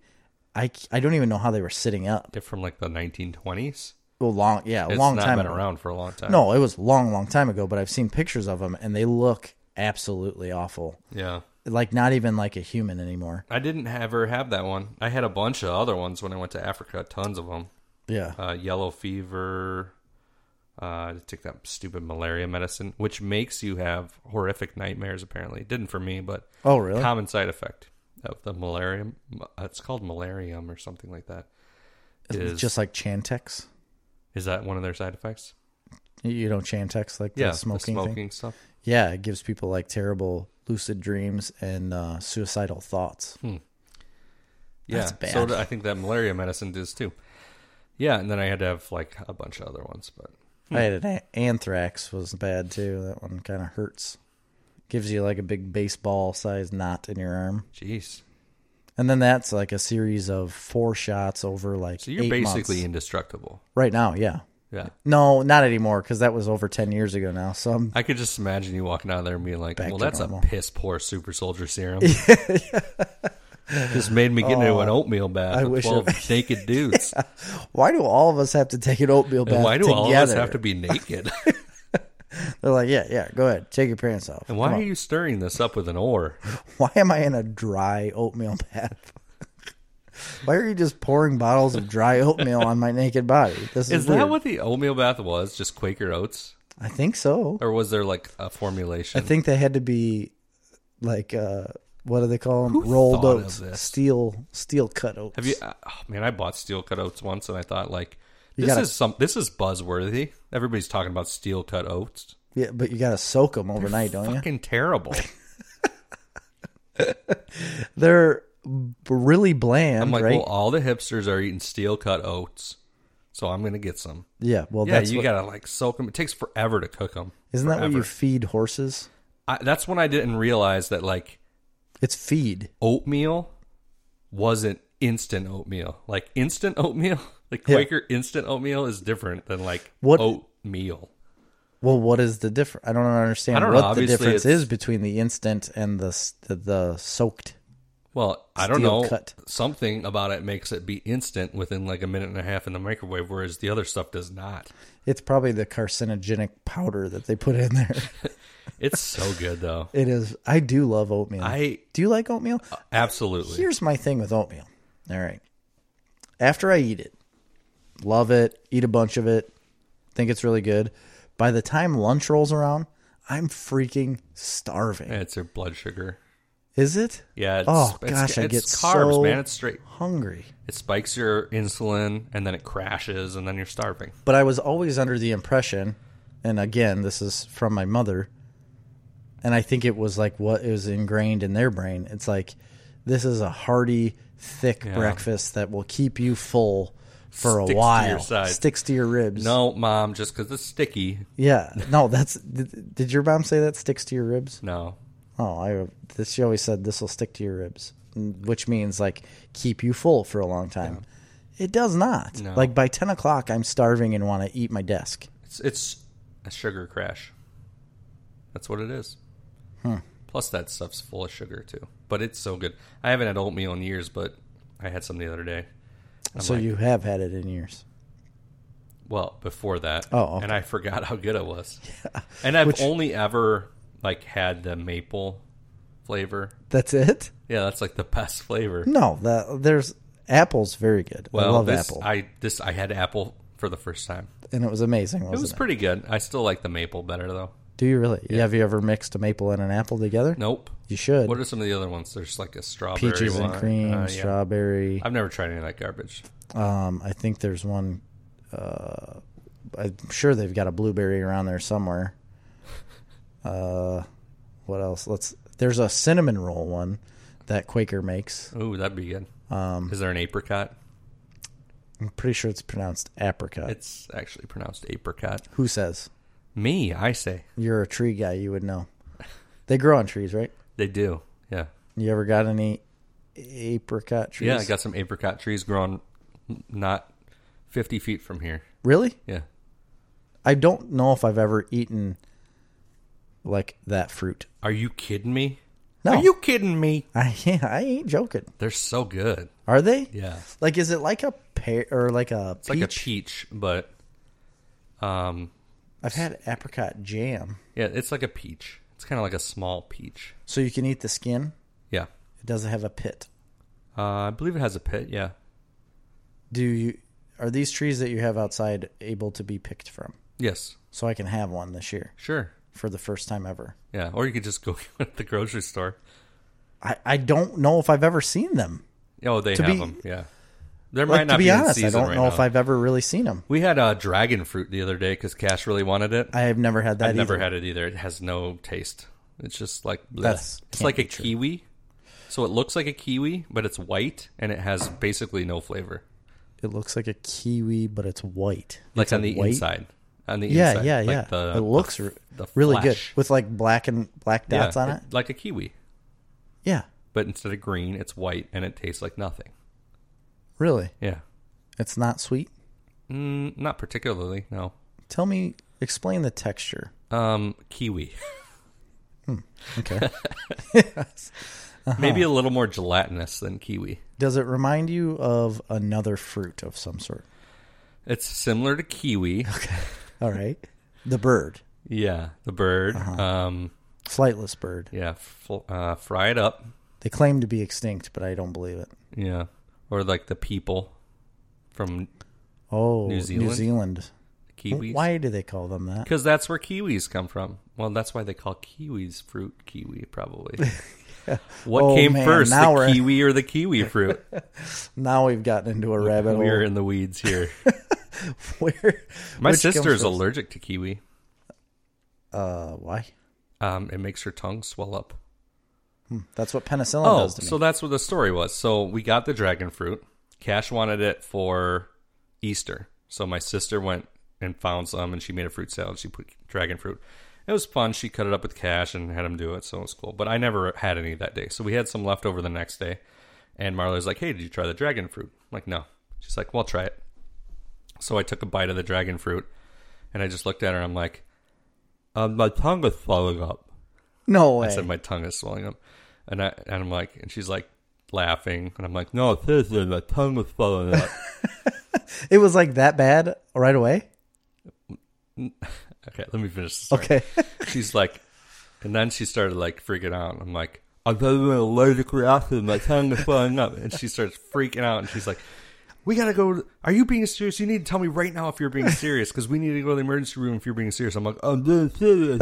I, c- I don't even know how they were sitting up. They're from like the 1920s Well, long yeah, a it's long not time been ago. around for a long time No, it was long, long time ago. But I've seen pictures of them, and they look absolutely awful. yeah Like not even like a human anymore. i didn't ever have that one i had a bunch of other ones when i went to africa tons of them Yeah. uh, yellow fever uh, I took that stupid malaria medicine, which makes you have horrific nightmares. Apparently, it didn't for me, but oh really? common side effect of the malaria. It's called malarium or something like that. Is Just like Chantix. Is that one of their side effects? You know Chantix, like the Yeah, smoking, the thing. smoking stuff. Yeah, it gives people like terrible lucid dreams and uh, suicidal thoughts. Yeah, That's bad. so do- I think that malaria medicine does too. Yeah, and then I had to have like a bunch of other ones, but I had an a- anthrax was bad too. That one kind of hurts. Gives you like a big baseball sized knot in your arm, jeez. and then that's like a series of four shots over like So you're eight basically months. indestructible. right now. Yeah, Yeah, no, not anymore because that was over ten years ago now. *laughs* So I'm I could just imagine you walking out of there and being like, "Well, to that's *laughs* normal. a piss poor super soldier serum." Just made me get into an oatmeal bath I with wish 12 *laughs* naked dudes. Why do all of us have to take an oatmeal bath And why do together? all of us have to be naked? *laughs* They're like, yeah, yeah, go ahead, take your pants off. And why are you stirring this up with an oar? *laughs* Why am I in a dry oatmeal *laughs* bath? why are you just pouring bottles of dry oatmeal on my naked body? This is, Is that weird. what the oatmeal bath was? Just Quaker oats? I think so. Or was there like a formulation? I think they had to be like uh, what do they call them? Who Rolled thought of oats, this? steel steel cut oats. Have you? uh, Oh, man, I bought steel cut oats once, and I thought like You this gotta- is some this is buzzworthy. Everybody's talking about steel cut oats. Yeah, but you gotta soak them overnight, don't you? Fucking *laughs* terrible. They're b- really bland, I'm like, right? well, all the hipsters are eating steel cut oats, so I'm gonna get some. yeah, well, Yeah, that's you what, gotta like soak them. It takes forever to cook them. isn't that what you feed horses? I, that's when I didn't realize that like It's feed. oatmeal wasn't instant oatmeal. Like instant oatmeal, *laughs* like Yeah. Quaker instant oatmeal is different than like What- oatmeal. Well, what is the difference? I don't understand I don't know. what the Obviously, difference it's- is between the instant and the s- the, the soaked. Well, I don't Steel know. cut. Something about it makes it be instant within like a minute and a half in the microwave, whereas the other stuff does not. It's probably the carcinogenic powder that they put in there. *laughs* It's so *laughs* good though. it is. I do love oatmeal. I do you like oatmeal? absolutely. Here's my thing with oatmeal. All right. After I eat it, love it, eat a bunch of it, think it's really good. By the time lunch rolls around, I'm freaking starving. It's your blood sugar. Is it? Yeah. It's, Oh, it's- gosh, I it's get carbs, so- man. It's straight. Hungry. It spikes your insulin, and then it crashes, and then you're starving. But I was always under the impression, and again, this is from my mother, and I think it was like what is ingrained in their brain. It's like this is a hearty, thick breakfast that will keep you full Sticks for a to your while. side. Sticks to your ribs. No, mom, just because it's sticky. Yeah. No, that's. Did, did your mom say that sticks to your ribs? No, Oh, I. This, she always said this will stick to your ribs, n- which means like keep you full for a long time. It does not. No. Like by ten o'clock, I'm starving and want to eat my desk. It's it's a sugar crash. That's what it is. Plus that stuff's full of sugar too. But it's so good. I haven't had oatmeal in years, but I had some the other day. I'm so like, you have had it in years. well, before that. Oh, okay. And I forgot how good it *laughs* was. And I've only ever like had the maple flavor. That's it. Yeah, that's like the best flavor. No, that there's apple's very good. Hmm. I Well, love this apple, I this I had apple for the first time. and it was amazing, wasn't It it? was pretty good. I still like the maple better though. Do you really? Have you ever mixed a maple and an apple together? Nope. You should. What are some of the other ones? There's like a strawberry Peaches and one. cream, Uh, yeah. strawberry. I've never tried any of that garbage. Um, I think there's one. Uh, I'm sure they've got a blueberry around there *laughs* somewhere. Uh, what else? Let's. There's a cinnamon roll one that Quaker makes. Ooh, that'd be good. Um, Is there an apricot? I'm pretty sure it's pronounced apricot. It's actually pronounced apricot. Who says Me, I say. you're a tree guy? You would know. They grow on trees, right? They do. Yeah. You ever got any apricot trees? Yeah, I got some apricot trees growing not 50 feet from here. Really? Yeah. I don't know if I've ever eaten like that fruit. *laughs* Are you kidding me? No. Are you kidding me? I I ain't joking. They're so good. Are they? Yeah. Like, is it like a pear or like a It's peach? like a peach, but um, I've had apricot jam. yeah, it's like a peach. It's kind of like a small peach. So you can eat the skin. Yeah. It doesn't have a pit. Uh, I believe it has a pit. Yeah. Do you? Are these trees that you have outside able to be picked from? Yes. So I can have one this year Sure. for the first time ever. Yeah. Or you could just go *laughs* at the grocery store. I, I don't know if I've ever seen them. Oh, they To have be- them. Yeah, there might Like not to be, in honest, I season don't right know now. if I've ever really seen them. We had uh, dragon fruit the other day because Cash really wanted it. I have never had that. I've never either. had it either. It has no taste. It's just like bleh. That's- it's can't like be a kiwi. So it looks like a kiwi, but it's white and it has basically no flavor. It looks like a kiwi, but it's white. Like It's a on the white- inside, on the Yeah, inside, yeah, like yeah. The, it looks the, r the really good flesh. with like black and black Yeah, dots on it. like a kiwi, Yeah, but instead of green, it's white and it tastes like nothing. really. Yeah, It's not sweet. mm, not particularly. No, Tell me, explain the texture. *laughs* um, kiwi. Okay. Maybe a little more gelatinous than kiwi. Does it remind you of another fruit of some sort? It's similar to kiwi. All right. The bird, Yeah, the bird. Uh-huh. Um, flightless bird. yeah, fl- uh, fry it up. They claim to be extinct, but I don't believe it. Yeah, or like the people from Oh, New New Zealand. Zealand? kiwis. Why do they call them that? Because that's where kiwis come from. Well, that's why they call kiwis fruit kiwi, probably. *laughs* What Oh, came man, first, now the we're- kiwi or the *laughs* kiwi fruit? Now we've gotten into a rabbit *laughs* hole. We're in the weeds here. *laughs* Where My which comes sister's first? allergic to kiwi. Uh, why? Um, it makes her tongue swell up. That's what penicillin Oh, does to me. so that's what the story was. So we got the dragon fruit. Cash wanted it for Easter. So my sister went and found some and she made a fruit salad. She put dragon fruit. It was fun. She cut it up with Cash and had him do it. So it was cool. But I never had any that day. So we had some left over the next day. And Marla's like, hey, did you try the dragon fruit? I'm like, no. She's like, well, try it. So I took a bite of the dragon fruit and I just looked at her and I'm like, um, my tongue is swelling up. no way. I said my tongue is swelling up, and I and I'm like, and she's like laughing, and I'm like, no, seriously, my tongue was swelling up. *laughs* it was like that bad right away. okay, let me finish. This Okay. She's like, and then she started like freaking out. and I'm like, I'm having an allergic reaction. My tongue is swelling up, and she starts freaking out, and she's like. We gotta go. Are you being serious? You need to tell me right now if you're being serious, because we need to go to the emergency room if you're being serious. I'm like, I'm being serious.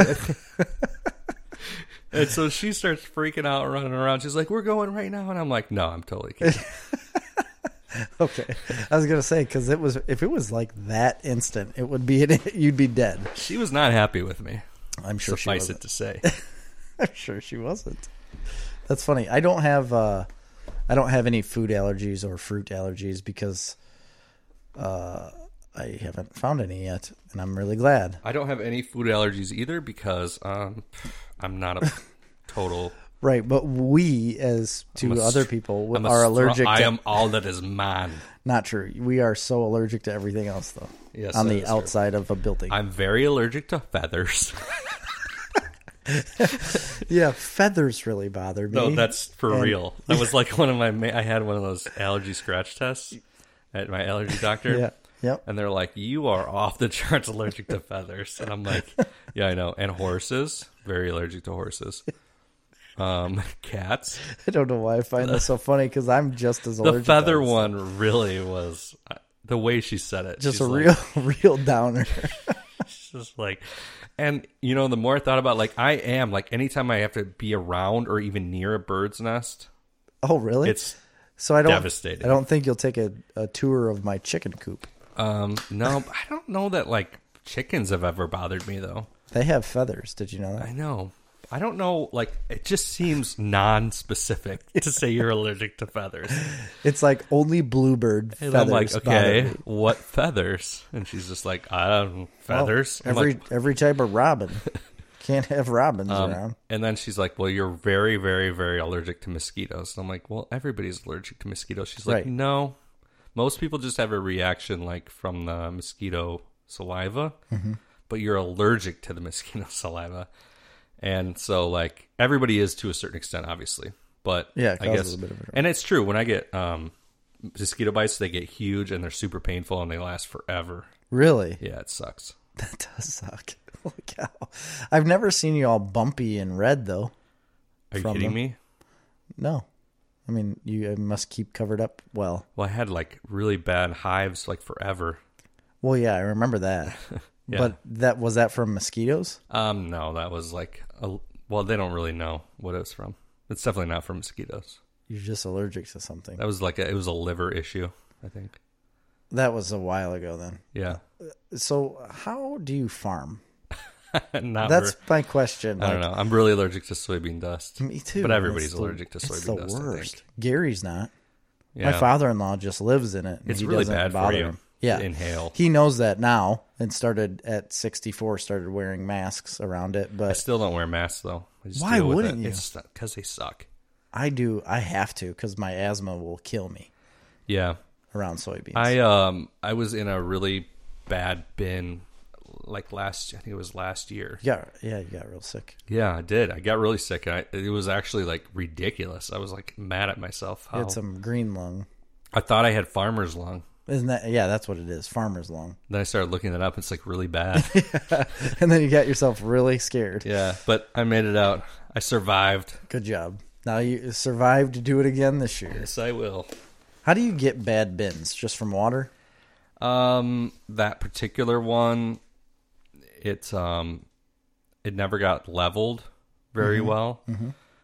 and so she starts freaking out, running around. She's like, "We're going right now," and I'm like, "No, I'm totally kidding." okay. *laughs* I was gonna say because it was if it was like that instant, it would be *laughs* you'd be dead. She was not happy with me. I'm sure she suffice wasn't. it to say, *laughs* I'm sure she wasn't. That's funny. I don't have uh, I don't have any food allergies or fruit allergies because uh, I haven't found any yet, and I'm really glad. *laughs* I don't have any food allergies either because um, I'm not *laughs* a total. Right, but we as to a other str- people w- I'm a are str- allergic. I to, am all that is man. Not true. We are so allergic to everything else though. Yes, on that the is true. outside of a building. I'm very allergic to feathers. *laughs* yeah, feathers really bother me. no, that's for And- real. That *laughs* was like one of my. Ma- I had one of those allergy scratch tests at my allergy doctor. yeah. Yep. And they're like, you are off the charts allergic to feathers. And I'm like, yeah, I know. And horses, very allergic to horses. Um, cats, I don't know why I find this so funny because I'm just as the allergic. to feather it. one really was uh, the way she said it. Just she's a like- real, *laughs* real downer. she's just like, and you know, the more I thought about, like, I am like, anytime I have to be around or even near a bird's nest, Oh, really? it's so I don't. devastating. I don't think you'll take a, a tour of my chicken coop. um, no, I don't know that like chickens have ever bothered me though. They have feathers. Did you know that? I know. I don't know. Like, it just seems *laughs* non-specific to say you're allergic to feathers. It's like only bluebird And feathers. I'm like, bother okay, me. what feathers? And she's just like, I don't know, feathers. I'm like, Um, Every every type *laughs* of robin can't have robins around. And then she's like, "Well, you're very, very, very allergic to mosquitoes." And I'm like, "Well, everybody's allergic to mosquitoes." She's like, Right. "No, most people just have a reaction like from the mosquito saliva, Mm-hmm. but you're allergic to the *laughs* mosquito saliva." And so, like, everybody is to a certain extent, obviously. But Yeah, it I guess, causes a bit of a- and it's true. When I get um, mosquito bites, they get huge and they're super painful and they last forever. Really, *laughs* Yeah, it sucks. that does suck. *laughs* Look how I've never seen you all bumpy and red though. Are you From kidding them. me? No, I mean you must keep covered up well. Well, I had like really bad hives like forever. Well, yeah, I *laughs* remember that. But that was that from mosquitoes. Um, no, that was like a, well, they don't really know what it was from. It's definitely not from mosquitoes. You're just allergic to something. That was like a, it was a liver issue, I think. That was a while ago then. Yeah, *laughs* So how do you farm? not. That's ver- my question. I don't know. I'm really allergic to soybean dust. Me too. But everybody's That's the- allergic to it's soybean the dust. I worst. think. Gary's not. Yeah. My father-in-law just lives in it. and It's he really doesn't bad for bother you him. to Yeah, inhale. He knows that now, and started at 64. Started wearing masks around it, I but still don't wear masks though. I just Why deal with wouldn't it. you? Because they suck. I do. I have to because my asthma will kill me Yeah. around soybeans. I um I was in a really bad bin like last. I think it was last year. Yeah, yeah, you got real sick. Yeah, I did. I got really sick. I, it was actually like ridiculous. I was like mad at myself. You How, had some green lung. I thought I had farmer's lung. Isn't that yeah? That's what it is. Farmer's lung. Then I started looking it up. It's like really bad. *laughs* and then you got yourself really *laughs* scared. yeah, but I made it out. I survived. Good job. Now you survived to do it again this year. Yes, I will. How do you get bad bins? Just from water? Um, that particular one, it's um, it never got leveled very well.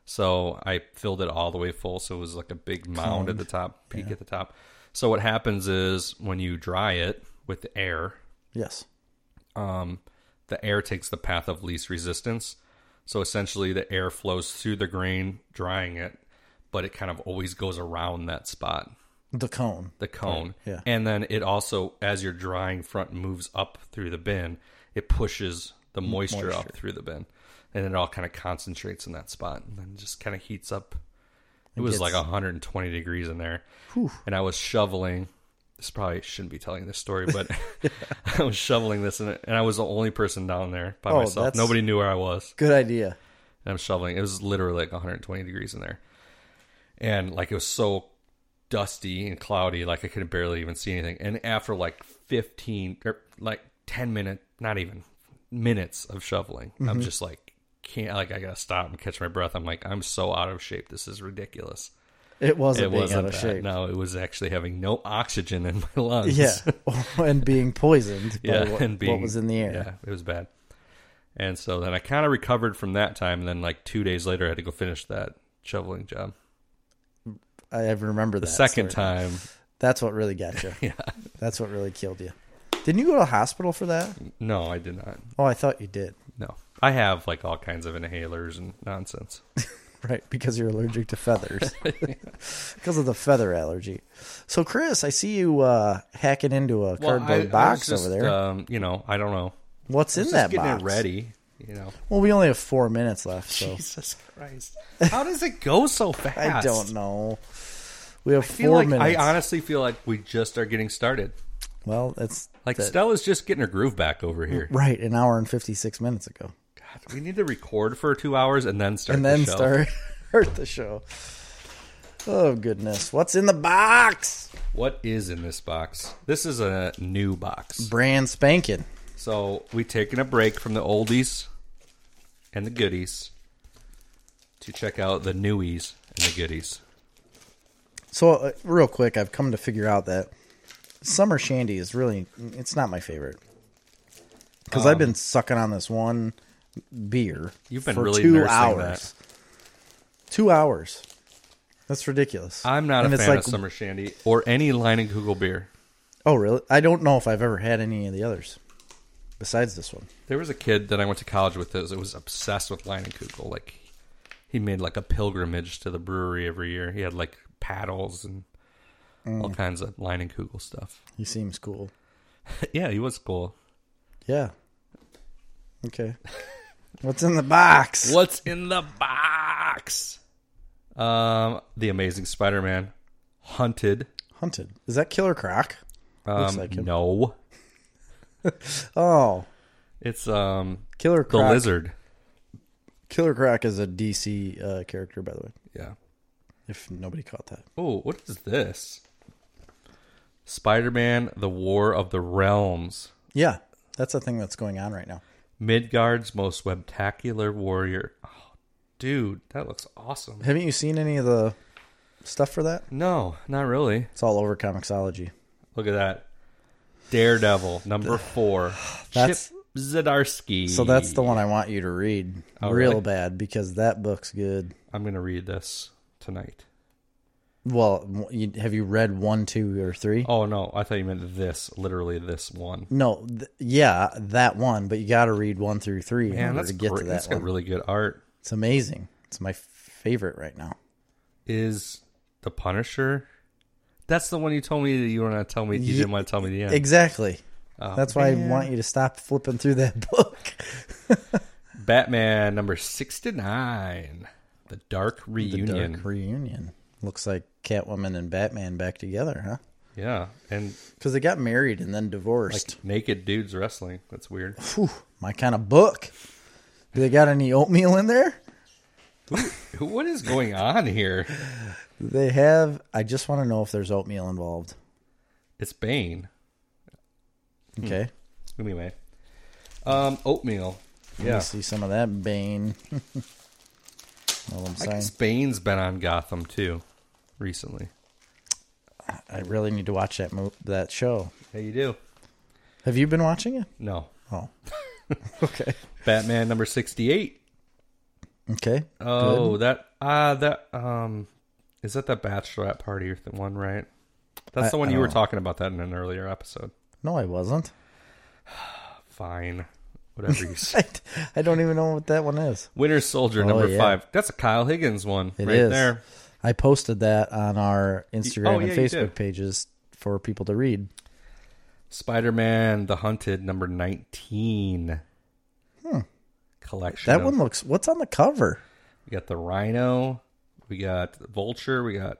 So I filled it all the way full, so it was like a big mound at the top, peak at the top. So what happens is when you dry it with air, Yes. um, the air takes the path of least resistance. So essentially, the air flows through the grain, drying it, but it kind of always goes around that spot The cone. the cone. yeah. And then it also, as your drying front moves up through the bin, it pushes the moisture, up through the bin. And it all kind of concentrates in that spot and then just kind of heats up. It was like 120 degrees in there. And I was shoveling. This probably shouldn't be telling this story, *laughs* but *laughs* I was shoveling this and, and I was the only person down there by Oh, myself. that's- Nobody knew where I was Good idea. and I'm shoveling. It was literally like 120 degrees in there, and like it was so dusty and cloudy, like I could barely even see anything. And after like 15 or like 10 minutes, not even minutes of shoveling, Mm-hmm. I'm just like can't like I gotta stop and catch my breath. I'm like I'm so out of shape. This is ridiculous. It wasn't It being wasn't out of that. shape. No, it was actually having no oxygen in my *laughs* lungs. *laughs* Yeah. *laughs* and being poisoned by yeah, what, and being, what was in the air. Yeah, it was bad. And so then I kind of recovered from that time. And then like two days later, I had to go finish that shoveling job. I ever remember that. The second story. time, That's what really got you. *laughs* Yeah. That's what really killed you. Didn't you go to the hospital for that? no, I did not. Oh, I thought you did. No, I have like all kinds of inhalers and nonsense. Right, because you're allergic to feathers. *laughs* because of the feather allergy. So, Chris, I see you uh, hacking into a cardboard box over there. Um, you know, I don't know. What's in Just that getting box? it ready. You know, Well, we only have four minutes left, so Jesus Christ, how does it go so fast? *laughs* I don't know. We have I feel four like minutes. I honestly feel like we just are getting started. well, that's Like that- Stella's just getting her groove back over *laughs* here. right an hour and fifty six minutes ago, God, we need to record for two hours and then start. and the then show. start *laughs* hurt the show. Oh goodness, what's in the box? What is in this box? This is a new box. Brand spanking. So we've taken a break from the oldies and the goodies to check out the newies and the goodies. So, uh, real quick, I've come to figure out that summer shandy is really it's not my favorite because I've been sucking on this one beer. Um, You've been for really two nursing hours. Two hours. That's ridiculous. I'm not and a it's fan like, of summer shandy or any line and Google beer. Oh, really? I don't know if I've ever had any of the others besides this one. There was a kid that I went to college with that was obsessed with line and Kugel. Like he made like a pilgrimage to the brewery every year. He had like paddles and all kinds of line and Kugel stuff. He seems cool. yeah, he was cool. Yeah. *laughs* Okay. What's in the box? What's in the box? Um, The Amazing Spider-Man, Hunted. Hunted. Is that Killer Croc? Um, like him. no, Oh, it's um Killer the Croc. lizard. Killer Croc is a DC uh, character, by the way. Yeah. If nobody caught that. Oh, what is this? Spider-Man: The War of the Realms, Yeah, that's a thing that's going on right now. Midgard's most webtacular warrior. Oh, dude, that looks awesome. Haven't you seen any of the stuff for that? No, not really. It's all over Comixology. Look at that, Daredevil *sighs* number four. That's- Chip Zdarsky. So that's the one I want you to read real Oh, really? bad because that book's good. I'm gonna read this tonight. Well, w- you, have you read one, two, or three? Oh no, I thought you meant this. Literally, this one. No, th- yeah, that one, but you got to read one through three in Man, order that's to get great. to that's that got one. really good art. It's amazing. It's my favorite right now. is the Punisher. That's the one you told me that you were not tell me you didn't want to tell me the end. Exactly. Oh, that's why I want you to stop flipping through that *laughs* book. Batman number sixty nine, the Dark Reunion. Dark Reunion. Looks like Catwoman and Batman back together, huh? Yeah, and because they got married and then divorced. like naked dudes wrestling. That's weird. Phew, my kind of book. Do they got any oatmeal in there? Who- what is going on here? Do they have. I just want to know if there's oatmeal involved. It's Bane. Hmm. Okay, Anyway, um, oatmeal. let me Yeah, see some of that Bane. *laughs* All I'm I saying, guess Bane's been on Gotham too recently. I really need to watch that mo- that show. Hey, you do? Have you been watching it? No, *laughs* Oh, okay, Batman number sixty-eight. okay. Oh, that uh that um is that that bachelorette party or the one, right? That's I- the one I you were don't talking about that in an earlier episode. No, I wasn't. *laughs* Fine. Whatever you say. I, I don't even know what that one is. Winter Soldier Oh, number yeah. 5. That's a Kyle Higgins one It is. right there. I posted that on our Instagram oh, yeah, and you Facebook did. pages for people to read. Spider-Man The Hunted number 19. Hmm. Collection. That of- one looks. What's on the cover? we got the Rhino, we got Vulture, we got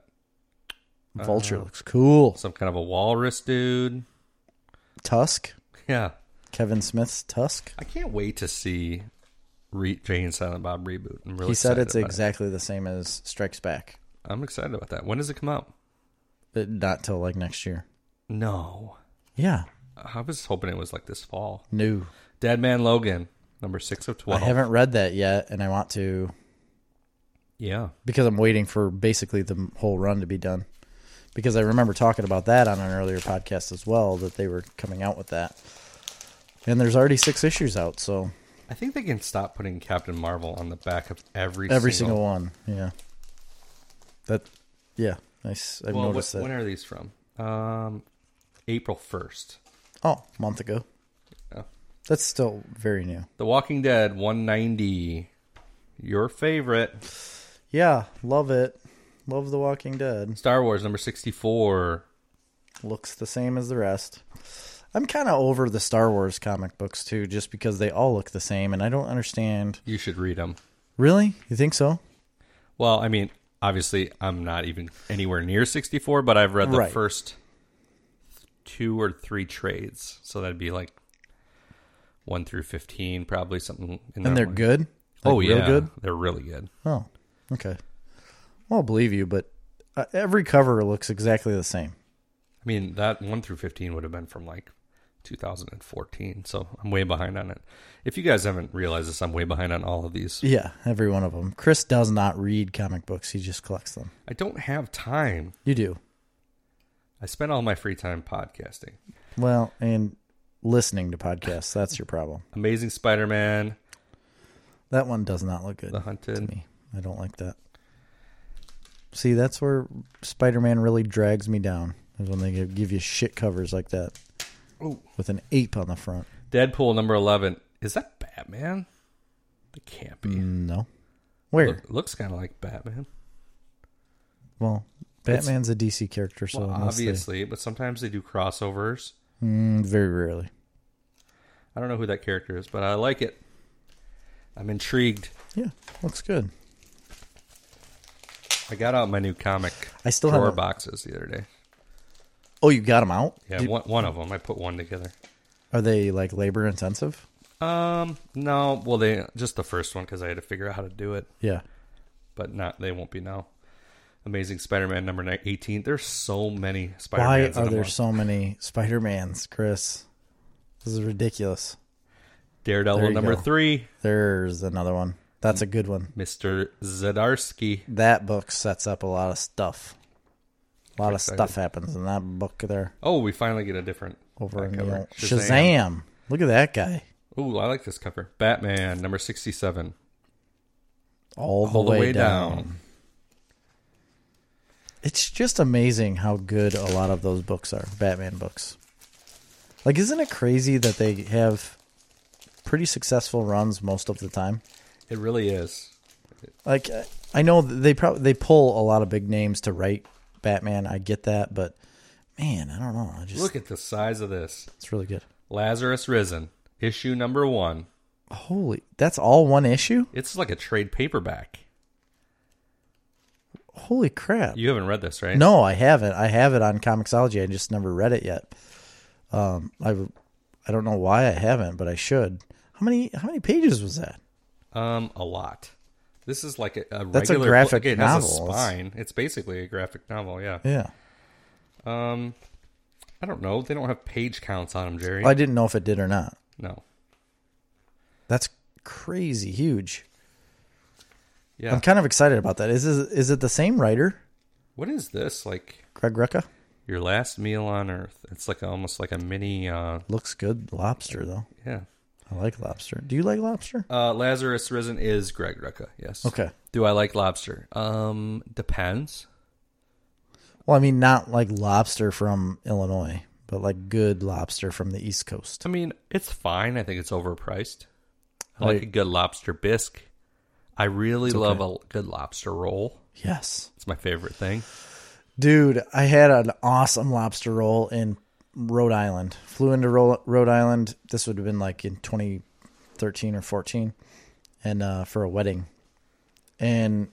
Uh, Vulture looks cool. some kind of a walrus dude. Tusk. Yeah. Kevin Smith's Tusk. I can't wait to see Re- Jay and Silent Bob reboot. I'm really he said excited it's about it. exactly the same as Strikes Back, I'm excited about that. When does it come out? but not till like next year. No. Yeah, I was hoping it was like this fall. new. Dead Man Logan, number six of I twelve. haven't read that yet, and I want to Yeah. because I'm waiting for basically the whole run to be done. Because I remember talking about that on an earlier podcast as well that they were coming out with that, and there's already six issues out, so I think they can stop putting Captain Marvel on the back of every every single, one. Yeah, that. Yeah, nice. I've Well, what, noticed when that. are these from? Um, April first. Oh, a month ago. Yeah. That's still very new. The Walking Dead 190. Your favorite Yeah, love it. Love The Walking Dead. Star Wars number 64. Looks the same as the rest. I'm kind of over the Star Wars comic books too, just because they all look the same, and I don't understand. You should read them. Really, you think so? Well, I mean, obviously, I'm not even anywhere near 64, but I've read the Right. first two or three trades. So that'd be like 1 through 15, probably something in that And they're one. good. Like, oh, real yeah. good. They're really good. Oh, okay. Well, I'll believe you, but uh, every cover looks exactly the same. I mean, that 1 through 15 would have been from like 2014. So I'm way behind on it. If you guys haven't realized this, I'm way behind on all of these. Yeah, every one of them. Chris does not read comic books; he just collects them. I don't have time. You do I spend all my free time podcasting. well, and listening to podcasts. That's your problem. Amazing Spider Man, That one does not look good. The Hunted. me. I don't like that. See, that's where Spider Man really drags me down, is when they give, give you shit covers like that Oh. with an ape on the front. Deadpool number 11. Is that Batman? It can't be. No. Where? Look- looks kind of like Batman. well, Batman's a DC character, so Well, mostly- obviously, but sometimes they do crossovers. Mm, very rarely. I don't know who that character is, but I like it. I'm intrigued. Yeah, looks good. I got out my new comic I still drawer haven't- boxes the other day. Oh, you got them out? Yeah, Did- one, one of them. I put one together. Are they like labor intensive? Um, no, well, they just the first one because I had to figure out how to do it, Yeah. but not they won't be now. Amazing Spider-Man number ni- eighteen. There's so many Why Spider-Mans. in are a there month. so many Spider Mans, Chris? This is ridiculous. There Daredevil you number go. three, There's another one. That's a good one. Mister Zdarsky. that book sets up a lot of stuff. A lot of Excited. stuff happens in that book there Oh, we finally get a different over in the cover. old- Shazam. Look at that guy. Ooh, I like this cover. Batman number sixty-seven. All the, All way, down. It's just amazing how good a lot of those books are, Batman books. Like isn't it crazy that they have pretty successful runs most of the time? It really is. Like I- I know that they probably they pull a lot of big names to write Batman. I get that, but man, I don't know. I just Look at the size of this. it's really good. Lazarus Risen, issue number one. Holy, that's all one issue? It's like a trade paperback. Holy crap! You haven't read this, right? No, I haven't. I have it on Comixology. I just never read it yet. Um, I I don't know why I haven't, but I should. How many how many pages was that? Um, a lot. This is like a, a That's a regular graphic book. It Has a novel. spine. It's basically a graphic novel. Yeah. Um, Yeah, I don't know. They don't have page counts on them, Jerry. well, I didn't know if it did or not. no. That's crazy huge. Yeah. I'm kind of excited about that. Is this, is it the same writer, What is this like? Greg Rucka? Your last meal on Earth. It's like a, almost like a mini. Uh, Looks good. Lobster though. yeah. I like lobster. Do you like lobster? Uh, Lazarus Risen is Greg Rucka. Yes. Okay. Do I like lobster? Um, depends. Well, I mean, not like lobster from Illinois, but like good lobster from the East Coast. I mean, it's fine. I think it's overpriced. I like Right. a good lobster bisque. I really love a good lobster roll. Yes. It's my favorite thing. Dude, I had an awesome lobster roll in Rhode Island. Flew into Ro- Rhode Island. This would have been like in 2013 or 14, and uh, for a wedding, and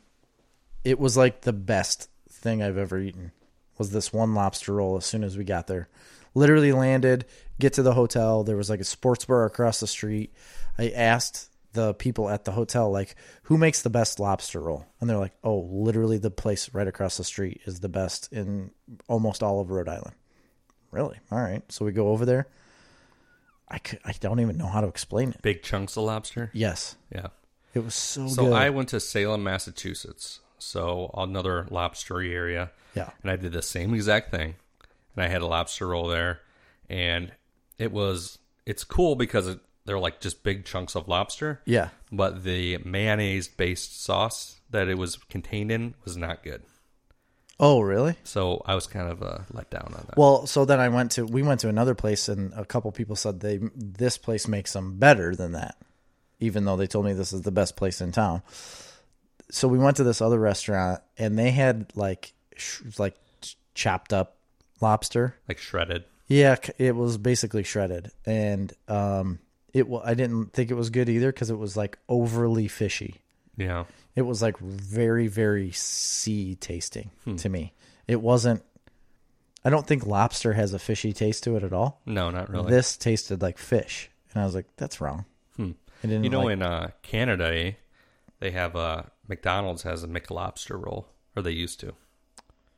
it was like the best thing I've ever eaten. Was this one lobster roll? As soon as we got there, literally landed, get to the hotel. There was like a sports bar across the street. I asked the people at the hotel like, "Who makes the best lobster roll?" And they're like, "Oh, literally the place right across the street is the best in almost all of Rhode Island." Really? All right. So we go over there. I could, I don't even know how to explain it. Big chunks of lobster. Yes, Yeah. it was so, So good. I went to Salem, Massachusetts. So another lobstery area. yeah. And I did the same exact thing. And I had a lobster roll there. And it was, it's cool because it, they're like just big chunks of lobster. Yeah. But the mayonnaise based sauce that it was contained in was not good. Oh, really? So I was kind of uh, let down on that. Well, so then I went to we went to another place, and a couple people said they this place makes them better than that, even though they told me this is the best place in town. So we went to this other restaurant, and they had like sh- like chopped up lobster. like shredded. Yeah, c- it was basically shredded, and um, it wa- I didn't think it was good either because it was like overly fishy. Yeah. It was like very, very sea tasting Hmm. to me. It wasn't. I don't think lobster has a fishy taste to it at all. No, not really. This tasted like fish, and I was like, "That's wrong." I didn't Hmm. you know, like- in uh, Canada, eh, they have uh, McDonald's has a McLobster roll, or they used to.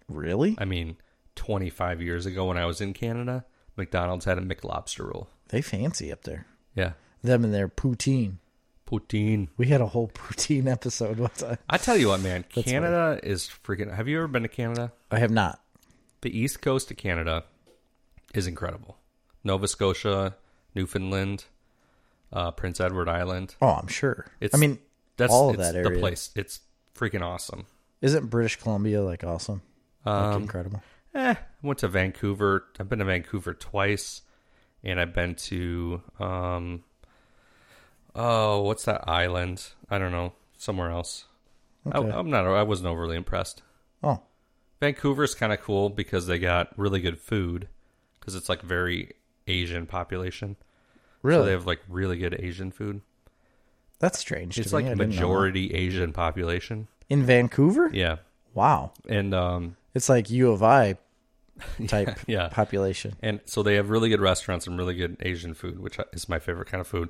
really? I mean, 25 years ago when I was in Canada, McDonald's had a McLobster roll. They fancy up there. Yeah. Them and their poutine. Poutine. We had a whole *laughs* poutine episode one time. I tell you what, man, Canada is freaking. Have you ever been to Canada? I have not. The east coast of Canada is incredible. Nova Scotia, Newfoundland, uh, Prince Edward Island. Oh, I'm sure. It's, I mean, that's all of it's that area. The place. It's freaking awesome. isn't British Columbia like awesome? Um, like incredible. Eh, I went to Vancouver. I've been to Vancouver twice, and I've been to um, oh, what's that island? I don't know, somewhere else. I, I'm not. I wasn't overly impressed. Oh, Vancouver's kind of cool because they got really good food because it's like very Asian population. So really? they have like really good Asian food. That's strange. to It's me. like I didn't know majority Asian population. that. in Vancouver. Yeah, Wow, and um, it's like U of I type *laughs* yeah. population. And so they have really good restaurants and really good Asian food, which is my favorite kind of food.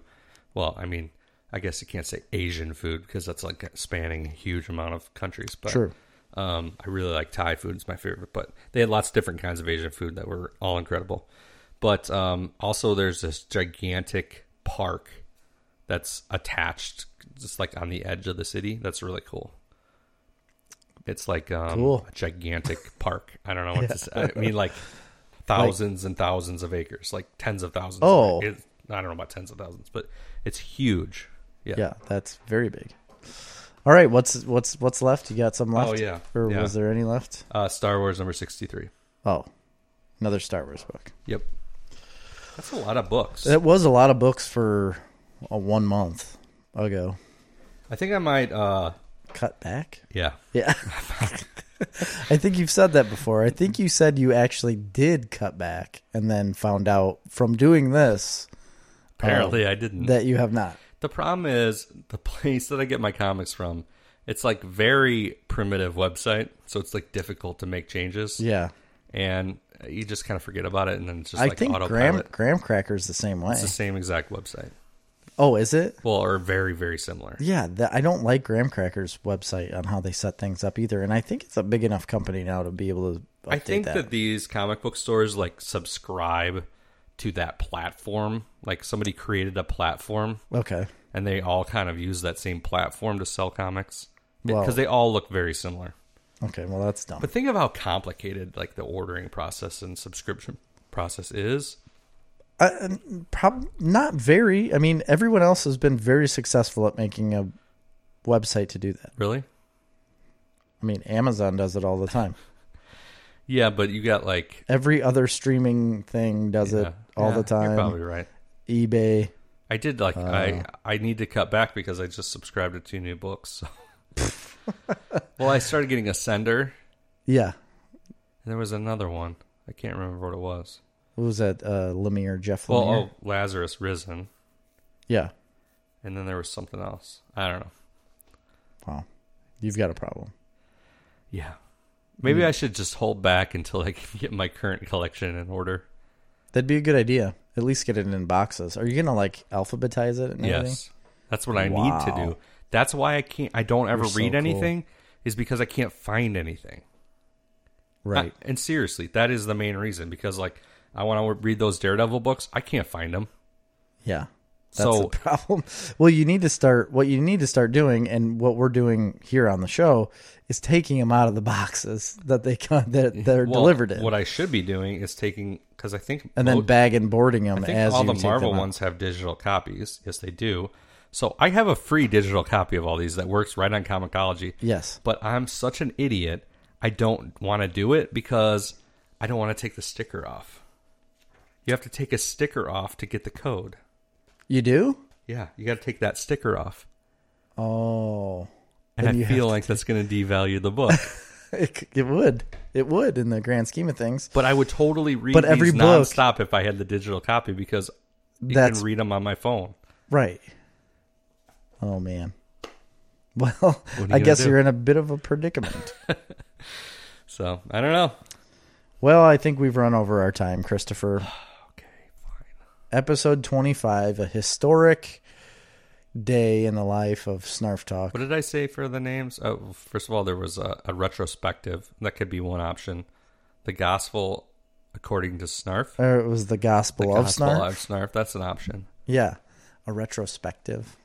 Well, I mean, I guess you can't say Asian food because that's like spanning a huge amount of countries. But True. Um, I really like Thai food; it's my favorite. But they had lots of different kinds of Asian food that were all incredible. But um, also, there's this gigantic park that's attached, just like on the edge of the city. That's really cool. It's like um, Cool. a gigantic park. I don't know what to say. I mean, like thousands and thousands of acres, like tens of thousands. of Oh. ac- it- I don't know about tens of thousands, but it's huge. Yeah. Yeah, that's very big. All right, what's what's what's left? You got some left? Oh, yeah, Or yeah. was there any left? Uh, Star Wars number sixty-three. Oh, another Star Wars book. Yep. That's a lot of books. That was a lot of books for a one month ago. I think I might. Uh, Cut back. yeah. Yeah. *laughs* I think you've said that before. I think you said you actually did cut back and then found out from doing this Apparently, I didn't. that you have not. *laughs* the problem is the place that I get my comics from It's like very primitive website, so it's like difficult to make changes. Yeah. and you just kind of forget about it, and then it's just I like think autopilot. graham, graham cracker's the same way. it's the same exact website. Oh, is it? Well, or very very similar. Yeah, that, I don't like Graham Cracker's website on how they set things up either, and I think it's a big enough company now to be able to. Update I think that. that these comic book stores like subscribe to that platform. Like somebody created a platform, okay. and they all kind of use that same platform to sell comics Wow. because they all look very similar. Okay, well that's dumb. But think of how complicated like the ordering process and subscription process is. Prob- not very. I mean, everyone else has been very successful at making a website to do that. Really? I mean, Amazon does it all the time. Yeah, but you got like Every other streaming thing does yeah, it all yeah, the You're time. Uh. probably right. eBay. I did like I I need to cut back because I just subscribed to two new books. So. *laughs* well, I started getting a sender, Yeah. and there was another one. I can't remember what it was. What was that? Uh, Lemire, Jeff Lemire. Well, oh, Lazarus Risen, Yeah. and then there was something else. I don't know. Wow. You've got a problem. Yeah, maybe Hmm. I should just hold back until I can get my current collection in order. That'd be a good idea. At least get it in boxes. Are you gonna like alphabetize it and everything? Yes, that's what I need to Wow. do. That's why I can't. I don't ever You're so read cool. anything, is because I can't find anything. Right. I- and seriously, that is the main reason because like I want to read those Daredevil books, I can't find them. yeah. That's So- the *laughs* problem. Well, you need to start what you need to start doing and what we're doing here on the show is taking them out of the boxes that they come that they're Well, delivered in. What I should be doing is taking because I think and then mo- bag and boarding them I think as all you the take Marvel them out. ones have digital copies. Yes, they do. So I have a free digital copy of all these that works right on Comicology. Yes. But I'm such an idiot. I don't want to do it because I don't want to take the sticker off. You have to take a sticker off to get the code. You do? Yeah, you got to take that sticker off. Oh. *laughs* And, Then you I have feel like that's going to devalue the *laughs* book. It, c- it would. It would in the grand scheme of things. But I would totally read But these every book- nonstop if I had the digital copy because you That's- can read them on my phone. Right. Oh man. *laughs* Well, you I gonna guess do? you're in a bit of a predicament. So I don't know. well, I think we've run over our time, Christopher. Okay, fine. Episode 25, a historic day in the life of Snarf Talk. What did I say for the names? Oh, first of all, there was a, a retrospective that could be one option. The Gospel according to Snarf. Or Uh, it was the Gospel of Gospel Snarf. of Snarf. That's an option. Yeah, a retrospective.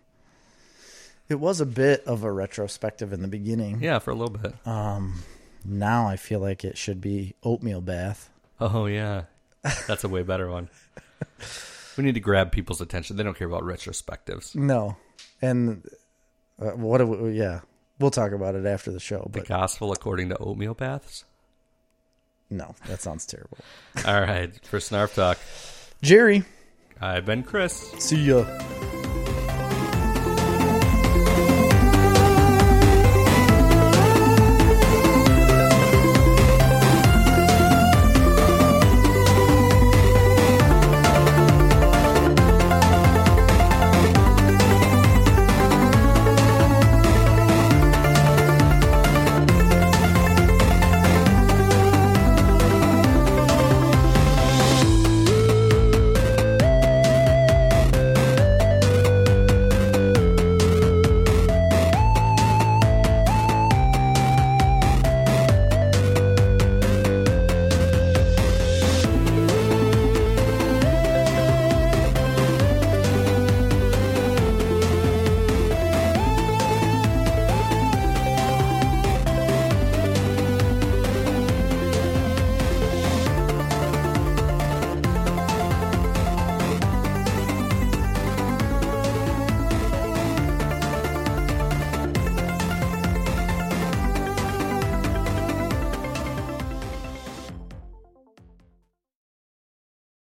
It was a bit of a retrospective in the beginning. Um, Yeah, for a little bit. Now I feel like it should be oatmeal bath. oh yeah, that's a way better one. *laughs* We need to grab people's attention. They don't care about retrospectives. No. And uh, what do we, yeah, we'll talk about it after the show, The but Gospel according to oatmeal baths. no, that sounds terrible. All right, for Snarf Talk, Jerry, I've been Chris. see ya.